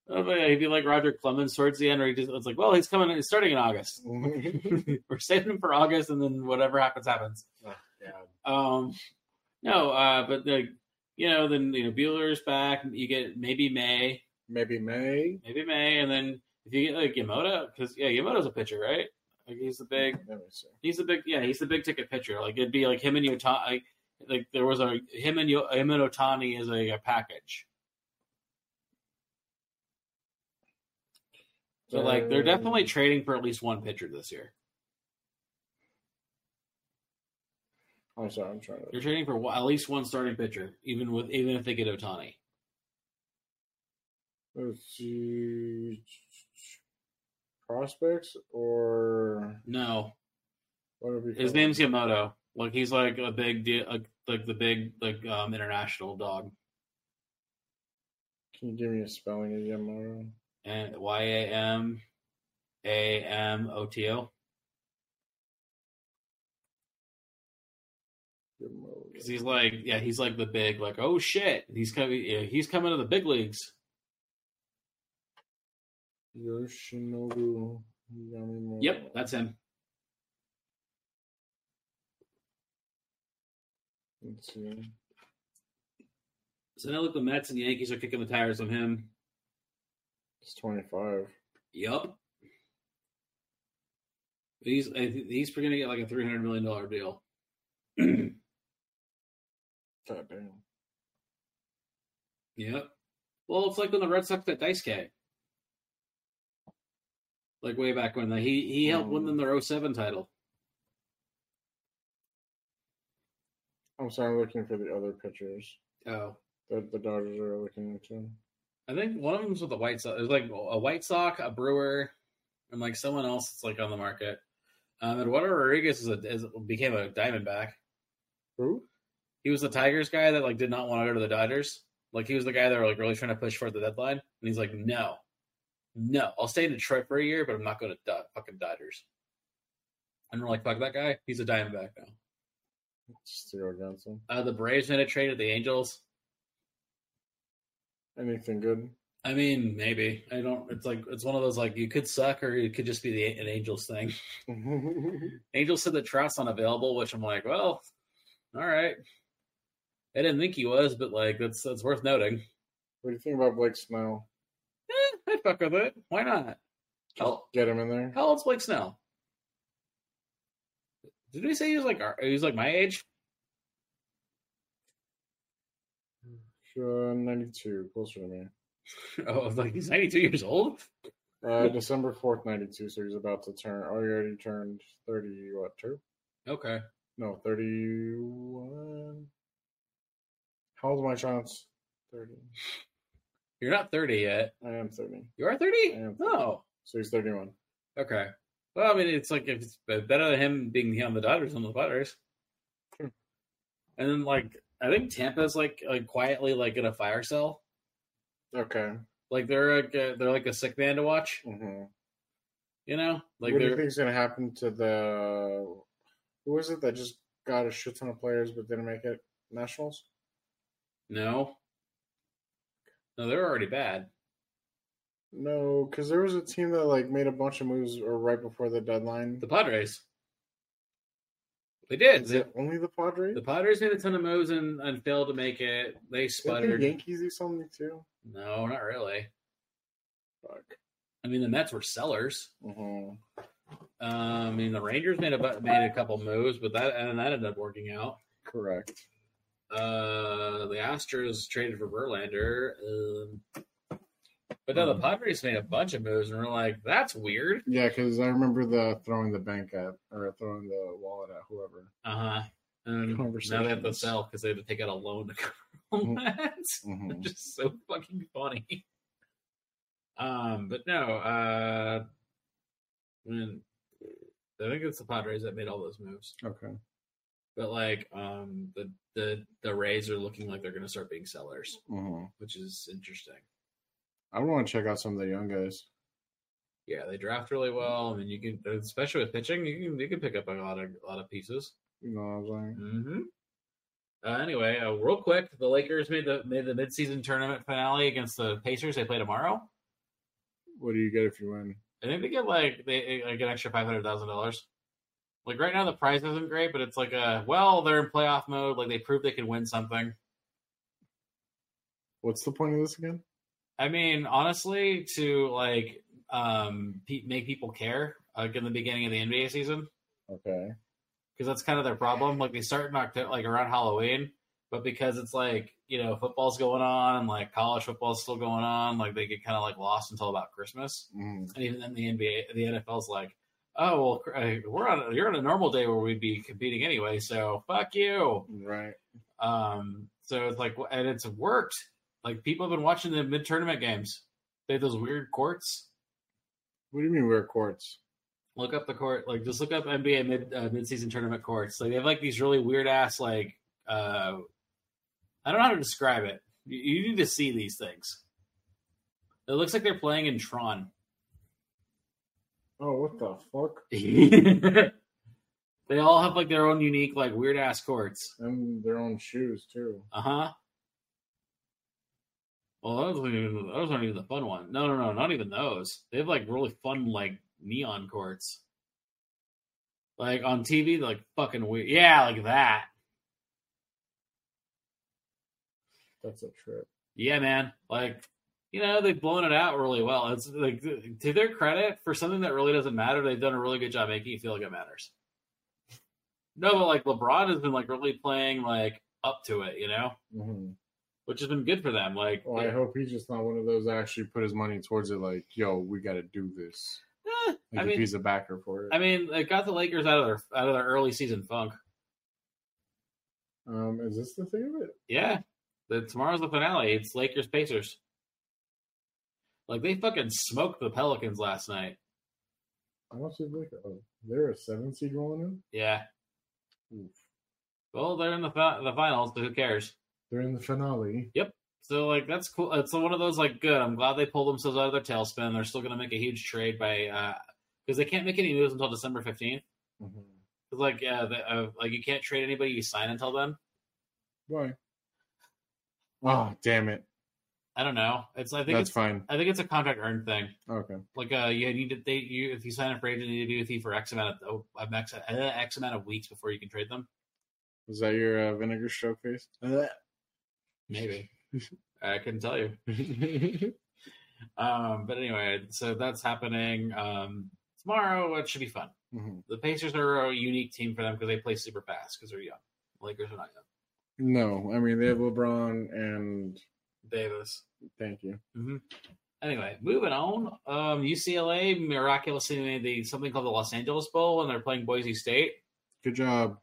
[SPEAKER 1] Oh, but yeah, he'd be like Roger Clemens towards the end, or he just it's like, well, he's coming, he's starting in August.
[SPEAKER 2] Oh,
[SPEAKER 1] We're saving him for August, and then whatever happens, happens. Um, no, uh, but the you know then you know Bueller's back. You get maybe May,
[SPEAKER 2] Maybe May.
[SPEAKER 1] maybe May, and then if you get like Yamada, because yeah, Yamada's a pitcher, right? Like he's the big,
[SPEAKER 2] Let me see.
[SPEAKER 1] he's the big, yeah, he's the big ticket pitcher. Like it'd be like him and Yotani. Like, like there was a him and Yo, him and Otani is a, a package. So like they're definitely trading for at least one pitcher this year.
[SPEAKER 2] I'm sorry. I'm trying to.
[SPEAKER 1] They're trading for one- at least one starting pitcher, even with even if they get Otani.
[SPEAKER 2] Let's see. Prospects or
[SPEAKER 1] No,
[SPEAKER 2] whatever. you
[SPEAKER 1] His
[SPEAKER 2] call it.
[SPEAKER 1] name's Yamato. Like he's like a big, de- like, like the big, like um, international dog.
[SPEAKER 2] Can you give me a spelling of Yamato?
[SPEAKER 1] And Y A M A M O T O because he's like, yeah, he's like the big, like oh shit, he's coming, yeah, he's coming to the big leagues.
[SPEAKER 2] Yoshinobu Yamamoto.
[SPEAKER 1] Yep, that's him.
[SPEAKER 2] Let's see.
[SPEAKER 1] So now look, the Mets and Yankees are kicking the tires on him.
[SPEAKER 2] It's 25.
[SPEAKER 1] Yup. He's I think he's going to get like a three hundred million dollar deal.
[SPEAKER 2] God damn.
[SPEAKER 1] Yep. Well, it's like when the Red Sox got Dice K. Like way back when. Like he he helped win them their 07 title.
[SPEAKER 2] I'm sorry, I'm looking for the other pitchers
[SPEAKER 1] Oh.
[SPEAKER 2] that the Dodgers are looking into.
[SPEAKER 1] I think one of them's with the White Sox. There's like a White Sox, a Brewer, and like someone else that's like on the market. Um, Eduardo Rodriguez is a, is, became a Diamondback.
[SPEAKER 2] Who?
[SPEAKER 1] He was the Tigers guy that like did not want to go to the Dodgers. Like he was the guy that were like really trying to push for the deadline, and he's like, no, no, I'll stay in Detroit for a year, but I'm not going to Do- fucking Dodgers. And we're like, fuck that guy. He's a Diamondback now.
[SPEAKER 2] Just to go against them.
[SPEAKER 1] Uh, the Braves made a trade with the Angels.
[SPEAKER 2] Anything good?
[SPEAKER 1] I mean, maybe I don't. It's like it's one of those like you could suck or it could just be the an Angels thing. Angels said that Trout's not available, which I'm like, well, all right. I didn't think he was, but like that's that's worth noting.
[SPEAKER 2] what do you think about Blake Snell?
[SPEAKER 1] Eh, I'd fuck with it. Why not? How
[SPEAKER 2] Get him in there?
[SPEAKER 1] how old's Blake Snell? Did we say he was like our, he was like my age?
[SPEAKER 2] Uh, 92, closer to me.
[SPEAKER 1] Oh, I was like he's 92 years old.
[SPEAKER 2] Uh, December 4th, 92, so he's about to turn, oh, he already turned 30, what, two?
[SPEAKER 1] Okay,
[SPEAKER 2] No, 31. How old am I, Chance? 30.
[SPEAKER 1] You're not 30 yet.
[SPEAKER 2] I am 30.
[SPEAKER 1] You are 30?
[SPEAKER 2] I am 30.
[SPEAKER 1] No.
[SPEAKER 2] So he's 31.
[SPEAKER 1] Okay. Well, I mean, it's like if it's better than him being on the Dodgers than the Butters.
[SPEAKER 2] Hmm.
[SPEAKER 1] And then, like, I think Tampa's like like quietly like in a fire cell.
[SPEAKER 2] Okay.
[SPEAKER 1] Like they're like a, they're like a sick man to watch.
[SPEAKER 2] hmm
[SPEAKER 1] You know, like
[SPEAKER 2] what do you
[SPEAKER 1] they're
[SPEAKER 2] think's going to happen to the. Who was it that just got a shit ton of players but didn't make it? Nationals?
[SPEAKER 1] no, no, they're already bad.
[SPEAKER 2] No, because there was a team that like made a bunch of moves or right before the deadline.
[SPEAKER 1] The Padres. They did.
[SPEAKER 2] Is
[SPEAKER 1] They-
[SPEAKER 2] it only the Padres?
[SPEAKER 1] the Padres made a ton of moves and, and failed to make it. They
[SPEAKER 2] Didn't
[SPEAKER 1] sputtered.
[SPEAKER 2] the Yankees do something too?
[SPEAKER 1] No, not really.
[SPEAKER 2] Fuck.
[SPEAKER 1] I mean, the Mets were sellers.
[SPEAKER 2] Mhm.
[SPEAKER 1] Um, I mean, the Rangers made a bu- made a couple moves, but that and that ended up working out.
[SPEAKER 2] Correct.
[SPEAKER 1] Uh, the Astros traded for Verlander. Um, but
[SPEAKER 2] Hmm.
[SPEAKER 1] no, the Padres made a bunch of moves, and we're like, that's weird.
[SPEAKER 2] Yeah, because I remember the throwing the bank at or throwing the wallet at whoever.
[SPEAKER 1] Uh huh. And now they have to
[SPEAKER 2] Conversations.
[SPEAKER 1] sell because they had to take out a loan to cover all that.
[SPEAKER 2] Mhm.
[SPEAKER 1] Just so fucking funny. Um, but no, uh, I mean, I think it's the Padres that made all those moves.
[SPEAKER 2] Okay.
[SPEAKER 1] But like, um, the the the Rays are looking like they're gonna start being sellers,
[SPEAKER 2] Mhm.
[SPEAKER 1] which is interesting.
[SPEAKER 2] I want to check out some of the young guys.
[SPEAKER 1] Yeah, they draft really well. I mean, you can, especially with pitching, you can you can pick up a lot of a lot of pieces.
[SPEAKER 2] You know what I'm saying?
[SPEAKER 1] hmm Uh, anyway, uh, real quick, the Lakers made the made the midseason tournament finale against the Pacers. They play tomorrow.
[SPEAKER 2] What do you get if you win?
[SPEAKER 1] I think they get like they eh, like an extra five hundred thousand dollars. Like right now, the prize isn't great, but it's like a well, they're in playoff mode. Like they proved they can win something.
[SPEAKER 2] What's the point of this again?
[SPEAKER 1] I mean, honestly, to like um pe- make people care like in the beginning of the NBA season
[SPEAKER 2] Okay.
[SPEAKER 1] because that's kind of their problem. Like they start in October, like around Halloween, but because it's like you know football's going on, like college football's still going on, like they get kind of like lost until about Christmas.
[SPEAKER 2] Mhm.
[SPEAKER 1] And even then, the NBA, the NFL's like, oh well, cr- uh, we're on a, you're on a normal day where we'd be competing anyway, so fuck you.
[SPEAKER 2] Right.
[SPEAKER 1] Um, so it's like, and it's worked. Like people have been watching the mid tournament games. They have those weird courts.
[SPEAKER 2] What do you mean we're courts?
[SPEAKER 1] Look up the court, like just look up NBA mid uh, mid season tournament courts. Like they have like these really weird ass like uh, I don't know how to describe it. You, you need to see these things. It looks like they're playing in Tron.
[SPEAKER 2] Oh, what the fuck?
[SPEAKER 1] they all have like their own unique, like weird ass courts.
[SPEAKER 2] And their own shoes too.
[SPEAKER 1] Uh huh. Well, those aren't even those aren't even the fun one. No, no, no, not even those. They have like really fun, like neon courts. Like on TV, they're, like fucking weird. Yeah, like that.
[SPEAKER 2] That's a trip.
[SPEAKER 1] Yeah, man. Like, you know, they've blown it out really well. It's like to their credit for something that really doesn't matter, they've done a really good job making you feel like it matters. No, but like LeBron has been like really playing like up to it, you know,
[SPEAKER 2] hmm
[SPEAKER 1] which has been good for them. Like,
[SPEAKER 2] Well, Oh, I hope he's just not one of those that actually put his money towards it. Like, yo, we got to do this.
[SPEAKER 1] eh,
[SPEAKER 2] Like,
[SPEAKER 1] I
[SPEAKER 2] if
[SPEAKER 1] mean-
[SPEAKER 2] he's a backer for it.
[SPEAKER 1] I mean, it got the Lakers out of their out of their early season funk.
[SPEAKER 2] um, is this the thing of it?
[SPEAKER 1] Yeah, the, tomorrow's the finale. It's Lakers Pacers. Like they fucking smoked the Pelicans last night.
[SPEAKER 2] How much is like? Oh, they're a seven seed rolling in.
[SPEAKER 1] Yeah.
[SPEAKER 2] Oof.
[SPEAKER 1] Well, they're in the fi- the finals. So who cares?
[SPEAKER 2] They're in the finale.
[SPEAKER 1] So like that's cool. It's one of those like good. I'm glad they pulled themselves out of their tailspin. They're still going to make a huge trade by because they can't make any moves until December fifteenth.
[SPEAKER 2] Mm-hmm.
[SPEAKER 1] Because like uh, the, uh, like you can't trade anybody you sign until then.
[SPEAKER 2] Why? Oh, damn it.
[SPEAKER 1] I don't know. It's I think
[SPEAKER 2] That's
[SPEAKER 1] it's
[SPEAKER 2] fine.
[SPEAKER 1] I think it's a contract earned thing.
[SPEAKER 2] Okay.
[SPEAKER 1] Like uh, you need to they you if you sign a free agent, they need to be with you for X amount of uh, X, uh, X amount of weeks before you can trade them.
[SPEAKER 2] Was that your uh, vinegar showcase?
[SPEAKER 1] Uh, Maybe I couldn't tell you.
[SPEAKER 2] That's
[SPEAKER 1] Um, but anyway, so that's happening um, tomorrow. It should be fun. The Pacers are a unique team for them because they play super fast because they're young. Lakers are not young.
[SPEAKER 2] No, I mean they have LeBron and
[SPEAKER 1] Davis.
[SPEAKER 2] thank you.
[SPEAKER 1] Anyway, moving on. Um, UCLA miraculously made the something called the Los Angeles Bowl, and they're playing Boise State.
[SPEAKER 2] Good job.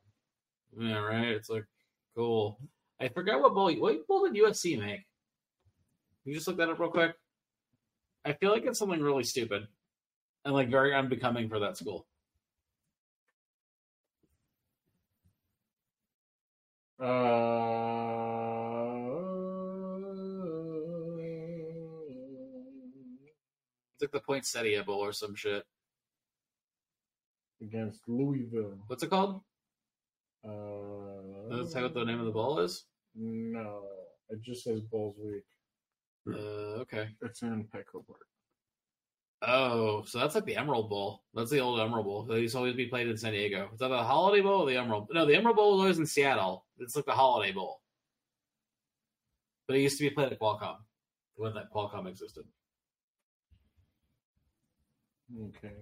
[SPEAKER 1] Yeah, right. It's like cool. I forgot what bowl. What bowl did USC make? Can you just look that up real quick? I feel like it's something really stupid and like very unbecoming for that school.
[SPEAKER 2] Uh,
[SPEAKER 1] It's like the Poinsettia Bowl or some shit.
[SPEAKER 2] against Louisville.
[SPEAKER 1] What's it called?
[SPEAKER 2] Uh,
[SPEAKER 1] Let's see what the name of the bowl is.
[SPEAKER 2] No, it just says Bulls Week.
[SPEAKER 1] Uh, okay.
[SPEAKER 2] It's in Peckover.
[SPEAKER 1] Oh, so that's like the Emerald Bowl. That's the old Emerald Bowl. They used to always be played in San Diego. Is that the Holiday Bowl or the Emerald? No, the Emerald Bowl was always in Seattle. It's like the Holiday Bowl. But it used to be played at Qualcomm when that Qualcomm existed.
[SPEAKER 2] Okay,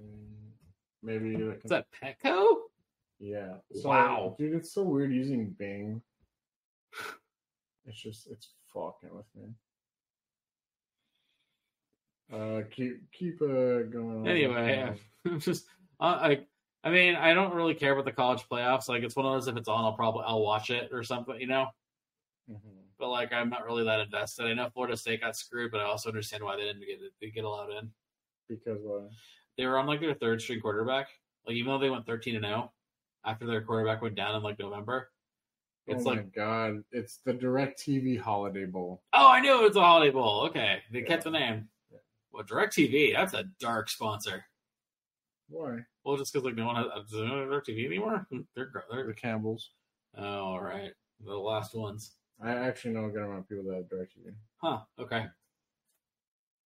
[SPEAKER 2] maybe like
[SPEAKER 1] Is that Petco?
[SPEAKER 2] yeah. So,
[SPEAKER 1] Wow.
[SPEAKER 2] dude, it's so weird using Bing. It's just it's fucking with me. Uh, keep keep uh going. on.
[SPEAKER 1] Anyway, I'm just I, I I mean I don't really care about the college playoffs. Like it's one of those if it's on I'll probably I'll watch it or something, you know.
[SPEAKER 2] Mhm.
[SPEAKER 1] But like I'm not really that invested. I know Florida State got screwed, but I also understand why they didn't get they get allowed in.
[SPEAKER 2] because uh,
[SPEAKER 1] They were on like their third string quarterback. Like even though they went 13 and 0 after their quarterback went down in like November, it's
[SPEAKER 2] oh
[SPEAKER 1] like
[SPEAKER 2] my god, it's the Direct TV Holiday Bowl.
[SPEAKER 1] oh I knew it was the Holiday Bowl. Okay, they
[SPEAKER 2] Yeah.
[SPEAKER 1] kept the name.
[SPEAKER 2] Yeah.
[SPEAKER 1] Well, Directv that's a dark sponsor.
[SPEAKER 2] Why
[SPEAKER 1] Well, just because like no one has does anyone have Directv anymore. Hmm, They're gr-
[SPEAKER 2] the
[SPEAKER 1] they're
[SPEAKER 2] Campbells?
[SPEAKER 1] oh, all right, the last ones.
[SPEAKER 2] I actually know a good amount of people that have Direct TV.
[SPEAKER 1] Huh. Okay.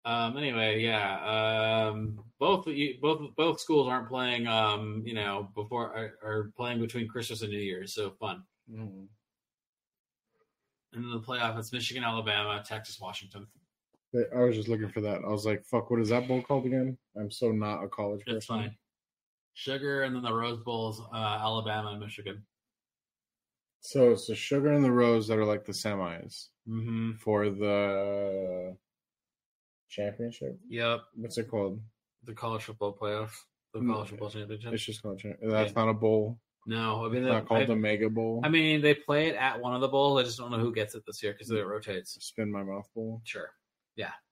[SPEAKER 1] Um. Anyway, yeah. Um. Both you, both both schools aren't playing. Um. You know, before are, are playing between Christmas and New Year's. So fun.
[SPEAKER 2] Mhm.
[SPEAKER 1] And then the playoff. It's Michigan, Alabama, Texas, Washington.
[SPEAKER 2] But I was just looking for that. I was like, "Fuck, what is that bowl called again?" I'm so not a college person.
[SPEAKER 1] It's fine. Sugar, and then the Rose Bowls, uh, Alabama and Michigan.
[SPEAKER 2] So it's the Sugar and the Rose that are like the semis
[SPEAKER 1] Mm-hmm.
[SPEAKER 2] for the championship.
[SPEAKER 1] Yep.
[SPEAKER 2] What's it called?
[SPEAKER 1] The college football playoff. The
[SPEAKER 2] Mm.
[SPEAKER 1] college football championship.
[SPEAKER 2] It's just called. Champ- that's not a bowl.
[SPEAKER 1] No, I mean,
[SPEAKER 2] It's not called
[SPEAKER 1] I,
[SPEAKER 2] the Mega Bowl.
[SPEAKER 1] I mean, they play it at one of the bowls. I just don't know who gets it this year because it
[SPEAKER 2] Mm.
[SPEAKER 1] rotates.
[SPEAKER 2] Spin my mouth bowl.
[SPEAKER 1] Sure.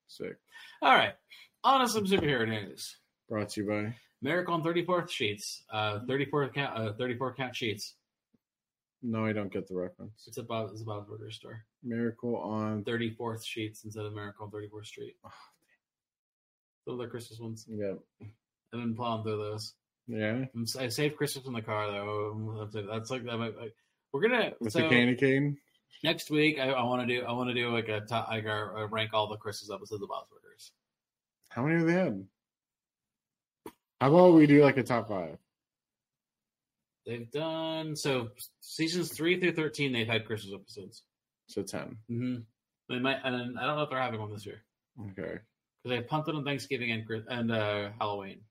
[SPEAKER 2] Sick.
[SPEAKER 1] All right. On to some superhero news.
[SPEAKER 2] Brought to you by.
[SPEAKER 1] Miracle on 34th sheets. Uh, 34 count, uh, 34 count sheets.
[SPEAKER 2] No, I don't get the reference.
[SPEAKER 1] It's about it's about a burger store.
[SPEAKER 2] Miracle on.
[SPEAKER 1] 34th sheets instead of Miracle on 34th Street. Those are the Christmas ones.
[SPEAKER 2] Yeah.
[SPEAKER 1] I've been plowing through those.
[SPEAKER 2] Yeah.
[SPEAKER 1] I'm, si saved Christmas in the car though. That's, it. That's like that. Might, like, we're gonna
[SPEAKER 2] With
[SPEAKER 1] so
[SPEAKER 2] the candy cane.
[SPEAKER 1] next week. I, I want to do I want to do like a top, like our, uh, rank all the Christmas episodes of Bob's Burgers.
[SPEAKER 2] How many have they had? How about we do like a top five?
[SPEAKER 1] They've done so seasons three through thirteen. They've had Christmas episodes.
[SPEAKER 2] So 10.
[SPEAKER 1] hmm They might, and I don't know if they're having one this year.
[SPEAKER 2] Okay.
[SPEAKER 1] because they pumped it on Thanksgiving and Chris- and uh, Halloween.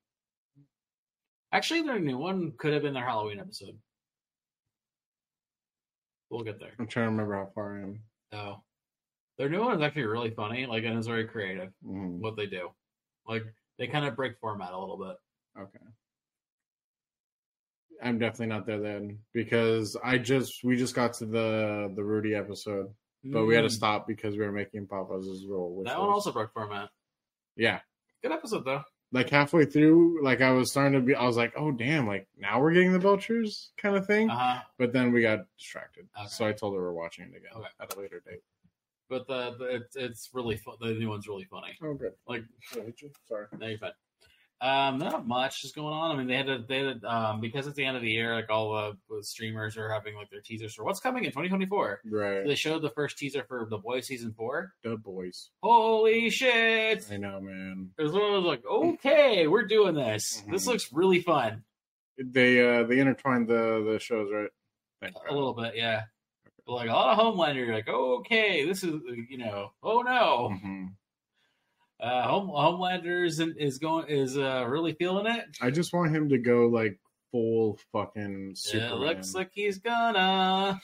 [SPEAKER 1] Actually, their new one could have been their Halloween episode. We'll get there.
[SPEAKER 2] I'm trying to remember how far I am.
[SPEAKER 1] No, their new one is actually really funny. Like, and it's very creative
[SPEAKER 2] Mhm.
[SPEAKER 1] what they do. Like, they kind of break format a little bit.
[SPEAKER 2] Okay. I'm definitely not there then because I just we just got to the the Rudy episode, but we had to
[SPEAKER 1] Mm.
[SPEAKER 2] stop because we were making Papa's roll. which
[SPEAKER 1] That one
[SPEAKER 2] was-
[SPEAKER 1] also broke format.
[SPEAKER 2] yeah.
[SPEAKER 1] Good episode though.
[SPEAKER 2] Like halfway through, like I was starting to be, I was like, "Oh damn!" Like now we're getting the Belchers kind of thing.
[SPEAKER 1] Uh huh.
[SPEAKER 2] But then we got distracted,
[SPEAKER 1] Okay.
[SPEAKER 2] so I told her we're watching it again
[SPEAKER 1] Okay.
[SPEAKER 2] at a later date.
[SPEAKER 1] But the, the it's it's really fun. The new one's really funny.
[SPEAKER 2] Oh, good.
[SPEAKER 1] Like
[SPEAKER 2] Sorry.
[SPEAKER 1] No, you're fine. Um, not much is going on. I mean, they had to, they had to, um, because it's the end of the year, like all the the streamers are having like their teasers for what's coming in 2024. So
[SPEAKER 2] Right.
[SPEAKER 1] they showed the first teaser for The Boys season four.
[SPEAKER 2] The boys.
[SPEAKER 1] Holy shit!
[SPEAKER 2] I know, man.
[SPEAKER 1] It was one of those like, okay, we're doing this. This
[SPEAKER 2] Mhm.
[SPEAKER 1] looks really fun.
[SPEAKER 2] They uh they intertwined the the shows, right? Thank
[SPEAKER 1] A
[SPEAKER 2] God.
[SPEAKER 1] little bit, yeah. But like a lot of Homelander, you're like, okay, this is you know, oh no.
[SPEAKER 2] Mhm. Hmm.
[SPEAKER 1] Uh, Home, Homelander is is going is uh really feeling it.
[SPEAKER 2] I just want him to go like full fucking Superman.
[SPEAKER 1] It looks like he's gonna.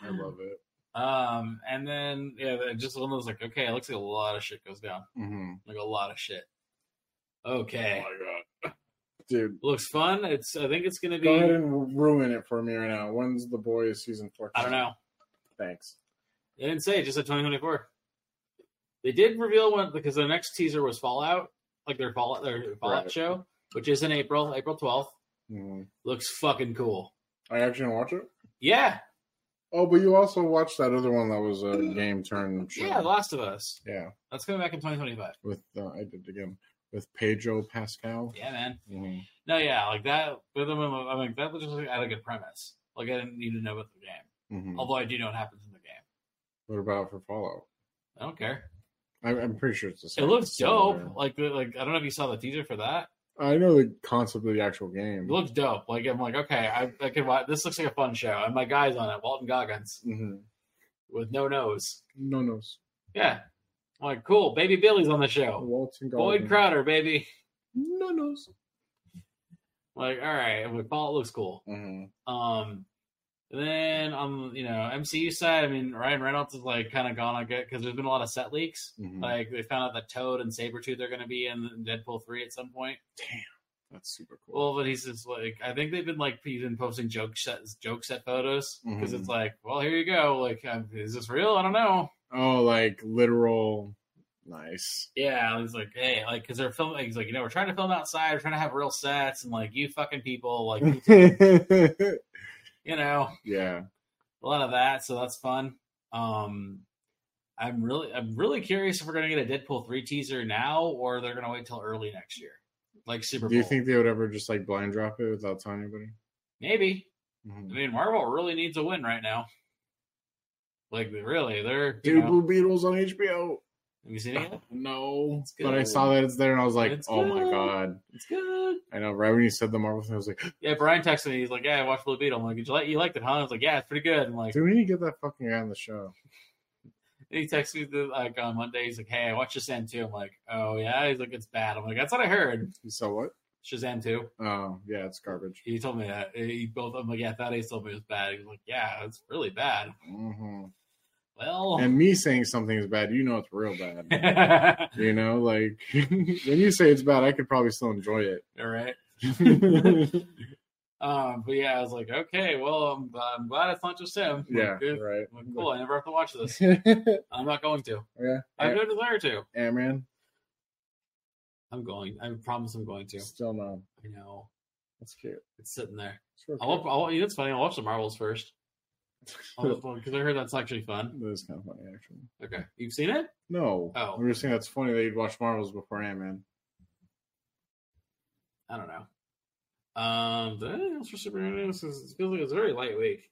[SPEAKER 2] I love it.
[SPEAKER 1] Um, and then yeah, they're just one of those like, okay, it looks like a lot of shit goes down,
[SPEAKER 2] Mm-hmm.
[SPEAKER 1] like a lot of shit.
[SPEAKER 2] Oh
[SPEAKER 1] Okay,
[SPEAKER 2] my god! Dude,
[SPEAKER 1] Looks fun. It's. I think it's going to
[SPEAKER 2] go ahead
[SPEAKER 1] be.
[SPEAKER 2] and ruin it for me right now. When's The Boys season four?
[SPEAKER 1] I don't know.
[SPEAKER 2] Thanks.
[SPEAKER 1] They didn't say just said 2024. They did reveal one because their next teaser was Fallout, like their Fallout their Fallout
[SPEAKER 2] Right.
[SPEAKER 1] show, which is in April, April 12th.
[SPEAKER 2] Mhm.
[SPEAKER 1] Looks fucking cool.
[SPEAKER 2] Are you actually gonna watch it?
[SPEAKER 1] Yeah,
[SPEAKER 2] Oh, but you also watched that other one that was a game turn. show.
[SPEAKER 1] yeah, Last of Us.
[SPEAKER 2] yeah.
[SPEAKER 1] That's coming back in 2025.
[SPEAKER 2] With uh, I did it again with Pedro Pascal.
[SPEAKER 1] Yeah, man.
[SPEAKER 2] Mhm.
[SPEAKER 1] No, yeah, like that. The other one, I'm like that was just like, had a good premise. Like I didn't need to know about the game,
[SPEAKER 2] Mhm.
[SPEAKER 1] although I do know what happens in the game.
[SPEAKER 2] What about for Fallout?
[SPEAKER 1] I don't care.
[SPEAKER 2] I, I'm pretty sure it's the
[SPEAKER 1] It
[SPEAKER 2] same.
[SPEAKER 1] looks
[SPEAKER 2] similar.
[SPEAKER 1] dope. Like the- like I don't know if you saw the teaser for that.
[SPEAKER 2] I know the concept of the actual game.
[SPEAKER 1] It looks dope. Like I'm like okay, I, I could watch. This looks like a fun show, and my guy's on it, Walton Goggins.
[SPEAKER 2] hmm
[SPEAKER 1] with no nose.
[SPEAKER 2] No, no.
[SPEAKER 1] Yeah. I'm like, cool. Baby Billy's on the show.
[SPEAKER 2] Walton
[SPEAKER 1] Oh. Boyd Crowder, baby.
[SPEAKER 2] No, no.
[SPEAKER 1] Like, all right. I'm like, Paul, it looks cool.
[SPEAKER 2] hmm
[SPEAKER 1] Um, and then on you know MCU side, I mean Ryan Reynolds is like kind of gone on good because there's been a lot of set leaks.
[SPEAKER 2] Mhm.
[SPEAKER 1] Like they found out that Toad and Sabretooth are going to be in Deadpool three at some point.
[SPEAKER 2] That's super cool.
[SPEAKER 1] Well, but he's just like I think they've been like he's been posting joke set joke set photos because
[SPEAKER 2] Mhm.
[SPEAKER 1] it's like, well, here you go. Like, um, is this real? I don't know.
[SPEAKER 2] oh, like literal. Nice.
[SPEAKER 1] Yeah, I was like, hey, like, because they're filming. He's like, you know, we're trying to film outside, we're trying to have real sets, and like, you fucking people, like,
[SPEAKER 2] yeah.
[SPEAKER 1] you know, a lot of that. So that's fun. Um, I'm really, I'm really curious if we're gonna get a Deadpool three teaser now, or they're gonna wait till early next year, like Super Bowl.
[SPEAKER 2] Do you think they would ever just like blind drop it without telling anybody?
[SPEAKER 1] Maybe. I
[SPEAKER 2] Mhm.
[SPEAKER 1] mean, Marvel really needs a win right now. Like, really, they're. You
[SPEAKER 2] Dude,
[SPEAKER 1] know,
[SPEAKER 2] Blue Beetles on HBO.
[SPEAKER 1] have you seen it? yet?
[SPEAKER 2] No,
[SPEAKER 1] It's
[SPEAKER 2] but I
[SPEAKER 1] good.
[SPEAKER 2] saw that it's there, and I was like,
[SPEAKER 1] It's
[SPEAKER 2] "Oh my
[SPEAKER 1] good.
[SPEAKER 2] god!"
[SPEAKER 1] It's good.
[SPEAKER 2] I know. Right when you said the Marvel thing, I was like,
[SPEAKER 1] Yeah, Brian texted me. He's like, "Yeah, I watched Blue Beetle." I'm like, "Did you like you liked it, huh?" I was like, "Yeah, it's pretty good." I'm like,
[SPEAKER 2] "Do we need to get that fucking guy on the show?"
[SPEAKER 1] And he texts me the, like on Monday. He's like, "Hey, I watched Shazam 2. I'm like, "Oh yeah." He's like, "It's bad." I'm like, "That's what I heard."
[SPEAKER 2] You saw what?
[SPEAKER 1] Shazam 2.
[SPEAKER 2] Oh, yeah, it's garbage.
[SPEAKER 1] He told me that. He both. I'm like, "Yeah, that Ace told me it was bad." He's like, "Yeah, it's really bad."
[SPEAKER 2] hmm
[SPEAKER 1] Well,
[SPEAKER 2] And me saying something is bad, you know, it's real bad.
[SPEAKER 1] all
[SPEAKER 2] you know, like when you say it's bad, I could probably still enjoy it.
[SPEAKER 1] right. Um, but yeah, I was like, "Okay, well, I'm, I'm glad it's not just him." I'm
[SPEAKER 2] yeah,
[SPEAKER 1] like, good.
[SPEAKER 2] right.
[SPEAKER 1] I'm like, cool. I never have to watch this. I'm not going to.
[SPEAKER 2] yeah,
[SPEAKER 1] I have no desire to.
[SPEAKER 2] Ant Man
[SPEAKER 1] I'm going. I promise I'm going to.
[SPEAKER 2] still no.
[SPEAKER 1] I know
[SPEAKER 2] That's cute.
[SPEAKER 1] it's sitting there.
[SPEAKER 2] It's real
[SPEAKER 1] I will.
[SPEAKER 2] cute.
[SPEAKER 1] I will. You know, it's funny. I will watch the Marvels first. because I heard that's actually fun.
[SPEAKER 2] That is kind of funny, actually.
[SPEAKER 1] Okay, you've seen it?
[SPEAKER 2] No,
[SPEAKER 1] Oh.
[SPEAKER 2] we were saying that's funny that you'd watch Marvels before Ant Man.
[SPEAKER 1] I don't know. Um, the anything else for superhero news? 'Cause It feels like it's a very light week.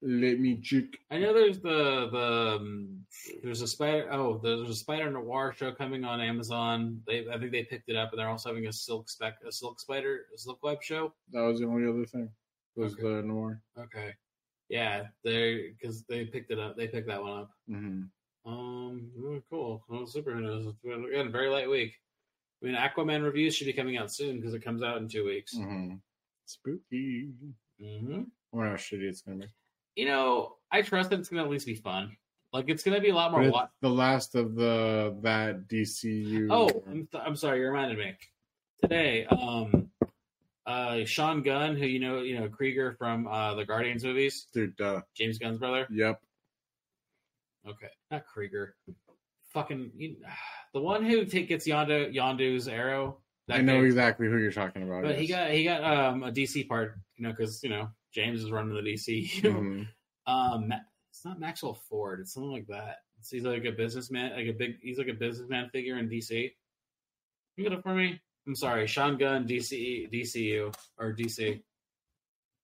[SPEAKER 2] Let me check.
[SPEAKER 1] I know there's the the um, there's a spider. Oh, there's a spider noir show coming on Amazon. They I think they picked it up, and they're also having a silk spec a silk spider a silk web show.
[SPEAKER 2] That was the only other thing. Was
[SPEAKER 1] Okay.
[SPEAKER 2] the noir.
[SPEAKER 1] Okay, yeah, they because they picked it up. They picked that one up.
[SPEAKER 2] Mm-hmm.
[SPEAKER 1] Um, oh, cool. Well, superheroes. It's been- Again, very light week. I mean, Aquaman reviews should be coming out soon because it comes out in two weeks.
[SPEAKER 2] Mm-hmm. Spooky.
[SPEAKER 1] hmm
[SPEAKER 2] I wonder how shitty it's gonna be.
[SPEAKER 1] You know, I trust that it's going to at least be fun. Like, it's going to be a lot
[SPEAKER 2] But
[SPEAKER 1] more.
[SPEAKER 2] it's
[SPEAKER 1] Wa-
[SPEAKER 2] the last of the that DCU.
[SPEAKER 1] oh, I'm, th- I'm sorry. You reminded me today. Um, uh, Sean Gunn, who you know, you know Krieger from uh the Guardians movies,
[SPEAKER 2] dude. Duh.
[SPEAKER 1] James Gunn's brother.
[SPEAKER 2] Yep.
[SPEAKER 1] Okay, not Krieger. Fucking you, the one who take, gets Yondu Yondu's arrow.
[SPEAKER 2] I know
[SPEAKER 1] kid.
[SPEAKER 2] exactly who you're talking about.
[SPEAKER 1] But
[SPEAKER 2] yes.
[SPEAKER 1] he got he got um a DC part, you know, because you know James is running the DC.
[SPEAKER 2] Mhm.
[SPEAKER 1] um, Ma- it's not Maxwell Ford. It's something like that. It's- he's like a businessman, like a big. He's like a businessman figure in DC. You get it for me? I'm sorry, Sean Gunn, DC, DCU or DC.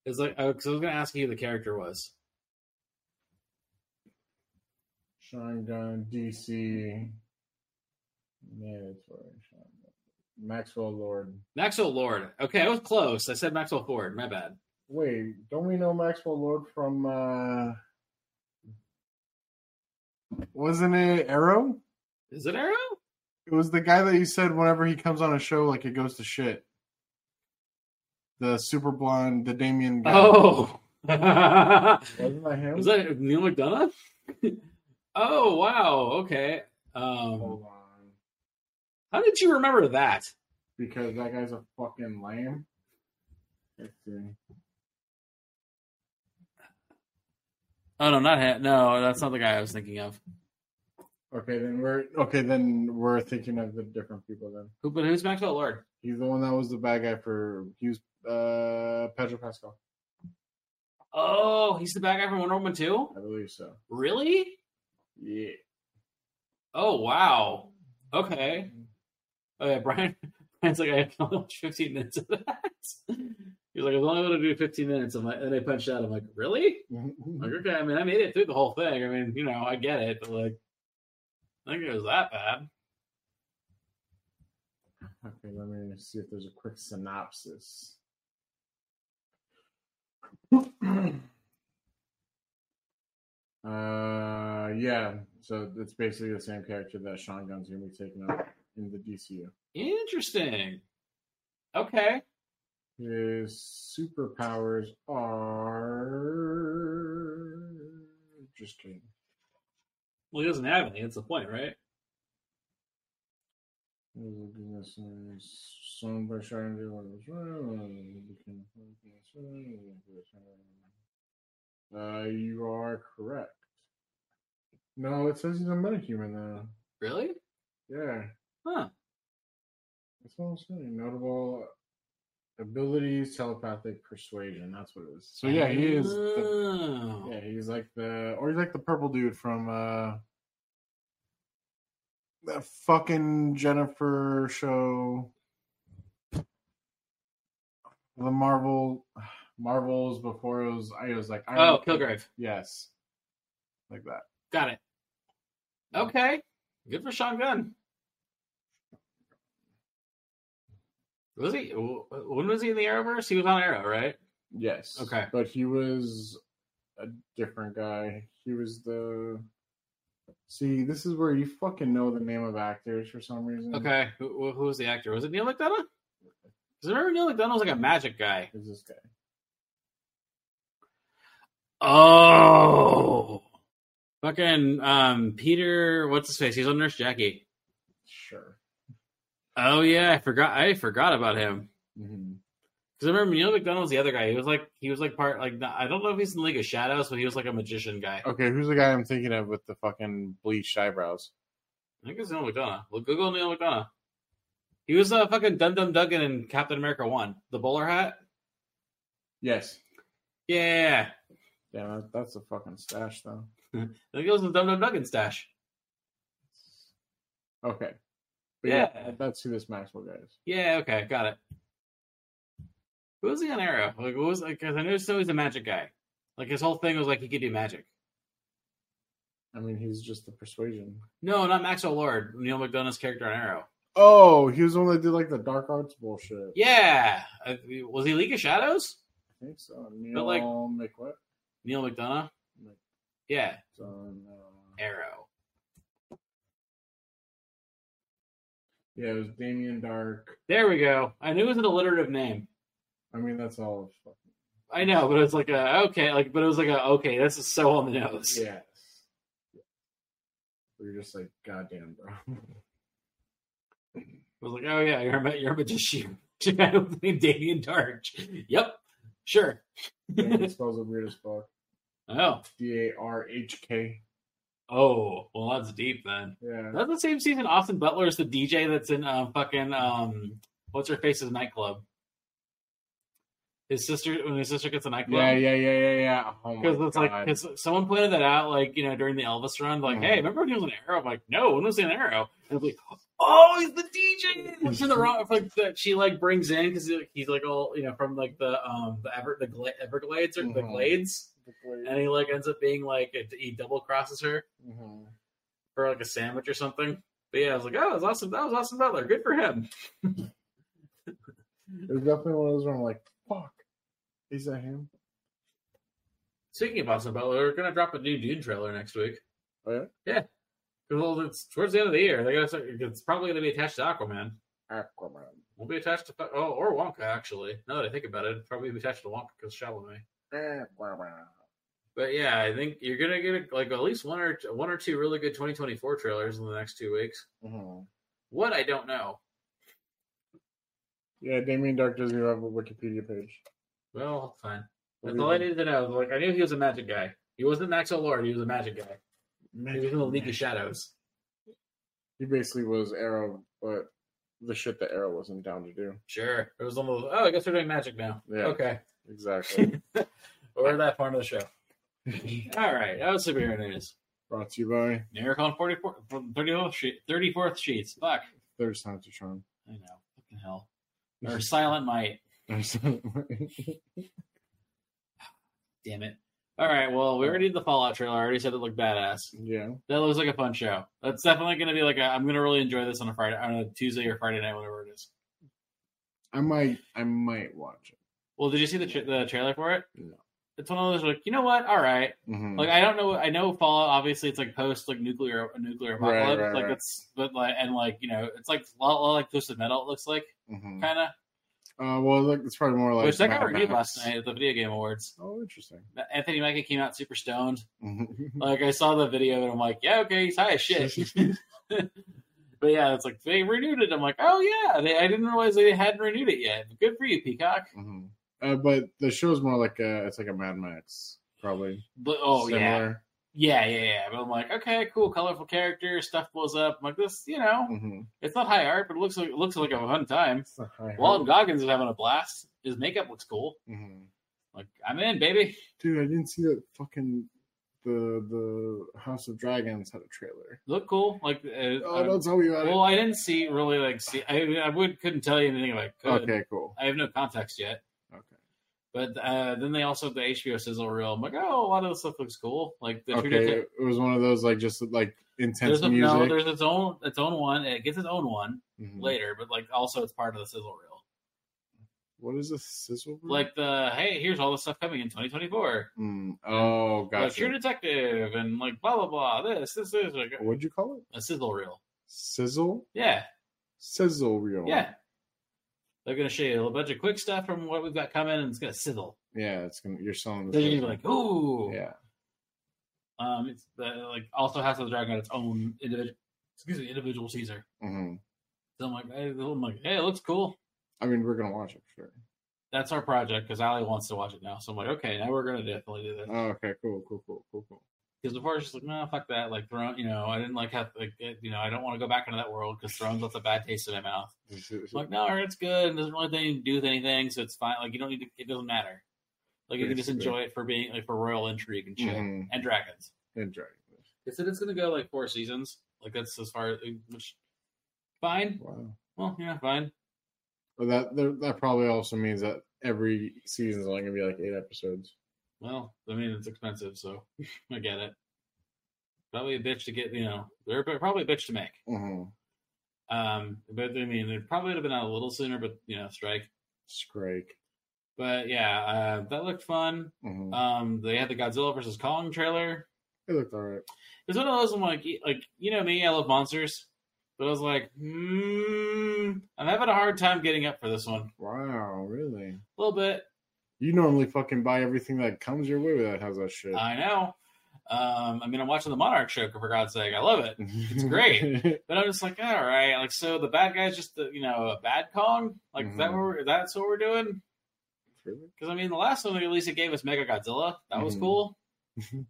[SPEAKER 1] It's like because I was gonna ask you who the character was.
[SPEAKER 2] Sean Gunn, DC. Mandatory. Sean Gunn. Maxwell Lord.
[SPEAKER 1] Maxwell Lord. Okay, I was close. I said Maxwell Ford. My bad.
[SPEAKER 2] Wait, don't we know Maxwell Lord from? uh Wasn't it Arrow?
[SPEAKER 1] Is it Arrow?
[SPEAKER 2] It was the guy that you said whenever he comes on a show, like it goes to shit. The super blonde, the Damien guy.
[SPEAKER 1] Oh, was
[SPEAKER 2] wasn't that him?
[SPEAKER 1] that Neil McDonough? oh wow. Okay. Um,
[SPEAKER 2] Hold on.
[SPEAKER 1] How did you remember that?
[SPEAKER 2] because that guy's a fucking lame. Let's see.
[SPEAKER 1] Oh no, not him. No, that's not the guy I was thinking of.
[SPEAKER 2] Okay, then we're okay. Then we're thinking of the different people. Then
[SPEAKER 1] Who, but who's Maxwell Lord?
[SPEAKER 2] he's the one that was the bad guy for he was uh, Pedro Pascal,
[SPEAKER 1] Oh, he's the bad guy from Wonder Woman too.
[SPEAKER 2] I believe so.
[SPEAKER 1] Really?
[SPEAKER 2] Yeah.
[SPEAKER 1] Oh wow. Okay. Oh yeah, Brian. Brian's like I have almost 15 minutes of that. He's like I was only going to do 15 minutes. I'm like, and I punched out. I'm like, really? I'm like okay. I mean, I made it through the whole thing. I mean, you know, I get it, but like, I think it was that bad.
[SPEAKER 2] Okay, let me see if there's a quick synopsis. uh, yeah. So it's basically the same character that Sean Gunn's gonna be taking on in the DCU.
[SPEAKER 1] Interesting. Okay.
[SPEAKER 2] His superpowers are just kidding.
[SPEAKER 1] Well, he doesn't have any. That's the point, right?
[SPEAKER 2] Uh, Somebody trying to do what was right. Uh, you are correct. No, it says he's a metahuman now.
[SPEAKER 1] Really?
[SPEAKER 2] Yeah,
[SPEAKER 1] Huh.
[SPEAKER 2] that's what I'm saying. Notable abilities, telepathic persuasion. That's what it is. So yeah, he is. The,
[SPEAKER 1] Oh.
[SPEAKER 2] yeah, he's like the, or he's like the purple dude from uh, that fucking Jennifer show. The Marvel, Marvels before it was, I was like, Iron
[SPEAKER 1] Oh,
[SPEAKER 2] Kid.
[SPEAKER 1] Kilgrave.
[SPEAKER 2] yes, like that.
[SPEAKER 1] Got it. Okay. Good for Sean Gunn. Was he? w- When was he in the Arrowverse? He was on Arrow, right?
[SPEAKER 2] Yes.
[SPEAKER 1] Okay.
[SPEAKER 2] But he was a different guy. He was the. See, this is where you fucking know the name of actors for some reason.
[SPEAKER 1] Okay. Who, who was the actor? Was it Neil McDonough? Because I remember Neil McDonough was like a magic guy.
[SPEAKER 2] Is this guy?
[SPEAKER 1] Oh. Fucking um, Peter, what's his face? He's on Nurse Jackie.
[SPEAKER 2] Sure.
[SPEAKER 1] Oh yeah, I forgot. I forgot about him.
[SPEAKER 2] hmm
[SPEAKER 1] Because I remember Neil McDonough was the other guy. He was like he was like part like not- I don't know if he's in League of Shadows, but he was like a magician guy.
[SPEAKER 2] Okay, who's the guy I'm thinking of with the fucking bleached eyebrows?
[SPEAKER 1] I think it's Neil McDonough. Well, Google Neil McDonough. He was uh, fucking Dum Dum Duggan in Captain America One, the bowler hat.
[SPEAKER 2] Yes.
[SPEAKER 1] Yeah,
[SPEAKER 2] Yeah, that, that's a fucking stash, though.
[SPEAKER 1] I think it was the Dum Dum Duggan stash.
[SPEAKER 2] Okay.
[SPEAKER 1] Yeah.
[SPEAKER 2] That's who this Maxwell guy is.
[SPEAKER 1] Yeah, okay, got it. Who was he on Arrow? Like, what was like? Because I noticed he was a magic guy. Like his whole thing was like he could do magic.
[SPEAKER 2] I mean, he's just the persuasion.
[SPEAKER 1] No, not Maxwell Lord. Neil McDonough's character on Arrow.
[SPEAKER 2] Oh, he was the one that did like the dark arts bullshit.
[SPEAKER 1] Yeah, Uh, was he League of Shadows?
[SPEAKER 2] I think so.
[SPEAKER 1] But, like-
[SPEAKER 2] Neil Mc what?
[SPEAKER 1] Neil McDonough. Yeah,
[SPEAKER 2] So, uh, no.
[SPEAKER 1] Arrow.
[SPEAKER 2] Yeah, it was Damien Dark.
[SPEAKER 1] There we go. I knew it was an alliterative name.
[SPEAKER 2] I mean, that's all. Fucking,
[SPEAKER 1] I know, but it's like a okay, like but it was like a okay, this is so on the nose.
[SPEAKER 2] yes. We're just like, goddamn, bro.
[SPEAKER 1] It was like, oh yeah, you're a ma- you're a magician. I don't think Damien Dark. Yep. Sure.
[SPEAKER 2] Damien spells it weird as fuck.
[SPEAKER 1] Oh.
[SPEAKER 2] D A R H K.
[SPEAKER 1] Oh. Well that's deep then.
[SPEAKER 2] Yeah.
[SPEAKER 1] That's the same season Austin Butler is the DJ that's in uh, fucking um what's her face's nightclub. His sister when his sister gets a nightclub.
[SPEAKER 2] Yeah, yeah, yeah, yeah, yeah. Oh my
[SPEAKER 1] Because it's like,
[SPEAKER 2] God.
[SPEAKER 1] because someone pointed that out, like you know, during the Elvis run, like,
[SPEAKER 2] Mhm.
[SPEAKER 1] hey, remember when he was an arrow? I'm like, no, when was he an arrow? And I'm like, oh, he's the DJ for the wrong, like that she like brings in because he's like all you know from like the um the Ever the Gla- Everglades or the
[SPEAKER 2] Mhm.
[SPEAKER 1] Glades, and he like ends up being like a, he double crosses her
[SPEAKER 2] Mhm.
[SPEAKER 1] for like a sandwich or something. But yeah, I was like, oh, that was awesome. That was awesome, Butler. Good for him.
[SPEAKER 2] It was definitely one of those where I'm like, fuck. Is that him?
[SPEAKER 1] Speaking of Austin Butler, we're gonna drop a new Dune trailer next week.
[SPEAKER 2] Oh, yeah?
[SPEAKER 1] yeah. Well, it's towards the end of the year. They gotta start, it's probably gonna be attached to Aquaman.
[SPEAKER 2] Aquaman.
[SPEAKER 1] Won't be attached to oh or Wonka actually. Now that I think about it, it'd probably be attached to Wonka because Chalamet.
[SPEAKER 2] Aquaman.
[SPEAKER 1] But yeah, I think you're gonna get like at least one or one or two really good
[SPEAKER 2] Mm-hmm.
[SPEAKER 1] 2024 trailers in the next two weeks.
[SPEAKER 2] Mhm.
[SPEAKER 1] What I don't know.
[SPEAKER 2] Yeah, Damien Dark doesn't even have a Wikipedia page.
[SPEAKER 1] Well, fine. That's all I needed to know. Like I knew he was a magic guy. He wasn't Maxwell Lord. He was a magic guy. He was in the League of Shadows.
[SPEAKER 2] He basically was Arrow, but the shit that Arrow wasn't down to do.
[SPEAKER 1] Sure. It was a little. Oh, I guess we're doing magic now.
[SPEAKER 2] Yeah.
[SPEAKER 1] Okay.
[SPEAKER 2] Exactly.
[SPEAKER 1] Or that part of the show. All right. That was superhero news.
[SPEAKER 2] Brought to you by
[SPEAKER 1] Eric on 44, 34th, sheet, 34th sheets. Fuck.
[SPEAKER 2] There's Time to Charm.
[SPEAKER 1] I know. Fucking hell. Or Silent Might. Damn it. All right. Well, we already did the Fallout trailer. I already said it looked badass.
[SPEAKER 2] yeah.
[SPEAKER 1] That looks like a fun show. That's definitely going to be like a, I'm going to really enjoy this on a Friday, on a Tuesday or Friday night, whatever it is.
[SPEAKER 2] I might I might watch it.
[SPEAKER 1] Well, did you see the tra- the trailer for it?
[SPEAKER 2] No.
[SPEAKER 1] It's one of those like you know what? All right.
[SPEAKER 2] Mhm.
[SPEAKER 1] Like I don't know. I know Fallout. Obviously, it's like post like nuclear nuclear
[SPEAKER 2] Right,
[SPEAKER 1] apocalypse.
[SPEAKER 2] right,
[SPEAKER 1] like
[SPEAKER 2] right.
[SPEAKER 1] it's but like and like you know it's like a lot, lot like Twisted Metal. It looks like
[SPEAKER 2] Mhm.
[SPEAKER 1] kind of.
[SPEAKER 2] Uh, well, look, it's probably more like
[SPEAKER 1] Which that got
[SPEAKER 2] Mad
[SPEAKER 1] reviewed
[SPEAKER 2] Max.
[SPEAKER 1] last night at the Video Game Awards.
[SPEAKER 2] Oh, interesting.
[SPEAKER 1] Anthony Mackie came out super stoned.
[SPEAKER 2] Mhm.
[SPEAKER 1] Like I saw the video and I'm like, yeah, okay, he's high as shit. but yeah, it's like they renewed it. I'm like, oh yeah, they, I didn't realize they hadn't renewed it yet. Good for you, Peacock.
[SPEAKER 2] Mhm. Uh, but the show's more like a, it's like a Mad Max, probably.
[SPEAKER 1] But oh yeah,
[SPEAKER 2] Similar.
[SPEAKER 1] yeah, yeah, yeah. But I'm like, okay, cool, colorful character, stuff blows up. I'm like this, you know,
[SPEAKER 2] Mhm.
[SPEAKER 1] it's not high art, but it looks like it looks like a fun time.
[SPEAKER 2] It's not high
[SPEAKER 1] Walton
[SPEAKER 2] hope.
[SPEAKER 1] Goggins is having a blast. His makeup looks cool.
[SPEAKER 2] Mhm.
[SPEAKER 1] Like I'm in, baby.
[SPEAKER 2] Dude, I didn't see that fucking the the House of Dragons had a trailer.
[SPEAKER 1] Look cool. Like uh,
[SPEAKER 2] Oh,
[SPEAKER 1] um,
[SPEAKER 2] don't tell me about
[SPEAKER 1] well, I didn't see really like see. I I would couldn't tell you anything about.
[SPEAKER 2] it. Okay, cool.
[SPEAKER 1] I have no context yet.
[SPEAKER 2] Okay.
[SPEAKER 1] But uh, then they also have the HBO sizzle reel. I'm like, oh, a lot of this stuff looks cool. Like the
[SPEAKER 2] okay,
[SPEAKER 1] True Detec-
[SPEAKER 2] it was one of those like just like intense
[SPEAKER 1] there's a,
[SPEAKER 2] music.
[SPEAKER 1] no, there's its own its own one. It gets its own one
[SPEAKER 2] Mhm.
[SPEAKER 1] later, but like also it's part of the sizzle reel.
[SPEAKER 2] What is a sizzle? reel?
[SPEAKER 1] Like the hey, here's all the stuff coming in 2024.
[SPEAKER 2] Mm. oh,
[SPEAKER 1] Like,
[SPEAKER 2] gotcha.
[SPEAKER 1] True Detective and like blah blah blah. This this is like
[SPEAKER 2] What'd you call it?
[SPEAKER 1] a sizzle reel.
[SPEAKER 2] Sizzle,
[SPEAKER 1] Yeah,
[SPEAKER 2] sizzle reel.
[SPEAKER 1] yeah. They're gonna show you a bunch of quick stuff from what we've got coming, and it's gonna sizzle.
[SPEAKER 2] yeah. It's gonna. You're selling.
[SPEAKER 1] They're
[SPEAKER 2] The
[SPEAKER 1] gonna be
[SPEAKER 2] sizzle.
[SPEAKER 1] like, ooh,
[SPEAKER 2] yeah.
[SPEAKER 1] Um, it's uh, like also House of the Dragon got its own individual, excuse me, individual Caesar.
[SPEAKER 2] hmm
[SPEAKER 1] So I'm like, hey, I'm like, hey, it looks cool.
[SPEAKER 2] I mean, we're gonna watch it for
[SPEAKER 1] That's our project because Ali wants to watch it now. So I'm like, okay, now we're gonna definitely do
[SPEAKER 2] sure.
[SPEAKER 1] this.
[SPEAKER 2] Oh, okay. Cool. Cool. Cool. Cool. Cool.
[SPEAKER 1] Because before it's just like, no, fuck that. Like Throne, you know, I didn't like have, like, it- you know, I don't want to go back into that world because Thrones left a bad taste in my mouth. I'm like, no, it's good. It doesn't really have anything to do with anything, so it's fine. Like you don't need to. It doesn't matter. Like you can just
[SPEAKER 2] Basically.
[SPEAKER 1] enjoy it for being like for royal intrigue and shit
[SPEAKER 2] Mhm.
[SPEAKER 1] and dragons.
[SPEAKER 2] Enjoy.
[SPEAKER 1] They said it's gonna go like four seasons. Like that's as far eh, which fine.
[SPEAKER 2] Wow.
[SPEAKER 1] Well, yeah, fine.
[SPEAKER 2] But that there- that probably also means that every season's only gonna be like eight episodes.
[SPEAKER 1] Well, I mean it's expensive, so I get it. Probably a bitch to get, you know, they're pro- probably a bitch to make.
[SPEAKER 2] hmm
[SPEAKER 1] Um, but I mean, it probably would have been out a little sooner, but you know, strike.
[SPEAKER 2] Strike.
[SPEAKER 1] But yeah, uh, that looked fun.
[SPEAKER 2] hmm
[SPEAKER 1] Um, they had the Godzilla versus Kong trailer.
[SPEAKER 2] it looked alright.
[SPEAKER 1] It's one of those I'm like, like you know me, I love monsters, but I was like, hmm, I'm having a hard time getting up for this one.
[SPEAKER 2] Wow. Really.
[SPEAKER 1] A little bit,
[SPEAKER 2] You normally fucking buy everything that comes your way that has that shit.
[SPEAKER 1] I know. Um, I mean, I'm watching the Monarch show for God's sake. I love it,
[SPEAKER 2] it's
[SPEAKER 1] great. but I'm just like, all right, like so the bad guy's just the you know a bad Kong. Like is that
[SPEAKER 2] Mhm.
[SPEAKER 1] what we're, that's what we're doing?
[SPEAKER 2] really?
[SPEAKER 1] Because I mean, the last one at least it gave us Mega Godzilla. That was
[SPEAKER 2] Mhm.
[SPEAKER 1] cool.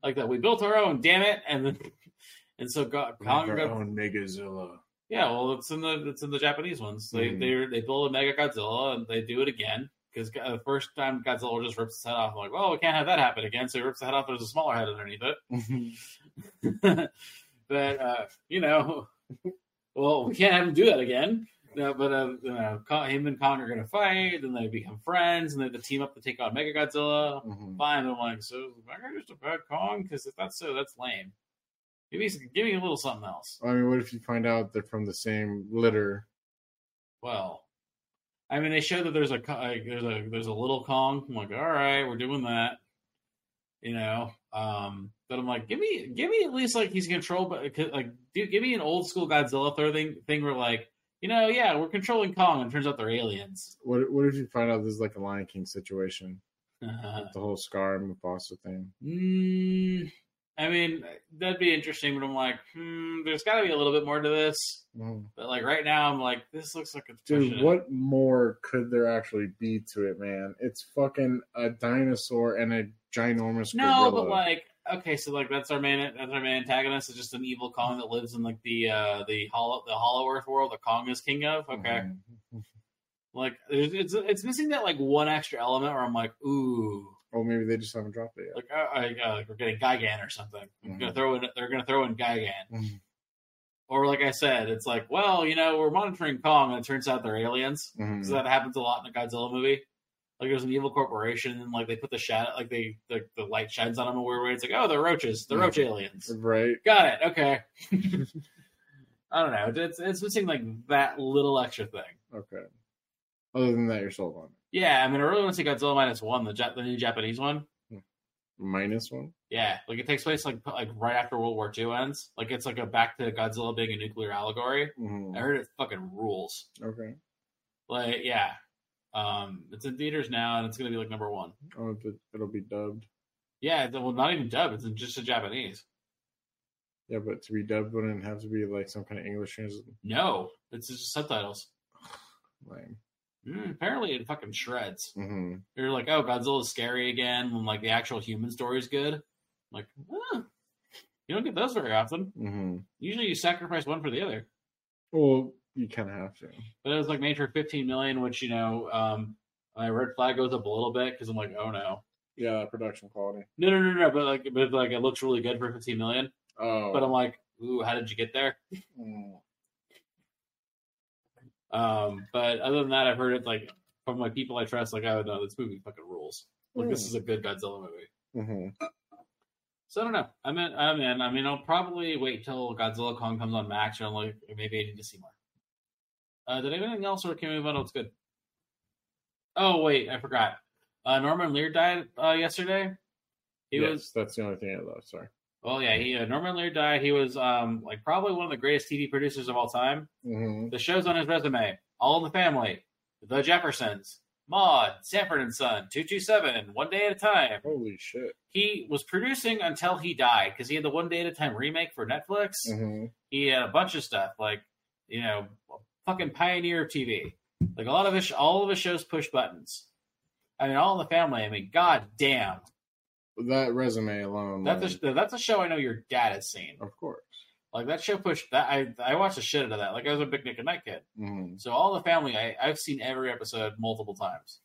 [SPEAKER 1] like that, we built our own. Damn it! And then and so God, Kong
[SPEAKER 2] Make our
[SPEAKER 1] got-
[SPEAKER 2] own Megazilla.
[SPEAKER 1] Yeah, well, it's in the it's in the Japanese ones. They
[SPEAKER 2] Mhm.
[SPEAKER 1] they they build a Mega Godzilla and they do it again because the first time Godzilla just rips his head off. I'm like, well, we can't have that happen again. So he rips the head off. There's a smaller head underneath
[SPEAKER 2] Mm-hmm.
[SPEAKER 1] it. but uh, you know, well, we can't have him do that again. No, but uh, you know, Kong- him and Kong are gonna fight, and they become friends, and they have to team up to take on Mega Godzilla.
[SPEAKER 2] Mhm.
[SPEAKER 1] Fine, but I'm like, so is Mega just a bad Kong? Because if that's so, that's lame. Maybe he's giving a little something else.
[SPEAKER 2] I mean, what if you find out they're from the same litter?
[SPEAKER 1] well. I mean, they show that there's a co- like, there's a there's a little Kong. I'm like, all right, we're doing that, you know. Um, but I'm like, give me give me at least like he's controlled, by like, dude, give me an old school Godzilla throw thing thing where like, you know, yeah, we're controlling Kong, and turns out they're aliens.
[SPEAKER 2] What What if you find out this is like a Lion King situation? Like the whole Scar and Mufasa thing.
[SPEAKER 1] Mm, I mean, that'd be interesting, but I'm like, hmm, there's got to be a little bit more to this.
[SPEAKER 2] Mm.
[SPEAKER 1] But like right now, I'm like, this looks like it's pushing
[SPEAKER 2] Dude,
[SPEAKER 1] it.
[SPEAKER 2] what more could there actually be to it, man? It's fucking a dinosaur and a ginormous
[SPEAKER 1] No,
[SPEAKER 2] gorilla.
[SPEAKER 1] but like, okay, so like that's our main that's our main antagonist is just an evil Kong that lives in like the uh the hollow the Hollow Earth world that Kong is king of. Okay,
[SPEAKER 2] Mhm.
[SPEAKER 1] like there's, it's it's missing that like one extra element where I'm like, ooh,
[SPEAKER 2] Oh, maybe they just haven't dropped it
[SPEAKER 1] like uh, I, uh, like we're getting Gigan or something. We're gonna throw in they're gonna throw in Gigan.
[SPEAKER 2] yet.
[SPEAKER 1] Or like I said, it's like, well, you know, we're monitoring Kong, and it turns out they're aliens.
[SPEAKER 2] Mhm.
[SPEAKER 1] So that happens a lot in the Godzilla movie. Like there's an evil corporation, and like they put the shadow, like they like the light shines on them a weird way. It's like, oh, they're roaches, they're roach aliens.
[SPEAKER 2] Right.
[SPEAKER 1] Got it. Okay. I don't know. It's it's missing like that little extra thing.
[SPEAKER 2] Okay. Other than that, you're sold on it.
[SPEAKER 1] Yeah, I mean, I really want to see Godzilla minus one, the Jap- the new Japanese one.
[SPEAKER 2] Minus one.
[SPEAKER 1] Yeah, like it takes place like like right after World War II ends. Like it's like a back to Godzilla being a nuclear allegory.
[SPEAKER 2] Mhm.
[SPEAKER 1] I heard it fucking rules.
[SPEAKER 2] Okay.
[SPEAKER 1] Like yeah, um, it's in theaters now, and it's gonna be like number one.
[SPEAKER 2] Oh, it- it'll be dubbed.
[SPEAKER 1] Yeah, it's- well, not even dub. It's in just a Japanese.
[SPEAKER 2] Yeah, but to be dubbed wouldn't have to be like some kind of English translation.
[SPEAKER 1] No, it's just subtitles.
[SPEAKER 2] Lame.
[SPEAKER 1] Mm, apparently, it fucking shreds.
[SPEAKER 2] hmm
[SPEAKER 1] You're like, oh, Godzilla's scary again, when like the actual human story's good. I'm like, huh. you don't get those very often.
[SPEAKER 2] hmm
[SPEAKER 1] Usually, you sacrifice one for the other.
[SPEAKER 2] Well, you kind of have to.
[SPEAKER 1] But it was like nature 15 million, which you know, um, my red flag goes up a little bit because I'm like, oh no,
[SPEAKER 2] Yeah, production quality.
[SPEAKER 1] no, no, no, no. But like, but like, it looks really good for 15 million.
[SPEAKER 2] Oh.
[SPEAKER 1] But um, I'm like, ooh, how did you get there?
[SPEAKER 2] Mm.
[SPEAKER 1] Um, but other than that, I've heard it like from like people I trust, like, oh no, this movie fucking rules. Like, this is a good Godzilla movie.
[SPEAKER 2] Mhm.
[SPEAKER 1] So I don't know. I mean, I mean, I mean, I'll probably wait till Godzilla Kong comes on Max, or I'm like, maybe I need to see more. Uh, did I have anything else, or can we move on? to What's good? Oh wait, I forgot. Uh, Norman Lear died uh, yesterday. He
[SPEAKER 2] yes,
[SPEAKER 1] was
[SPEAKER 2] that's the only thing I love. Sorry.
[SPEAKER 1] well, yeah. He uh, Norman Lear died. He was um like probably one of the greatest TV producers of all time.
[SPEAKER 2] hmm
[SPEAKER 1] The show's on his resume: All in the Family, The Jeffersons, Maud, Sanford and Son, Two Two Seven, One Day at a Time,
[SPEAKER 2] Holy shit.
[SPEAKER 1] he was producing until he died because he had the one day at a time remake for Netflix.
[SPEAKER 2] hmm
[SPEAKER 1] He had a bunch of stuff like you know, fucking pioneer of TV. Like a lot of his, all of his shows push buttons. I mean, all in the family. I mean, god damn,
[SPEAKER 2] That resume alone.
[SPEAKER 1] that's
[SPEAKER 2] like,
[SPEAKER 1] a, that's a show I know your dad has seen.
[SPEAKER 2] of course.
[SPEAKER 1] Like that show pushed that. I I watched the shit out of that. Like I was a big Nick and Night kid.
[SPEAKER 2] hmm
[SPEAKER 1] So all in the family, I I've seen every episode multiple times.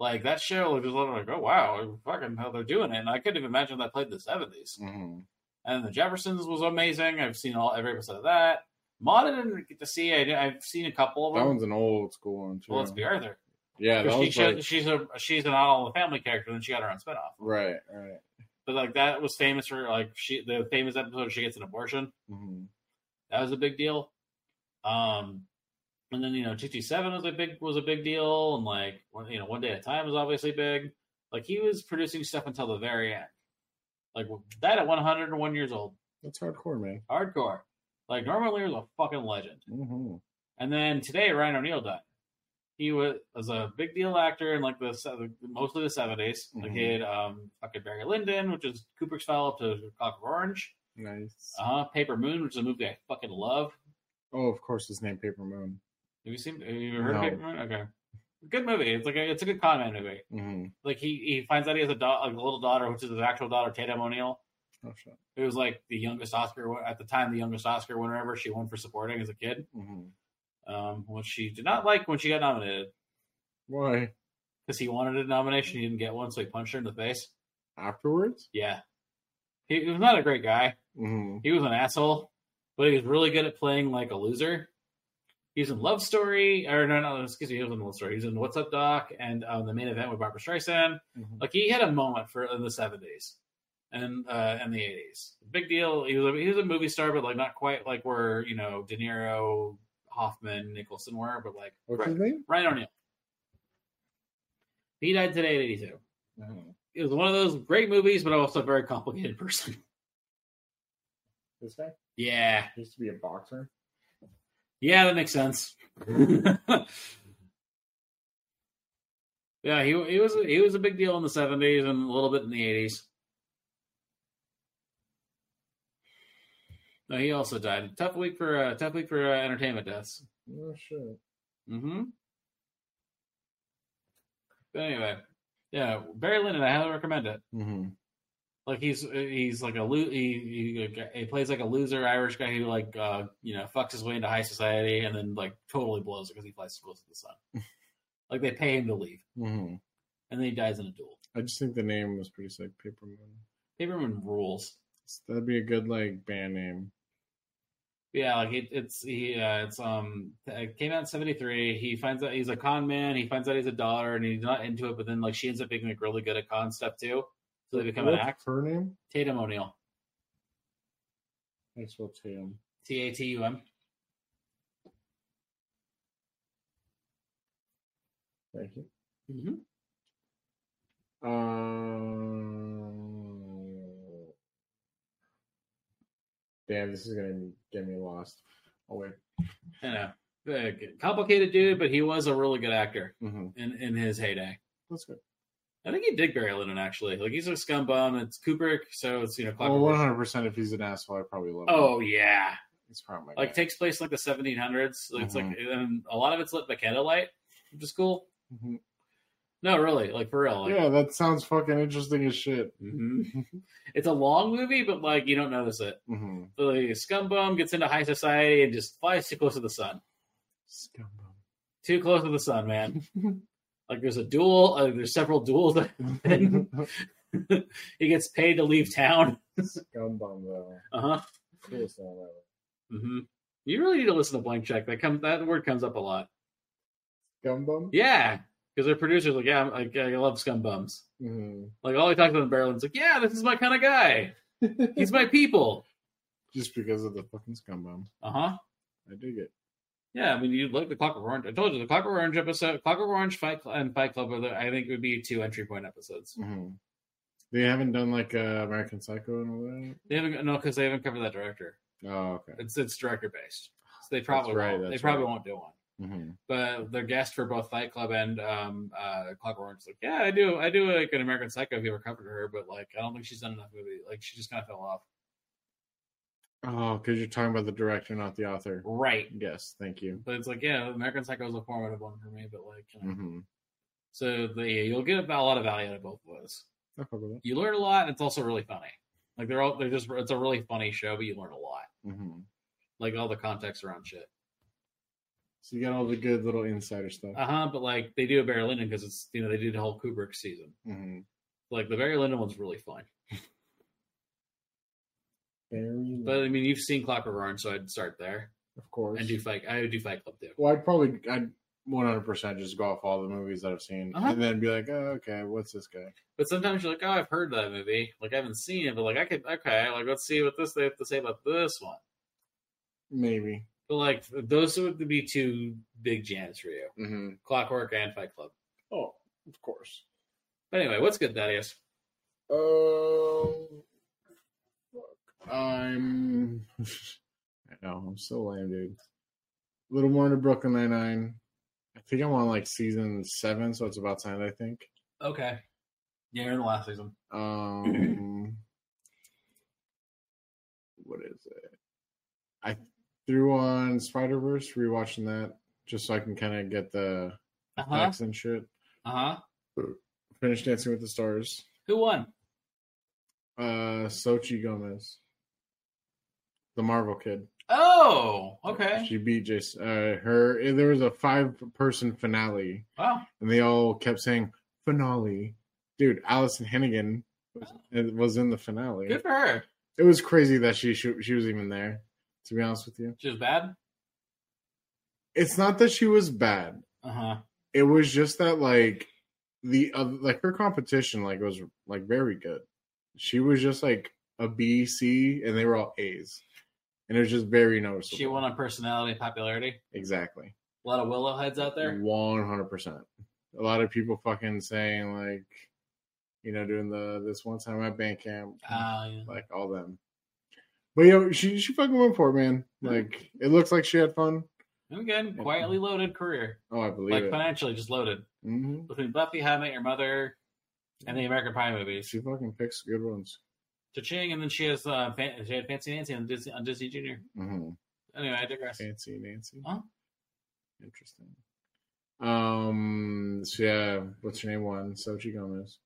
[SPEAKER 1] Like that show, like, was literally like, oh wow, fucking how they're doing it. And I couldn't even imagine that played in the seventies.
[SPEAKER 2] hmm
[SPEAKER 1] and the Jeffersons was amazing. I've seen all every episode of that. Maud I didn't get to see. I, have seen a couple of
[SPEAKER 2] That
[SPEAKER 1] them.
[SPEAKER 2] one's an old school one too.
[SPEAKER 1] well, let's be Arthur.
[SPEAKER 2] yeah, that
[SPEAKER 1] she
[SPEAKER 2] was
[SPEAKER 1] showed,
[SPEAKER 2] like-
[SPEAKER 1] she's a she's an all in the family character. Then she got her own spinoff.
[SPEAKER 2] right, right.
[SPEAKER 1] But like that was famous for like she the famous episode where she gets an abortion.
[SPEAKER 2] hmm
[SPEAKER 1] That was a big deal. Um, and then you know, two two seven was a big was a big deal, and like one, you know, one day at a time was obviously big. Like he was producing stuff until the very end. Like that at one hundred and one years old.
[SPEAKER 2] That's hardcore, man.
[SPEAKER 1] hardcore. Like Norman Lear's a fucking legend.
[SPEAKER 2] hmm
[SPEAKER 1] And then today Ryan O'Neal died. He was, was a big deal actor in like the se- mostly the 70s Like he had um fucking Barry Lyndon, which is Kubrick's follow up to Clock of Orange.
[SPEAKER 2] Nice.
[SPEAKER 1] Uh huh. Paper Moon, which is a movie I fucking love.
[SPEAKER 2] oh, of course, his name Paper Moon.
[SPEAKER 1] Have you seen? Have you ever heard of
[SPEAKER 2] No.
[SPEAKER 1] Paper Moon? Okay. Good movie. It's like a, it's a good con man movie.
[SPEAKER 2] hmm
[SPEAKER 1] Like he he finds out he has a, da- like a little daughter, which is his actual daughter Tatum O'Neal.
[SPEAKER 2] Oh shit.
[SPEAKER 1] It was like the youngest Oscar win- at the time, the youngest Oscar winner ever. She won for supporting as a kid.
[SPEAKER 2] hmm
[SPEAKER 1] um, which she did not like when she got nominated
[SPEAKER 2] Why?
[SPEAKER 1] because he wanted a nomination. He didn't get one, so he punched her in the face.
[SPEAKER 2] Afterwards?
[SPEAKER 1] Yeah. He, he was not a great guy.
[SPEAKER 2] Mm-hmm.
[SPEAKER 1] He was an asshole, but he was really good at playing like a loser. He was in Love Story, or no, no, excuse me, he was in Love Story. He was in What's Up Doc and um, the main event with Barbara Streisand.
[SPEAKER 2] Mm-hmm.
[SPEAKER 1] Like he had a moment for in the seventies and uh, and the eighties. Big deal. He was a, he was a movie star, but like not quite like where you know De Niro, Hoffman, Nicholson were, but like
[SPEAKER 2] What's his name?
[SPEAKER 1] Ryan O'Neal. He died today at 82.
[SPEAKER 2] Mhm.
[SPEAKER 1] It was one of those great movies, but also a very complicated person.
[SPEAKER 2] This guy
[SPEAKER 1] Yeah.
[SPEAKER 2] He used to be a boxer.
[SPEAKER 1] Yeah, that makes sense. yeah, he he was he was a big deal in the 70s and a little bit in the 80s. No, he also died. Tough week for uh, tough week for uh, entertainment deaths.
[SPEAKER 2] Oh shit.
[SPEAKER 1] Mm-hmm. But anyway, yeah, Barry Lyndon, I highly recommend it.
[SPEAKER 2] Mm-hmm.
[SPEAKER 1] Like he's he's like a lo- he, he he plays like a loser Irish guy who like uh, you know fucks his way into high society and then like totally blows it because he flies too close to the sun. like they pay him to leave,
[SPEAKER 2] Mm-hmm.
[SPEAKER 1] and then he dies in a duel.
[SPEAKER 2] I just think the name was pretty sick. Paper Moon.
[SPEAKER 1] Paperman rules.
[SPEAKER 2] That'd be a good like band name.
[SPEAKER 1] Yeah, like it, it's he uh, it's um it came out in '73. He finds out he's a con man. He finds out he's a daughter, and he's not into it. But then like she ends up being like really good at con stuff too, so they become an
[SPEAKER 2] What's
[SPEAKER 1] act.
[SPEAKER 2] Her name?
[SPEAKER 1] Tatum O'Neill,
[SPEAKER 2] Maxwell Tatum.
[SPEAKER 1] T A T U M.
[SPEAKER 2] Thank you.
[SPEAKER 1] Mm-hmm.
[SPEAKER 2] Um, damn, this is gonna get me lost. Oh wait.
[SPEAKER 1] I know, Very good. complicated dude, but he was a really good actor
[SPEAKER 2] Mm-hmm.
[SPEAKER 1] in in his heyday.
[SPEAKER 2] That's good.
[SPEAKER 1] I think he did Barry Lyndon actually. Like he's a scum bum. It's Kubrick, so it's you know.
[SPEAKER 2] Well,
[SPEAKER 1] Clockwork
[SPEAKER 2] one
[SPEAKER 1] Orange.
[SPEAKER 2] hundred percent. If he's an asshole, I probably love. him.
[SPEAKER 1] Oh yeah,
[SPEAKER 2] it's probably my
[SPEAKER 1] like
[SPEAKER 2] guy.
[SPEAKER 1] takes place like the 1700s. It's like
[SPEAKER 2] Mhm.
[SPEAKER 1] and a lot of it's lit by candlelight, which is cool.
[SPEAKER 2] Mhm.
[SPEAKER 1] No, really, like for real. Like,
[SPEAKER 2] yeah, that sounds fucking interesting as shit.
[SPEAKER 1] mhm. it's a long movie, but like you don't notice it.
[SPEAKER 2] Mm-hmm.
[SPEAKER 1] The scumbum gets into high society and just flies too close to the sun.
[SPEAKER 2] Scumbum.
[SPEAKER 1] Too close to the sun, man. like there's a duel. Uh, there's several duels. he gets paid to leave town.
[SPEAKER 2] Scumbum though.
[SPEAKER 1] Uh huh.
[SPEAKER 2] Cool sound that way.
[SPEAKER 1] hmm You really need to listen to Blank Check. That comes that word comes up a lot.
[SPEAKER 2] Scumbum.
[SPEAKER 1] Yeah, because their producers like, yeah, I'm, like, I love scum bums.
[SPEAKER 2] Mm-hmm.
[SPEAKER 1] Like all he talks about in Berlin's like, yeah, this is my kind of guy. He's my people.
[SPEAKER 2] Just because of the fucking scumbum,
[SPEAKER 1] Uh huh.
[SPEAKER 2] I dig it.
[SPEAKER 1] Yeah, I mean, you like the Clockwork Orange. I told you the Clockwork Orange episode, Clockwork Orange Fight Club, and Fight Club. Are the, I think would be two entry point episodes.
[SPEAKER 2] hmm They haven't done like uh, American Psycho and all that.
[SPEAKER 1] They haven't no, because they haven't covered that director.
[SPEAKER 2] Oh, okay.
[SPEAKER 1] It's it's director based. So they probably
[SPEAKER 2] right,
[SPEAKER 1] won't, they
[SPEAKER 2] that's
[SPEAKER 1] probably
[SPEAKER 2] right.
[SPEAKER 1] won't do one.
[SPEAKER 2] Mm-hmm.
[SPEAKER 1] But their guest for both Fight Club and um, uh, Clockwork Orange, is like, yeah, I do, I do like an American Psycho. If you ever covered her, but like, I don't think she's done enough movie. Like, she just kind of fell off.
[SPEAKER 2] Oh, because you're talking about the director, not the author.
[SPEAKER 1] Right.
[SPEAKER 2] Yes, thank you.
[SPEAKER 1] But it's like, yeah, American Psycho is a formative one for me, but like, you know.
[SPEAKER 2] Mm-hmm.
[SPEAKER 1] so the, you'll get a lot of value out of both of those.
[SPEAKER 2] I fuck with
[SPEAKER 1] You learn a lot, and it's also really funny. Like they're all they're just it's a really funny show, but you learn a lot,
[SPEAKER 2] that. Mm-hmm.
[SPEAKER 1] like all the context around shit.
[SPEAKER 2] So you got all the good little insider stuff.
[SPEAKER 1] Uh huh. But like they do a Barry Lyndon because it's you know they did the whole Kubrick season.
[SPEAKER 2] Mm-hmm.
[SPEAKER 1] Like the Barry Lyndon one's really fun.
[SPEAKER 2] Very,
[SPEAKER 1] But I mean, you've seen Clockwork Orange, so I'd start there
[SPEAKER 2] of course.
[SPEAKER 1] and do Fight. I would do Fight Club too.
[SPEAKER 2] well, I'd probably, I'd 100% just go off all the movies that I've seen
[SPEAKER 1] Uh-huh.
[SPEAKER 2] and then be like, oh, okay, what's this guy?
[SPEAKER 1] But sometimes you're like, oh, I've heard that movie. Like I haven't seen it, but like I could okay, like let's see what this they have to say about this one.
[SPEAKER 2] Maybe.
[SPEAKER 1] But like those would be two big jams for you:
[SPEAKER 2] Mm-hmm.
[SPEAKER 1] Clockwork and Fight Club.
[SPEAKER 2] Oh, of course.
[SPEAKER 1] But anyway, what's good, Thaddeus?
[SPEAKER 2] Um, fuck. I'm, I know, I'm so lame, dude. Little more into Brooklyn Nine-Nine. I think I'm on like season seven, so it's about time, I think.
[SPEAKER 1] Okay. Yeah, you're in the last season.
[SPEAKER 2] Um, what is it? I threw on Spider Verse, rewatching that just so I can kind of get the
[SPEAKER 1] Uh huh.
[SPEAKER 2] facts and shit.
[SPEAKER 1] Uh huh.
[SPEAKER 2] Finished Dancing with the Stars.
[SPEAKER 1] Who won?
[SPEAKER 2] Uh, Sochi Gomez, the Marvel kid.
[SPEAKER 1] Oh, okay.
[SPEAKER 2] She beat Jason. Uh, her. There was a five-person finale,
[SPEAKER 1] Wow.
[SPEAKER 2] and they all kept saying finale. Dude, Allison Hennigan was, was in the finale.
[SPEAKER 1] Good for her.
[SPEAKER 2] It was crazy that she, she she was even there. To be honest with you,
[SPEAKER 1] She was bad.
[SPEAKER 2] it's not that she was bad.
[SPEAKER 1] Uh huh.
[SPEAKER 2] It was just that like the other like her competition like was like very good. She was just like a B C, and they were all A's, and it was just very noticeable.
[SPEAKER 1] She won on personality and popularity.
[SPEAKER 2] exactly
[SPEAKER 1] A lot of willow heads out there.
[SPEAKER 2] one hundred percent. A lot of people fucking saying like, you know, doing the this one time at band camp.
[SPEAKER 1] Uh, yeah.
[SPEAKER 2] like all them. But yo, she she fucking went for it, man.
[SPEAKER 1] Hmm.
[SPEAKER 2] Like it looks like she had fun.
[SPEAKER 1] Again, quietly loaded career.
[SPEAKER 2] Oh, I believe
[SPEAKER 1] Like
[SPEAKER 2] it.
[SPEAKER 1] financially, just loaded
[SPEAKER 2] hmm
[SPEAKER 1] between Buffy, How I Met Your Mother, and the American Pie movies.
[SPEAKER 2] She fucking picks good ones.
[SPEAKER 1] Cha-ching, and then she has uh, fan, she had Fancy Nancy on Disney, on Disney Junior.
[SPEAKER 2] Mm-hmm.
[SPEAKER 1] Anyway, I digress.
[SPEAKER 2] Fancy Nancy.
[SPEAKER 1] Huh?
[SPEAKER 2] Interesting. Um. So yeah, what's her name? One Sochi Gomez,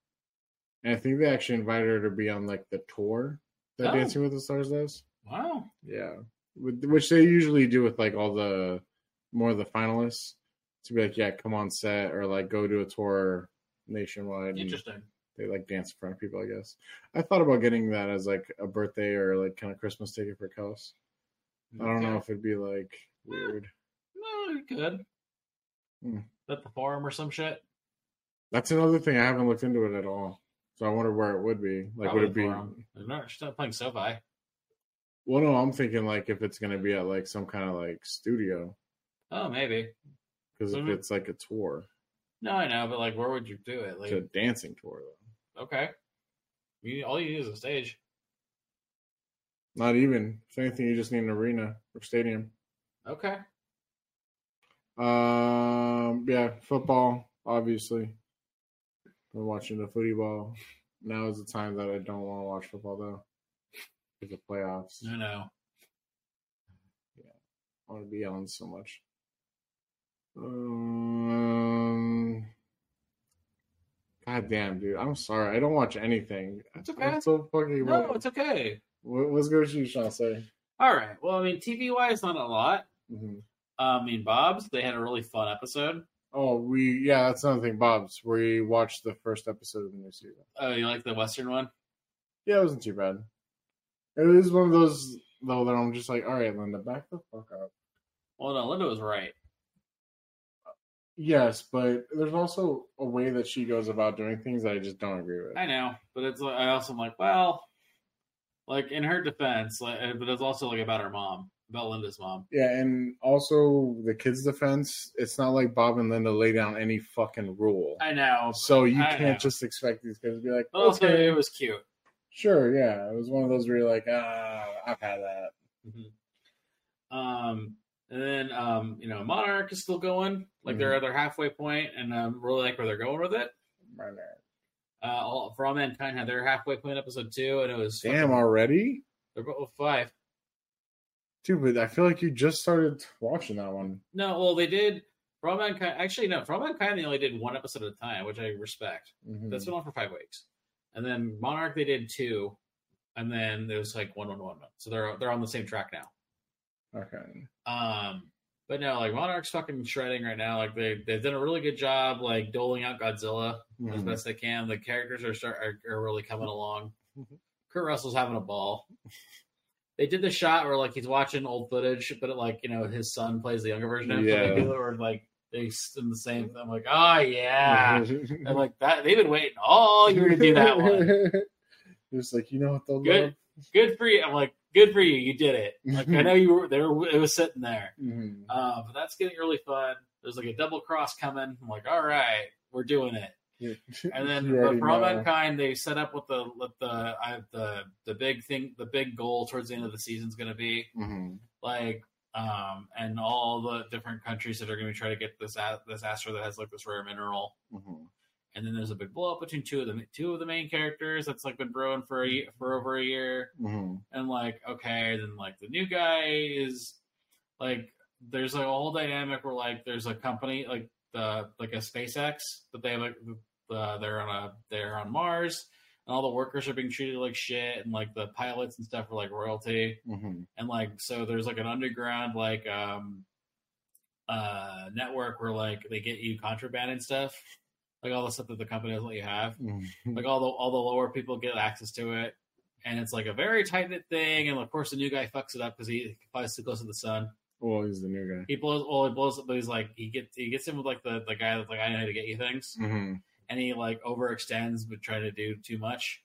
[SPEAKER 2] and I think they actually invited her to be on like the tour that
[SPEAKER 1] Oh.
[SPEAKER 2] Dancing with the Stars does.
[SPEAKER 1] Wow.
[SPEAKER 2] Yeah, With, which they usually do with like all the more of the finalists to be like, yeah, come on set or like go do a tour nationwide. and
[SPEAKER 1] Interesting.
[SPEAKER 2] they like dance in front of people, I guess. I thought about getting that as like a birthday or like kind of Christmas ticket for Kels. I don't know if it'd be like weird.
[SPEAKER 1] No, you could.
[SPEAKER 2] Hmm.
[SPEAKER 1] At the forum or some shit.
[SPEAKER 2] That's another thing I haven't looked into it at all. So I wonder where it would be. Like,
[SPEAKER 1] Probably
[SPEAKER 2] would
[SPEAKER 1] the
[SPEAKER 2] it be?
[SPEAKER 1] forum. They're not, she's not playing SoFi.
[SPEAKER 2] Well, no, I'm thinking like if it's gonna be at like some kind of like studio
[SPEAKER 1] Oh, maybe.
[SPEAKER 2] because
[SPEAKER 1] Mhm.
[SPEAKER 2] if it's like a tour,
[SPEAKER 1] No, I know, but like, where would you do it? Like,
[SPEAKER 2] it's a dancing tour though.
[SPEAKER 1] okay, you, all you need is a stage.
[SPEAKER 2] Not even. If anything, you just need an arena or stadium.
[SPEAKER 1] Okay.
[SPEAKER 2] Um, yeah, football, obviously. Been watching the footy ball. Now is the time that I don't want to watch football though. It's the playoffs.
[SPEAKER 1] No, no.
[SPEAKER 2] I want to be on so much. Um, God damn, dude. I'm sorry. I don't watch anything.
[SPEAKER 1] It's okay.
[SPEAKER 2] I'm so fucking
[SPEAKER 1] No, it's okay.
[SPEAKER 2] What- Let's go to you, Sean. Say.
[SPEAKER 1] All right. Well, I mean, TV wise, not a lot.
[SPEAKER 2] Mhm.
[SPEAKER 1] Uh, I mean, Bob's. They had a really fun episode.
[SPEAKER 2] Oh, we yeah, that's another thing, Bob's. We watched the first episode of the new season.
[SPEAKER 1] Oh, you like the Western one?
[SPEAKER 2] Yeah, it wasn't too bad. It was one of those though that I'm just like, all right, Linda, back the fuck up.
[SPEAKER 1] Well, no, Linda was right.
[SPEAKER 2] Yes, but there's also a way that she goes about doing things that I just don't agree with.
[SPEAKER 1] I know, but it's. like- I also am like, well, like in her defense, like, uh, but it's also like about her mom, about Linda's mom.
[SPEAKER 2] Yeah, and also the kids' defense, it's not like Bob and Linda lay down any fucking rule.
[SPEAKER 1] I know.
[SPEAKER 2] So you
[SPEAKER 1] I
[SPEAKER 2] can't
[SPEAKER 1] know.
[SPEAKER 2] just expect these kids to be like,
[SPEAKER 1] But also,
[SPEAKER 2] okay,
[SPEAKER 1] it was cute.
[SPEAKER 2] sure, yeah. It was one of those where you're like, ah, I've had that. Mm-hmm.
[SPEAKER 1] Um, and then um, you know, Monarch is still going. Like they're
[SPEAKER 2] Mm-hmm.
[SPEAKER 1] at their halfway point, and um, really like where they're going with it.
[SPEAKER 2] Right there.
[SPEAKER 1] Uh, all, for all mankind had their halfway point episode two, and it was
[SPEAKER 2] Damn, already?
[SPEAKER 1] They're both five.
[SPEAKER 2] Dude, but I feel like you just started watching that one.
[SPEAKER 1] No, well, they did. For all mankind, actually, no. For all mankind, they only did one episode at a time, which I respect.
[SPEAKER 2] Mhm.
[SPEAKER 1] That's been on for five weeks, and then Monarch they did two, and then there was like one, one, one, one. So they're they're on the same track now.
[SPEAKER 2] okay.
[SPEAKER 1] Um, but no, like Monarch's fucking shredding right now. Like they they've done a really good job, like doling out Godzilla as
[SPEAKER 2] Mhm.
[SPEAKER 1] best they can. The characters are start are, are really coming along.
[SPEAKER 2] Mhm.
[SPEAKER 1] Kurt Russell's having a ball. They did the shot where like he's watching old footage, but like you know his son plays the younger version of it.
[SPEAKER 2] Yeah.
[SPEAKER 1] They do it where like they s- in the same. I'm like, oh
[SPEAKER 2] Mm-hmm.
[SPEAKER 1] yeah. I'm like that. They've been waiting all year to do that one.
[SPEAKER 2] It's like you know what they'll
[SPEAKER 1] Good.
[SPEAKER 2] love.
[SPEAKER 1] Good for you. I'm like, good for you. You did it. Like I know you were there. It was sitting there.
[SPEAKER 2] Mhm.
[SPEAKER 1] Uh, but that's getting really fun. There's like a double cross coming. I'm like, all right, we're doing it. And then
[SPEAKER 2] You
[SPEAKER 1] but
[SPEAKER 2] already
[SPEAKER 1] for all
[SPEAKER 2] know.
[SPEAKER 1] mankind, they set up what the what the I, the the big thing, the big goal towards the end of the season is going to be
[SPEAKER 2] Mhm.
[SPEAKER 1] like, um, and all the different countries that are going to try to get this a- this asteroid that has like this rare mineral.
[SPEAKER 2] Mhm.
[SPEAKER 1] And then there's a big blow up between two of the two of the main characters that's like been brewing for a ye- for over a year
[SPEAKER 2] Mhm.
[SPEAKER 1] and like okay then like the new guy is like there's like a whole dynamic where like there's a company like the like a spacex but they have like uh, they're on a they're on mars and all the workers are being treated like shit and like the pilots and stuff are like royalty
[SPEAKER 2] Mhm.
[SPEAKER 1] and like so there's like an underground like um uh network where like they get you contraband and stuff like all the stuff that the company doesn't let you have
[SPEAKER 2] Mhm.
[SPEAKER 1] like all the all the lower people get access to it and it's like a very tight knit thing and of course the new guy fucks it up because he flies too close to the sun
[SPEAKER 2] Well, he's the new guy.
[SPEAKER 1] he blows well he blows up but he's like he gets he gets in with like the, the guy that's like i know how to get you things
[SPEAKER 2] Mhm.
[SPEAKER 1] and he like overextends but trying to do too much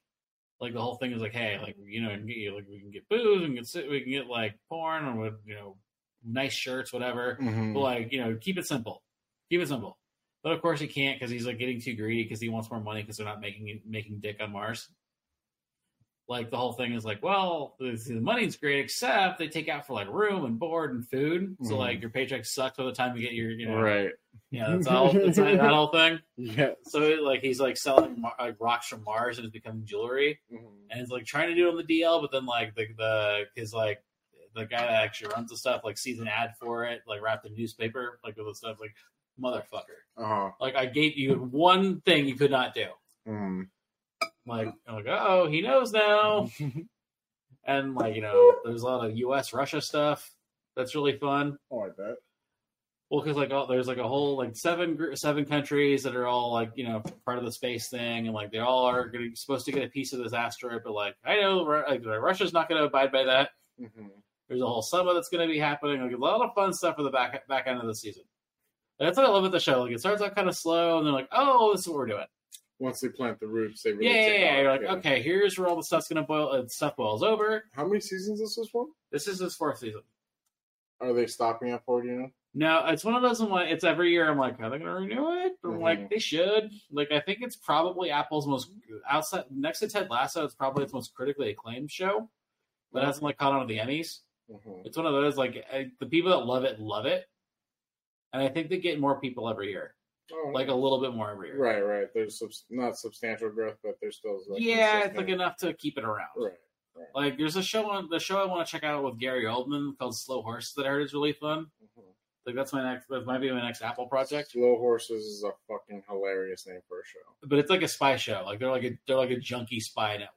[SPEAKER 1] like the whole thing is like hey like you know I can get you like we can get booze and get si- we can get like porn and with you know nice shirts whatever
[SPEAKER 2] Mhm.
[SPEAKER 1] but like you know keep it simple keep it simple but of course he can't because he's like getting too greedy because he wants more money because they're not making making dick on mars like the whole thing is like, well, the, the money's great, except they take out for like room and board and food. So
[SPEAKER 2] Mhm.
[SPEAKER 1] like your paycheck sucks by the time you get your, you know,
[SPEAKER 2] Right.
[SPEAKER 1] yeah, that's all. That's like that whole thing.
[SPEAKER 2] Yes.
[SPEAKER 1] So like he's like selling mar- like rocks from Mars and it's becoming jewelry,
[SPEAKER 2] Mm-hmm.
[SPEAKER 1] and he's like trying to do it on the DL, but then like the the his like the guy that actually runs the stuff like sees an ad for it, like wrapped in newspaper, like with the stuff like motherfucker.
[SPEAKER 2] Uh huh.
[SPEAKER 1] Like I gave you one thing you could not do.
[SPEAKER 2] Mm.
[SPEAKER 1] Like I'm like oh he knows now,
[SPEAKER 2] Mm-hmm.
[SPEAKER 1] and like you know there's a lot of U.S. Russia stuff that's really fun.
[SPEAKER 2] Oh, I like that.
[SPEAKER 1] Well, because like all, there's like a whole like seven gr- seven countries that are all like you know part of the space thing, and like they all are gonna, supposed to get a piece of this asteroid, but like I know Ru- like Russia's not going to abide by that.
[SPEAKER 2] Mm-hmm.
[SPEAKER 1] There's a whole summit that's going to be happening. Like a lot of fun stuff for the back back end of the season. And that's what I love about the show. Like it starts out kind of slow, and they're like, "Oh, this is what we're doing."
[SPEAKER 2] Once they plant the roots, they really
[SPEAKER 1] yeah, yeah,
[SPEAKER 2] take
[SPEAKER 1] yeah.
[SPEAKER 2] off.
[SPEAKER 1] You're like,
[SPEAKER 2] Yeah.
[SPEAKER 1] "Okay, here's where all the stuff's going to boil. Uh, stuff boils over."
[SPEAKER 2] How many seasons is this one?
[SPEAKER 1] This is his fourth season.
[SPEAKER 2] Are they stopping at forty now?
[SPEAKER 1] No, it's one of those. Like, it's every year. I'm like, are they going to renew it? I'm
[SPEAKER 2] Mhm.
[SPEAKER 1] like, they should. Like, I think it's probably Apple's most outside next to Ted Lasso. It's probably its most critically acclaimed show, but it hasn't like caught on to the Emmys.
[SPEAKER 2] Mhm.
[SPEAKER 1] It's one of those like I, the people that love it love it, and I think they get more people every year,
[SPEAKER 2] Oh,
[SPEAKER 1] like a little bit more every year.
[SPEAKER 2] right, right. There's subs- not substantial growth, but there's still like,
[SPEAKER 1] yeah, it's like
[SPEAKER 2] consistent-
[SPEAKER 1] enough to keep it around.
[SPEAKER 2] right.
[SPEAKER 1] Like, there's a show on the show I want to check out with Gary Oldman called Slow Horse that I heard is really fun.
[SPEAKER 2] Mhm.
[SPEAKER 1] Like, that's my next. That might be my next Apple project.
[SPEAKER 2] Slow horses is a fucking hilarious name for a show.
[SPEAKER 1] but it's like a spy show. Like they're like a they're like a junkie spy network.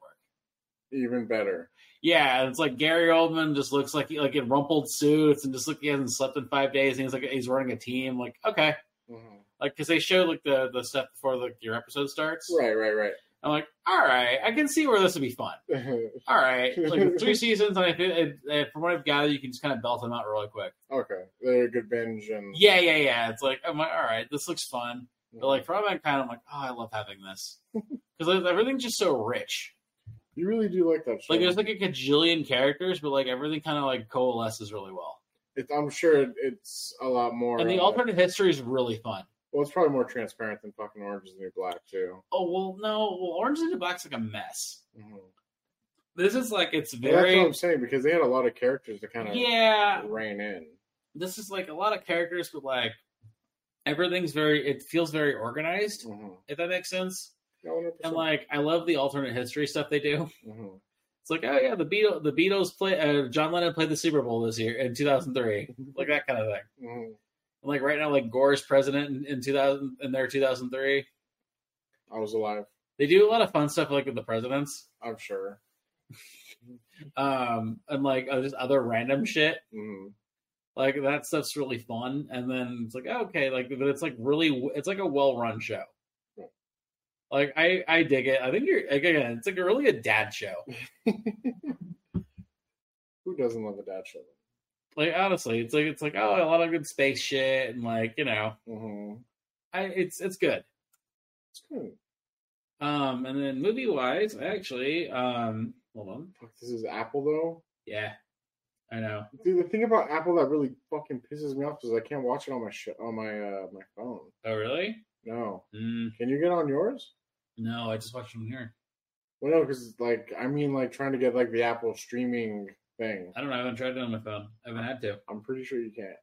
[SPEAKER 2] Even better.
[SPEAKER 1] Yeah, and it's like Gary Oldman just looks like he like in rumpled suits and just look he hasn't slept in five days and he's like he's running a team. Like okay,
[SPEAKER 2] Mhm.
[SPEAKER 1] like because they show like the the stuff before like your episode starts.
[SPEAKER 2] Right, right,
[SPEAKER 1] I'm like all right, I can see where this would be fun.
[SPEAKER 2] right.
[SPEAKER 1] All right, like three seasons, and I think and- and from what I've gathered, you can just kind of belt them out really quick.
[SPEAKER 2] okay, they're a good binge and
[SPEAKER 1] Yeah, yeah, yeah. It's like I'm like all right, this looks fun. But like for all that kind, I'm like oh, I love having this because everything's just so rich.
[SPEAKER 2] you really do like that show.
[SPEAKER 1] Like there's like a gajillion characters, but like everything kind of like coalesces really well.
[SPEAKER 2] It- I'm sure it, it's a lot more.
[SPEAKER 1] And the
[SPEAKER 2] uh,
[SPEAKER 1] alternate history is really fun.
[SPEAKER 2] well, it's probably more transparent than fucking Orange is the New Black too.
[SPEAKER 1] Oh well, no, well Orange is the New Black's like a mess.
[SPEAKER 2] Mhm.
[SPEAKER 1] This is like it's
[SPEAKER 2] Well, that's what
[SPEAKER 1] very
[SPEAKER 2] I'm saying because they had a lot of characters to kind of
[SPEAKER 1] yeah.
[SPEAKER 2] rein in.
[SPEAKER 1] This is like a lot of characters, but like everything's very it feels very organized.
[SPEAKER 2] Mhm.
[SPEAKER 1] If that makes sense.
[SPEAKER 2] Yeah, 100%.
[SPEAKER 1] And like I love the alternate history stuff they do.
[SPEAKER 2] Mhm.
[SPEAKER 1] It's like oh yeah, the Beatles the Beatles play uh, John Lennon played the Super Bowl this year in 2003, like that kind of thing.
[SPEAKER 2] Mhm.
[SPEAKER 1] And like right now, like Gore's president in, in 2000 in their 2003.
[SPEAKER 2] I was alive,
[SPEAKER 1] they do a lot of fun stuff like with the presidents
[SPEAKER 2] I'm sure.
[SPEAKER 1] um and like uh, just other random shit
[SPEAKER 2] Mhm.
[SPEAKER 1] like that stuff's really fun and then it's like oh, okay like but it's like really it's like a well-run show
[SPEAKER 2] Right.
[SPEAKER 1] like i i dig it i think you're like, again it's like a really a dad show
[SPEAKER 2] Who doesn't love a dad show?
[SPEAKER 1] like honestly it's like it's like oh a lot of good space shit and like you know
[SPEAKER 2] Mhm.
[SPEAKER 1] i it's it's good
[SPEAKER 2] It's good.
[SPEAKER 1] um and then movie wise actually um hold on
[SPEAKER 2] Fuck, this is Apple though.
[SPEAKER 1] yeah i know
[SPEAKER 2] Dude, the thing about Apple that really fucking pisses me off is I can't watch it on my sh- on my uh, my phone.
[SPEAKER 1] oh really
[SPEAKER 2] No,
[SPEAKER 1] mm,
[SPEAKER 2] can you get on yours?
[SPEAKER 1] no i just watched from here
[SPEAKER 2] Well, no, because like I mean, like trying to get like the Apple streaming thing.
[SPEAKER 1] I don't know. I haven't tried it on my phone. I haven't had to.
[SPEAKER 2] I'm pretty sure you can't.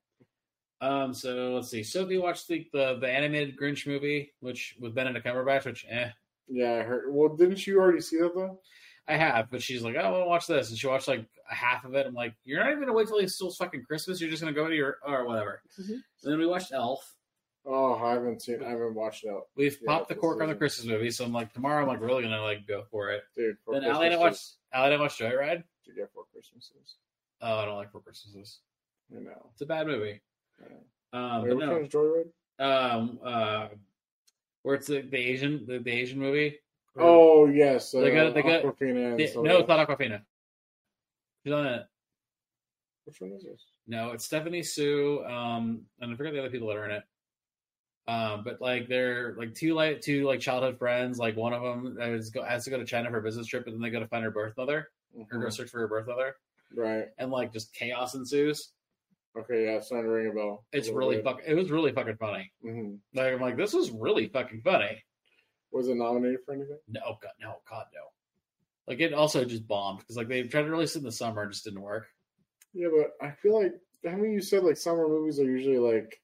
[SPEAKER 1] Um, so let's see. Sophie watched the, the the animated Grinch movie, which with Benedict Cumberbatch, which eh,
[SPEAKER 2] Yeah, I heard. Well, didn't you already see that though?
[SPEAKER 1] I have. But she's like, "Oh, I want to watch this, and she watched like half of it. I'm like, you're not even gonna wait till it's still fucking Christmas. You're just gonna go to your or whatever. And then we watched Elf.
[SPEAKER 2] Oh, I haven't seen. I haven't watched it, out.
[SPEAKER 1] We've
[SPEAKER 2] Yeah,
[SPEAKER 1] popped the
[SPEAKER 2] this
[SPEAKER 1] cork on the
[SPEAKER 2] isn't-
[SPEAKER 1] Christmas movie, so I'm like, tomorrow I'm like really gonna like go for it.
[SPEAKER 2] dude. for
[SPEAKER 1] Then
[SPEAKER 2] Christmas
[SPEAKER 1] Allie and I
[SPEAKER 2] is-
[SPEAKER 1] watched Allie and I watched Joyride.
[SPEAKER 2] to get for Christmases.
[SPEAKER 1] Oh, I don't like Four Christmases.
[SPEAKER 2] You know.
[SPEAKER 1] It's a bad movie. Um,
[SPEAKER 2] Wait,
[SPEAKER 1] but
[SPEAKER 2] which
[SPEAKER 1] no,
[SPEAKER 2] one's Joyride?
[SPEAKER 1] um, uh, where it's the, the Asian the, the Asian movie.
[SPEAKER 2] Oh yes, uh,
[SPEAKER 1] They got- they got-
[SPEAKER 2] Aquafina and
[SPEAKER 1] Di-
[SPEAKER 2] some
[SPEAKER 1] no,
[SPEAKER 2] of
[SPEAKER 1] it's not Aquafina. She's on it.
[SPEAKER 2] the- Which one is this?
[SPEAKER 1] No, it's Stephanie Sue. Um, and I forget the other people that are in it. Um, but like they're like two like two like childhood friends. Like one of them is go, has to go to China for a business trip, and then they go to find her birth mother or go
[SPEAKER 2] Mhm.
[SPEAKER 1] search for her birth mother,
[SPEAKER 2] Right.
[SPEAKER 1] and like just chaos ensues.
[SPEAKER 2] Okay. Yeah, it's starting to ring a bell.
[SPEAKER 1] It's really fuck. It was really fucking funny.
[SPEAKER 2] hmm
[SPEAKER 1] Like I'm like this was really fucking funny.
[SPEAKER 2] Was it nominated for anything?
[SPEAKER 1] No, God, no, God, no. Like it also just bombed because like they tried to release it in the summer, it just didn't work.
[SPEAKER 2] Yeah, but I feel like I mean you said like summer movies are usually like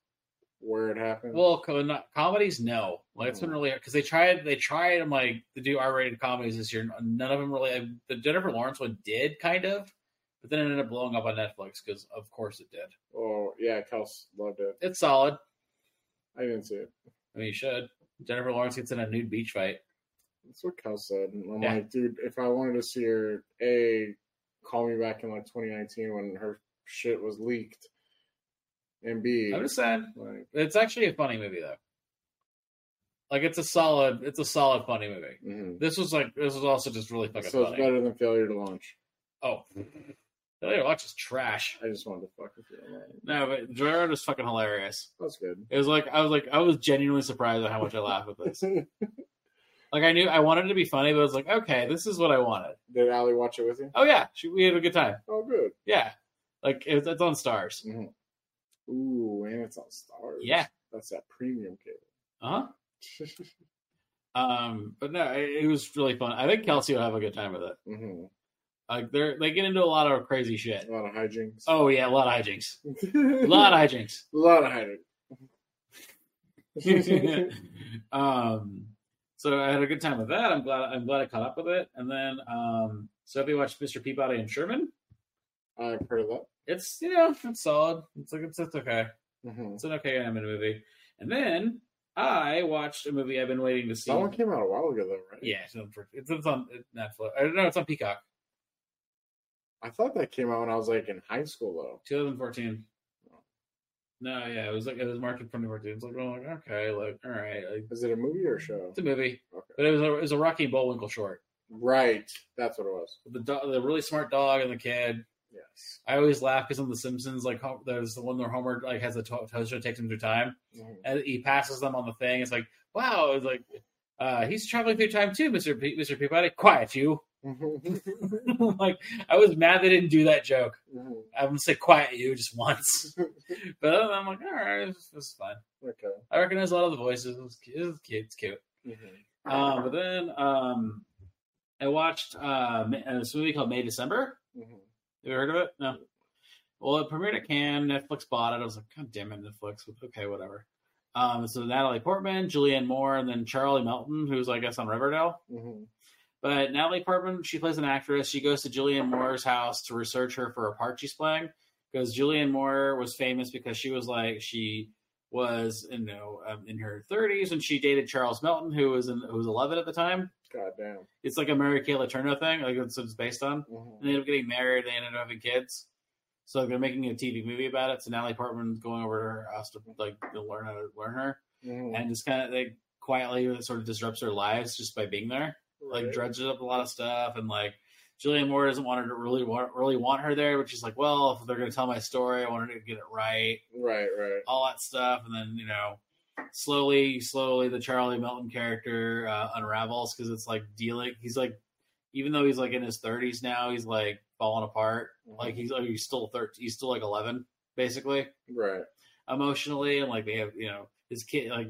[SPEAKER 2] where it happened.
[SPEAKER 1] Well, co- not, comedies, no. Like it's been really because they tried, they tried, and like to do R-rated comedies this year. None of them really. The Jennifer Lawrence one did kind of, but then it ended up blowing up on Netflix because of course it did.
[SPEAKER 2] oh yeah, Kels loved it.
[SPEAKER 1] It's solid.
[SPEAKER 2] I didn't see it.
[SPEAKER 1] I mean, you should. Jennifer Lawrence gets in a nude beach fight.
[SPEAKER 2] That's what Kels said. And I'm
[SPEAKER 1] Yeah.
[SPEAKER 2] like, dude, if I wanted to see her, a call me back in like 2019 when her shit was leaked, and B,
[SPEAKER 1] I'm just saying,
[SPEAKER 2] like,
[SPEAKER 1] it's actually a funny movie though. Like it's a solid, it's a solid funny movie.
[SPEAKER 2] mhm.
[SPEAKER 1] This was like this was also just really fucking
[SPEAKER 2] so it's
[SPEAKER 1] funny.
[SPEAKER 2] better than failure to launch.
[SPEAKER 1] Oh, Failure to Watch is trash.
[SPEAKER 2] I just wanted to fuck with you. on that.
[SPEAKER 1] No, but Gerard was fucking hilarious.
[SPEAKER 2] That's good.
[SPEAKER 1] It was like I was like I was genuinely surprised at how much I laughed at this. Like I knew I wanted it to be funny, but I was like, okay, this is what I wanted.
[SPEAKER 2] Did Allie watch it with you?
[SPEAKER 1] Oh yeah, she, we had a good time.
[SPEAKER 2] Oh, good.
[SPEAKER 1] Yeah, like it, it's on Stars.
[SPEAKER 2] Ooh, and it's on Stars.
[SPEAKER 1] Yeah.
[SPEAKER 2] That's that premium cable.
[SPEAKER 1] Uh huh. Um, but no, it, it was really fun. I think Kelsey will have a good time with it.
[SPEAKER 2] hmm
[SPEAKER 1] Like they're they get into a lot of crazy shit.
[SPEAKER 2] A lot of hijinks.
[SPEAKER 1] Oh yeah, a lot of hijinks. A
[SPEAKER 2] a
[SPEAKER 1] lot of hijinks.
[SPEAKER 2] a lot of hijinks.
[SPEAKER 1] um, so I had a good time with that. I'm glad I'm glad I caught up with it. And then um, Sophie watched Mr. Peabody and Sherman.
[SPEAKER 2] I've heard of that.
[SPEAKER 1] It's you know it's solid. It's like it's, it's okay.
[SPEAKER 2] hmm
[SPEAKER 1] It's an okay anime movie. And then I watched a movie I've been waiting to see.
[SPEAKER 2] That one came out a while ago, though, right?
[SPEAKER 1] Yeah, it's on, it's it's on Netflix. I don't know. It's on Peacock.
[SPEAKER 2] I thought that came out when I was like in high school, though.
[SPEAKER 1] 2014. No, yeah, it was like it was March of 2014. It's like, well, like okay, like all right, like,
[SPEAKER 2] Is it a movie or a show?
[SPEAKER 1] it's a movie,
[SPEAKER 2] Okay.
[SPEAKER 1] but it was a it was a Rocky and Bullwinkle short.
[SPEAKER 2] Right. That's what it was.
[SPEAKER 1] The do- the really smart dog and the kid.
[SPEAKER 2] Yes.
[SPEAKER 1] I always laugh because on The Simpsons, like Hom- there's the one where Homer like has a to- toaster takes him through time,
[SPEAKER 2] Mhm.
[SPEAKER 1] and he passes them on the thing. It's like, wow, it's like uh, he's traveling through time too, Mister P- Mister Peabody. Quiet you.
[SPEAKER 2] Mm-hmm.
[SPEAKER 1] like I was mad they didn't do that joke.
[SPEAKER 2] Mhm.
[SPEAKER 1] I'm gonna say quiet you just once, but other than that, I'm like, all right, this this is fine.
[SPEAKER 2] okay.
[SPEAKER 1] I recognize a lot of the voices. It was cute. It was cute. It's cute.
[SPEAKER 2] Mhm.
[SPEAKER 1] Um, but then um, I watched uh, Ma- uh, this movie called May December.
[SPEAKER 2] Mhm.
[SPEAKER 1] Have you heard of it? No. Well, it premiered at Cannes. Netflix bought it. I was like, God damn it, Netflix. Okay, whatever. Um, so Natalie Portman, Julianne Moore, and then Charlie Melton, who's I guess on Riverdale.
[SPEAKER 2] Mhm.
[SPEAKER 1] But Natalie Portman, she plays an actress. She goes to Julianne Moore's house to research her for a part she's playing because Julianne Moore was famous because she was like she was you know um, in her 30s and she dated Charles Melton, who was in, who was 11 at the time.
[SPEAKER 2] God damn.
[SPEAKER 1] It's like a Mary Kay Letourneau thing, like that's what it's based on.
[SPEAKER 2] Mhm.
[SPEAKER 1] And they ended up getting married. They ended up having kids. So they're making a TV movie about it. So Natalie Portman's going over to her house to like to learn how to learn her,
[SPEAKER 2] Mhm.
[SPEAKER 1] and just kind of like quietly sort of disrupts their lives just by being there like
[SPEAKER 2] Right.
[SPEAKER 1] dredges up a lot of stuff and like Julian Moore doesn't want her to really want really want her there, but she's like, well, if they're gonna tell my story, I wanted to get it right,
[SPEAKER 2] Right, right.
[SPEAKER 1] all that stuff, and then you know, slowly, slowly, the Charlie Melton character uh, unravels because it's like dealing. He's like, even though he's like in his thirties now, he's like falling apart. Like he's like, he's still thirteen, he's still like eleven, basically
[SPEAKER 2] Mm-hmm. Right.
[SPEAKER 1] emotionally and like they have you know his kid like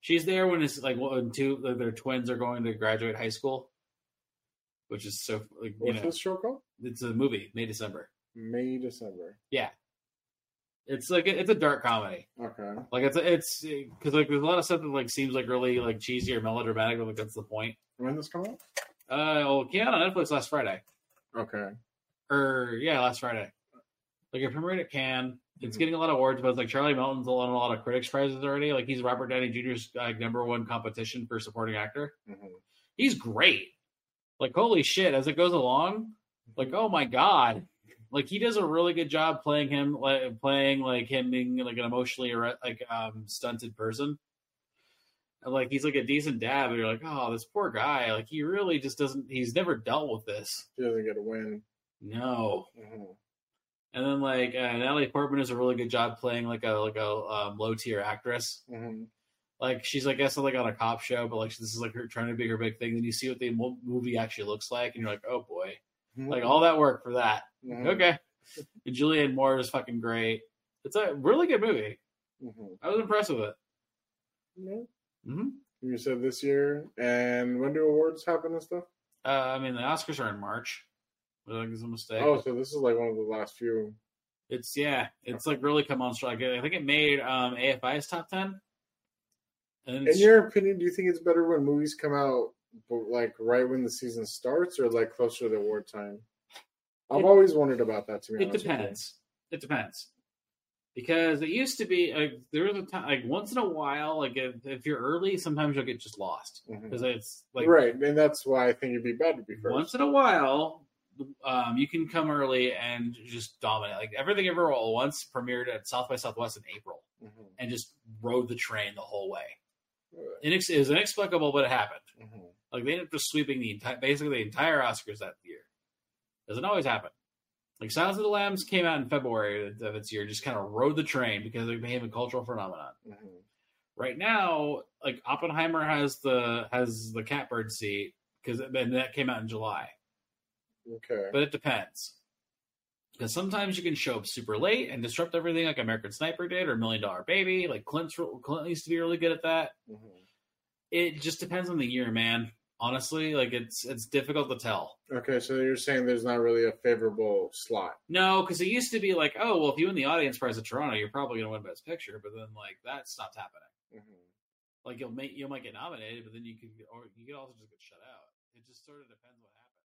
[SPEAKER 1] she's there when it's like when two like, their twins are going to graduate high school which is so like you
[SPEAKER 2] What's
[SPEAKER 1] know
[SPEAKER 2] this show called?
[SPEAKER 1] it's a movie may december
[SPEAKER 2] May, December.
[SPEAKER 1] it's like it's a dark comedy
[SPEAKER 2] Okay.
[SPEAKER 1] like it's it's because like there's a lot of stuff that like seems like really like cheesy or melodramatic but like that's the point
[SPEAKER 2] When this come out?
[SPEAKER 1] uh well it came out on netflix last friday
[SPEAKER 2] Okay.
[SPEAKER 1] or yeah last friday like it premiered at Cannes. It's
[SPEAKER 2] Mhm.
[SPEAKER 1] getting a lot of awards, but it's like Charlie Melton's won a lot of critics' prizes already. Like he's Robert Downey Jr.'s like number one competition for supporting actor.
[SPEAKER 2] Mhm.
[SPEAKER 1] he's great. Like holy shit, as it goes along, like oh my god, like he does a really good job playing him, like, playing like him being like an emotionally arre- like um stunted person. And, like he's like a decent dad, but you're like, oh, this poor guy. Like he really just doesn't. He's never dealt with this.
[SPEAKER 2] She doesn't get a win.
[SPEAKER 1] No.
[SPEAKER 2] Mhm.
[SPEAKER 1] And then like uh, Natalie Portman does a really good job playing like a like a um, low tier actress.
[SPEAKER 2] Mhm.
[SPEAKER 1] Like she's I guess like on a cop show, but like this is like her trying to be her big thing. Then you see what the mo- movie actually looks like, and you're like, oh boy.
[SPEAKER 2] Mm-hmm.
[SPEAKER 1] Like all that work for that.
[SPEAKER 2] Mhm.
[SPEAKER 1] Okay. And Julianne Moore is fucking great. It's a really good movie.
[SPEAKER 2] Mhm.
[SPEAKER 1] I was impressed with it.
[SPEAKER 2] Yeah.
[SPEAKER 1] Mm-hmm.
[SPEAKER 2] You said this year, and when do awards happen and stuff?
[SPEAKER 1] Uh, I mean, the Oscars are in March. I think it's a mistake.
[SPEAKER 2] Oh, so this is like one of the last few.
[SPEAKER 1] It's yeah, it's like really come on strong. I think it made um, AFI's top ten. And
[SPEAKER 2] In your opinion, do you think it's better when movies come out but like right when the season starts or like closer to award time? I've
[SPEAKER 1] It-
[SPEAKER 2] always wondered about that. To be
[SPEAKER 1] it
[SPEAKER 2] honest, with you.
[SPEAKER 1] depends. It depends. Because it used to be like there was a time like once in a while like if, if you're early sometimes you'll get just lost
[SPEAKER 2] Mhm.
[SPEAKER 1] because it's like
[SPEAKER 2] right, and that's why I think it'd be bad to be first.
[SPEAKER 1] once in a while um, you can come early and just dominate like everything ever all at once premiered at South by Southwest in April
[SPEAKER 2] Mhm,
[SPEAKER 1] and just rode the train the whole way. Inex- it was inexplicable, but it happened.
[SPEAKER 2] mhm.
[SPEAKER 1] Like they ended up just sweeping the entire, basically the entire Oscars that year. Doesn't always happen. Like Silence of the Lambs came out in February of its year, just kind of rode the train because it became a cultural phenomenon.
[SPEAKER 2] Mhm.
[SPEAKER 1] Right now, like Oppenheimer has the has the catbird seat because then that came out in July.
[SPEAKER 2] Okay.
[SPEAKER 1] But it depends because sometimes you can show up super late and disrupt everything, like American Sniper did or Million Dollar Baby. Like Clint's, Clint used to be really good at that
[SPEAKER 2] Mhm.
[SPEAKER 1] it just depends on the year, man. Honestly, like it's it's difficult to tell.
[SPEAKER 2] Okay, so you're saying there's not really a favorable slot.
[SPEAKER 1] No, because it used to be like, oh, well, if you win the audience prize at Toronto, you're probably gonna win Best Picture, but then like that stopped happening.
[SPEAKER 2] Mm-hmm.
[SPEAKER 1] Like you'll make you might get nominated, but then you could or you could also just get shut out. It just sort of depends what happens.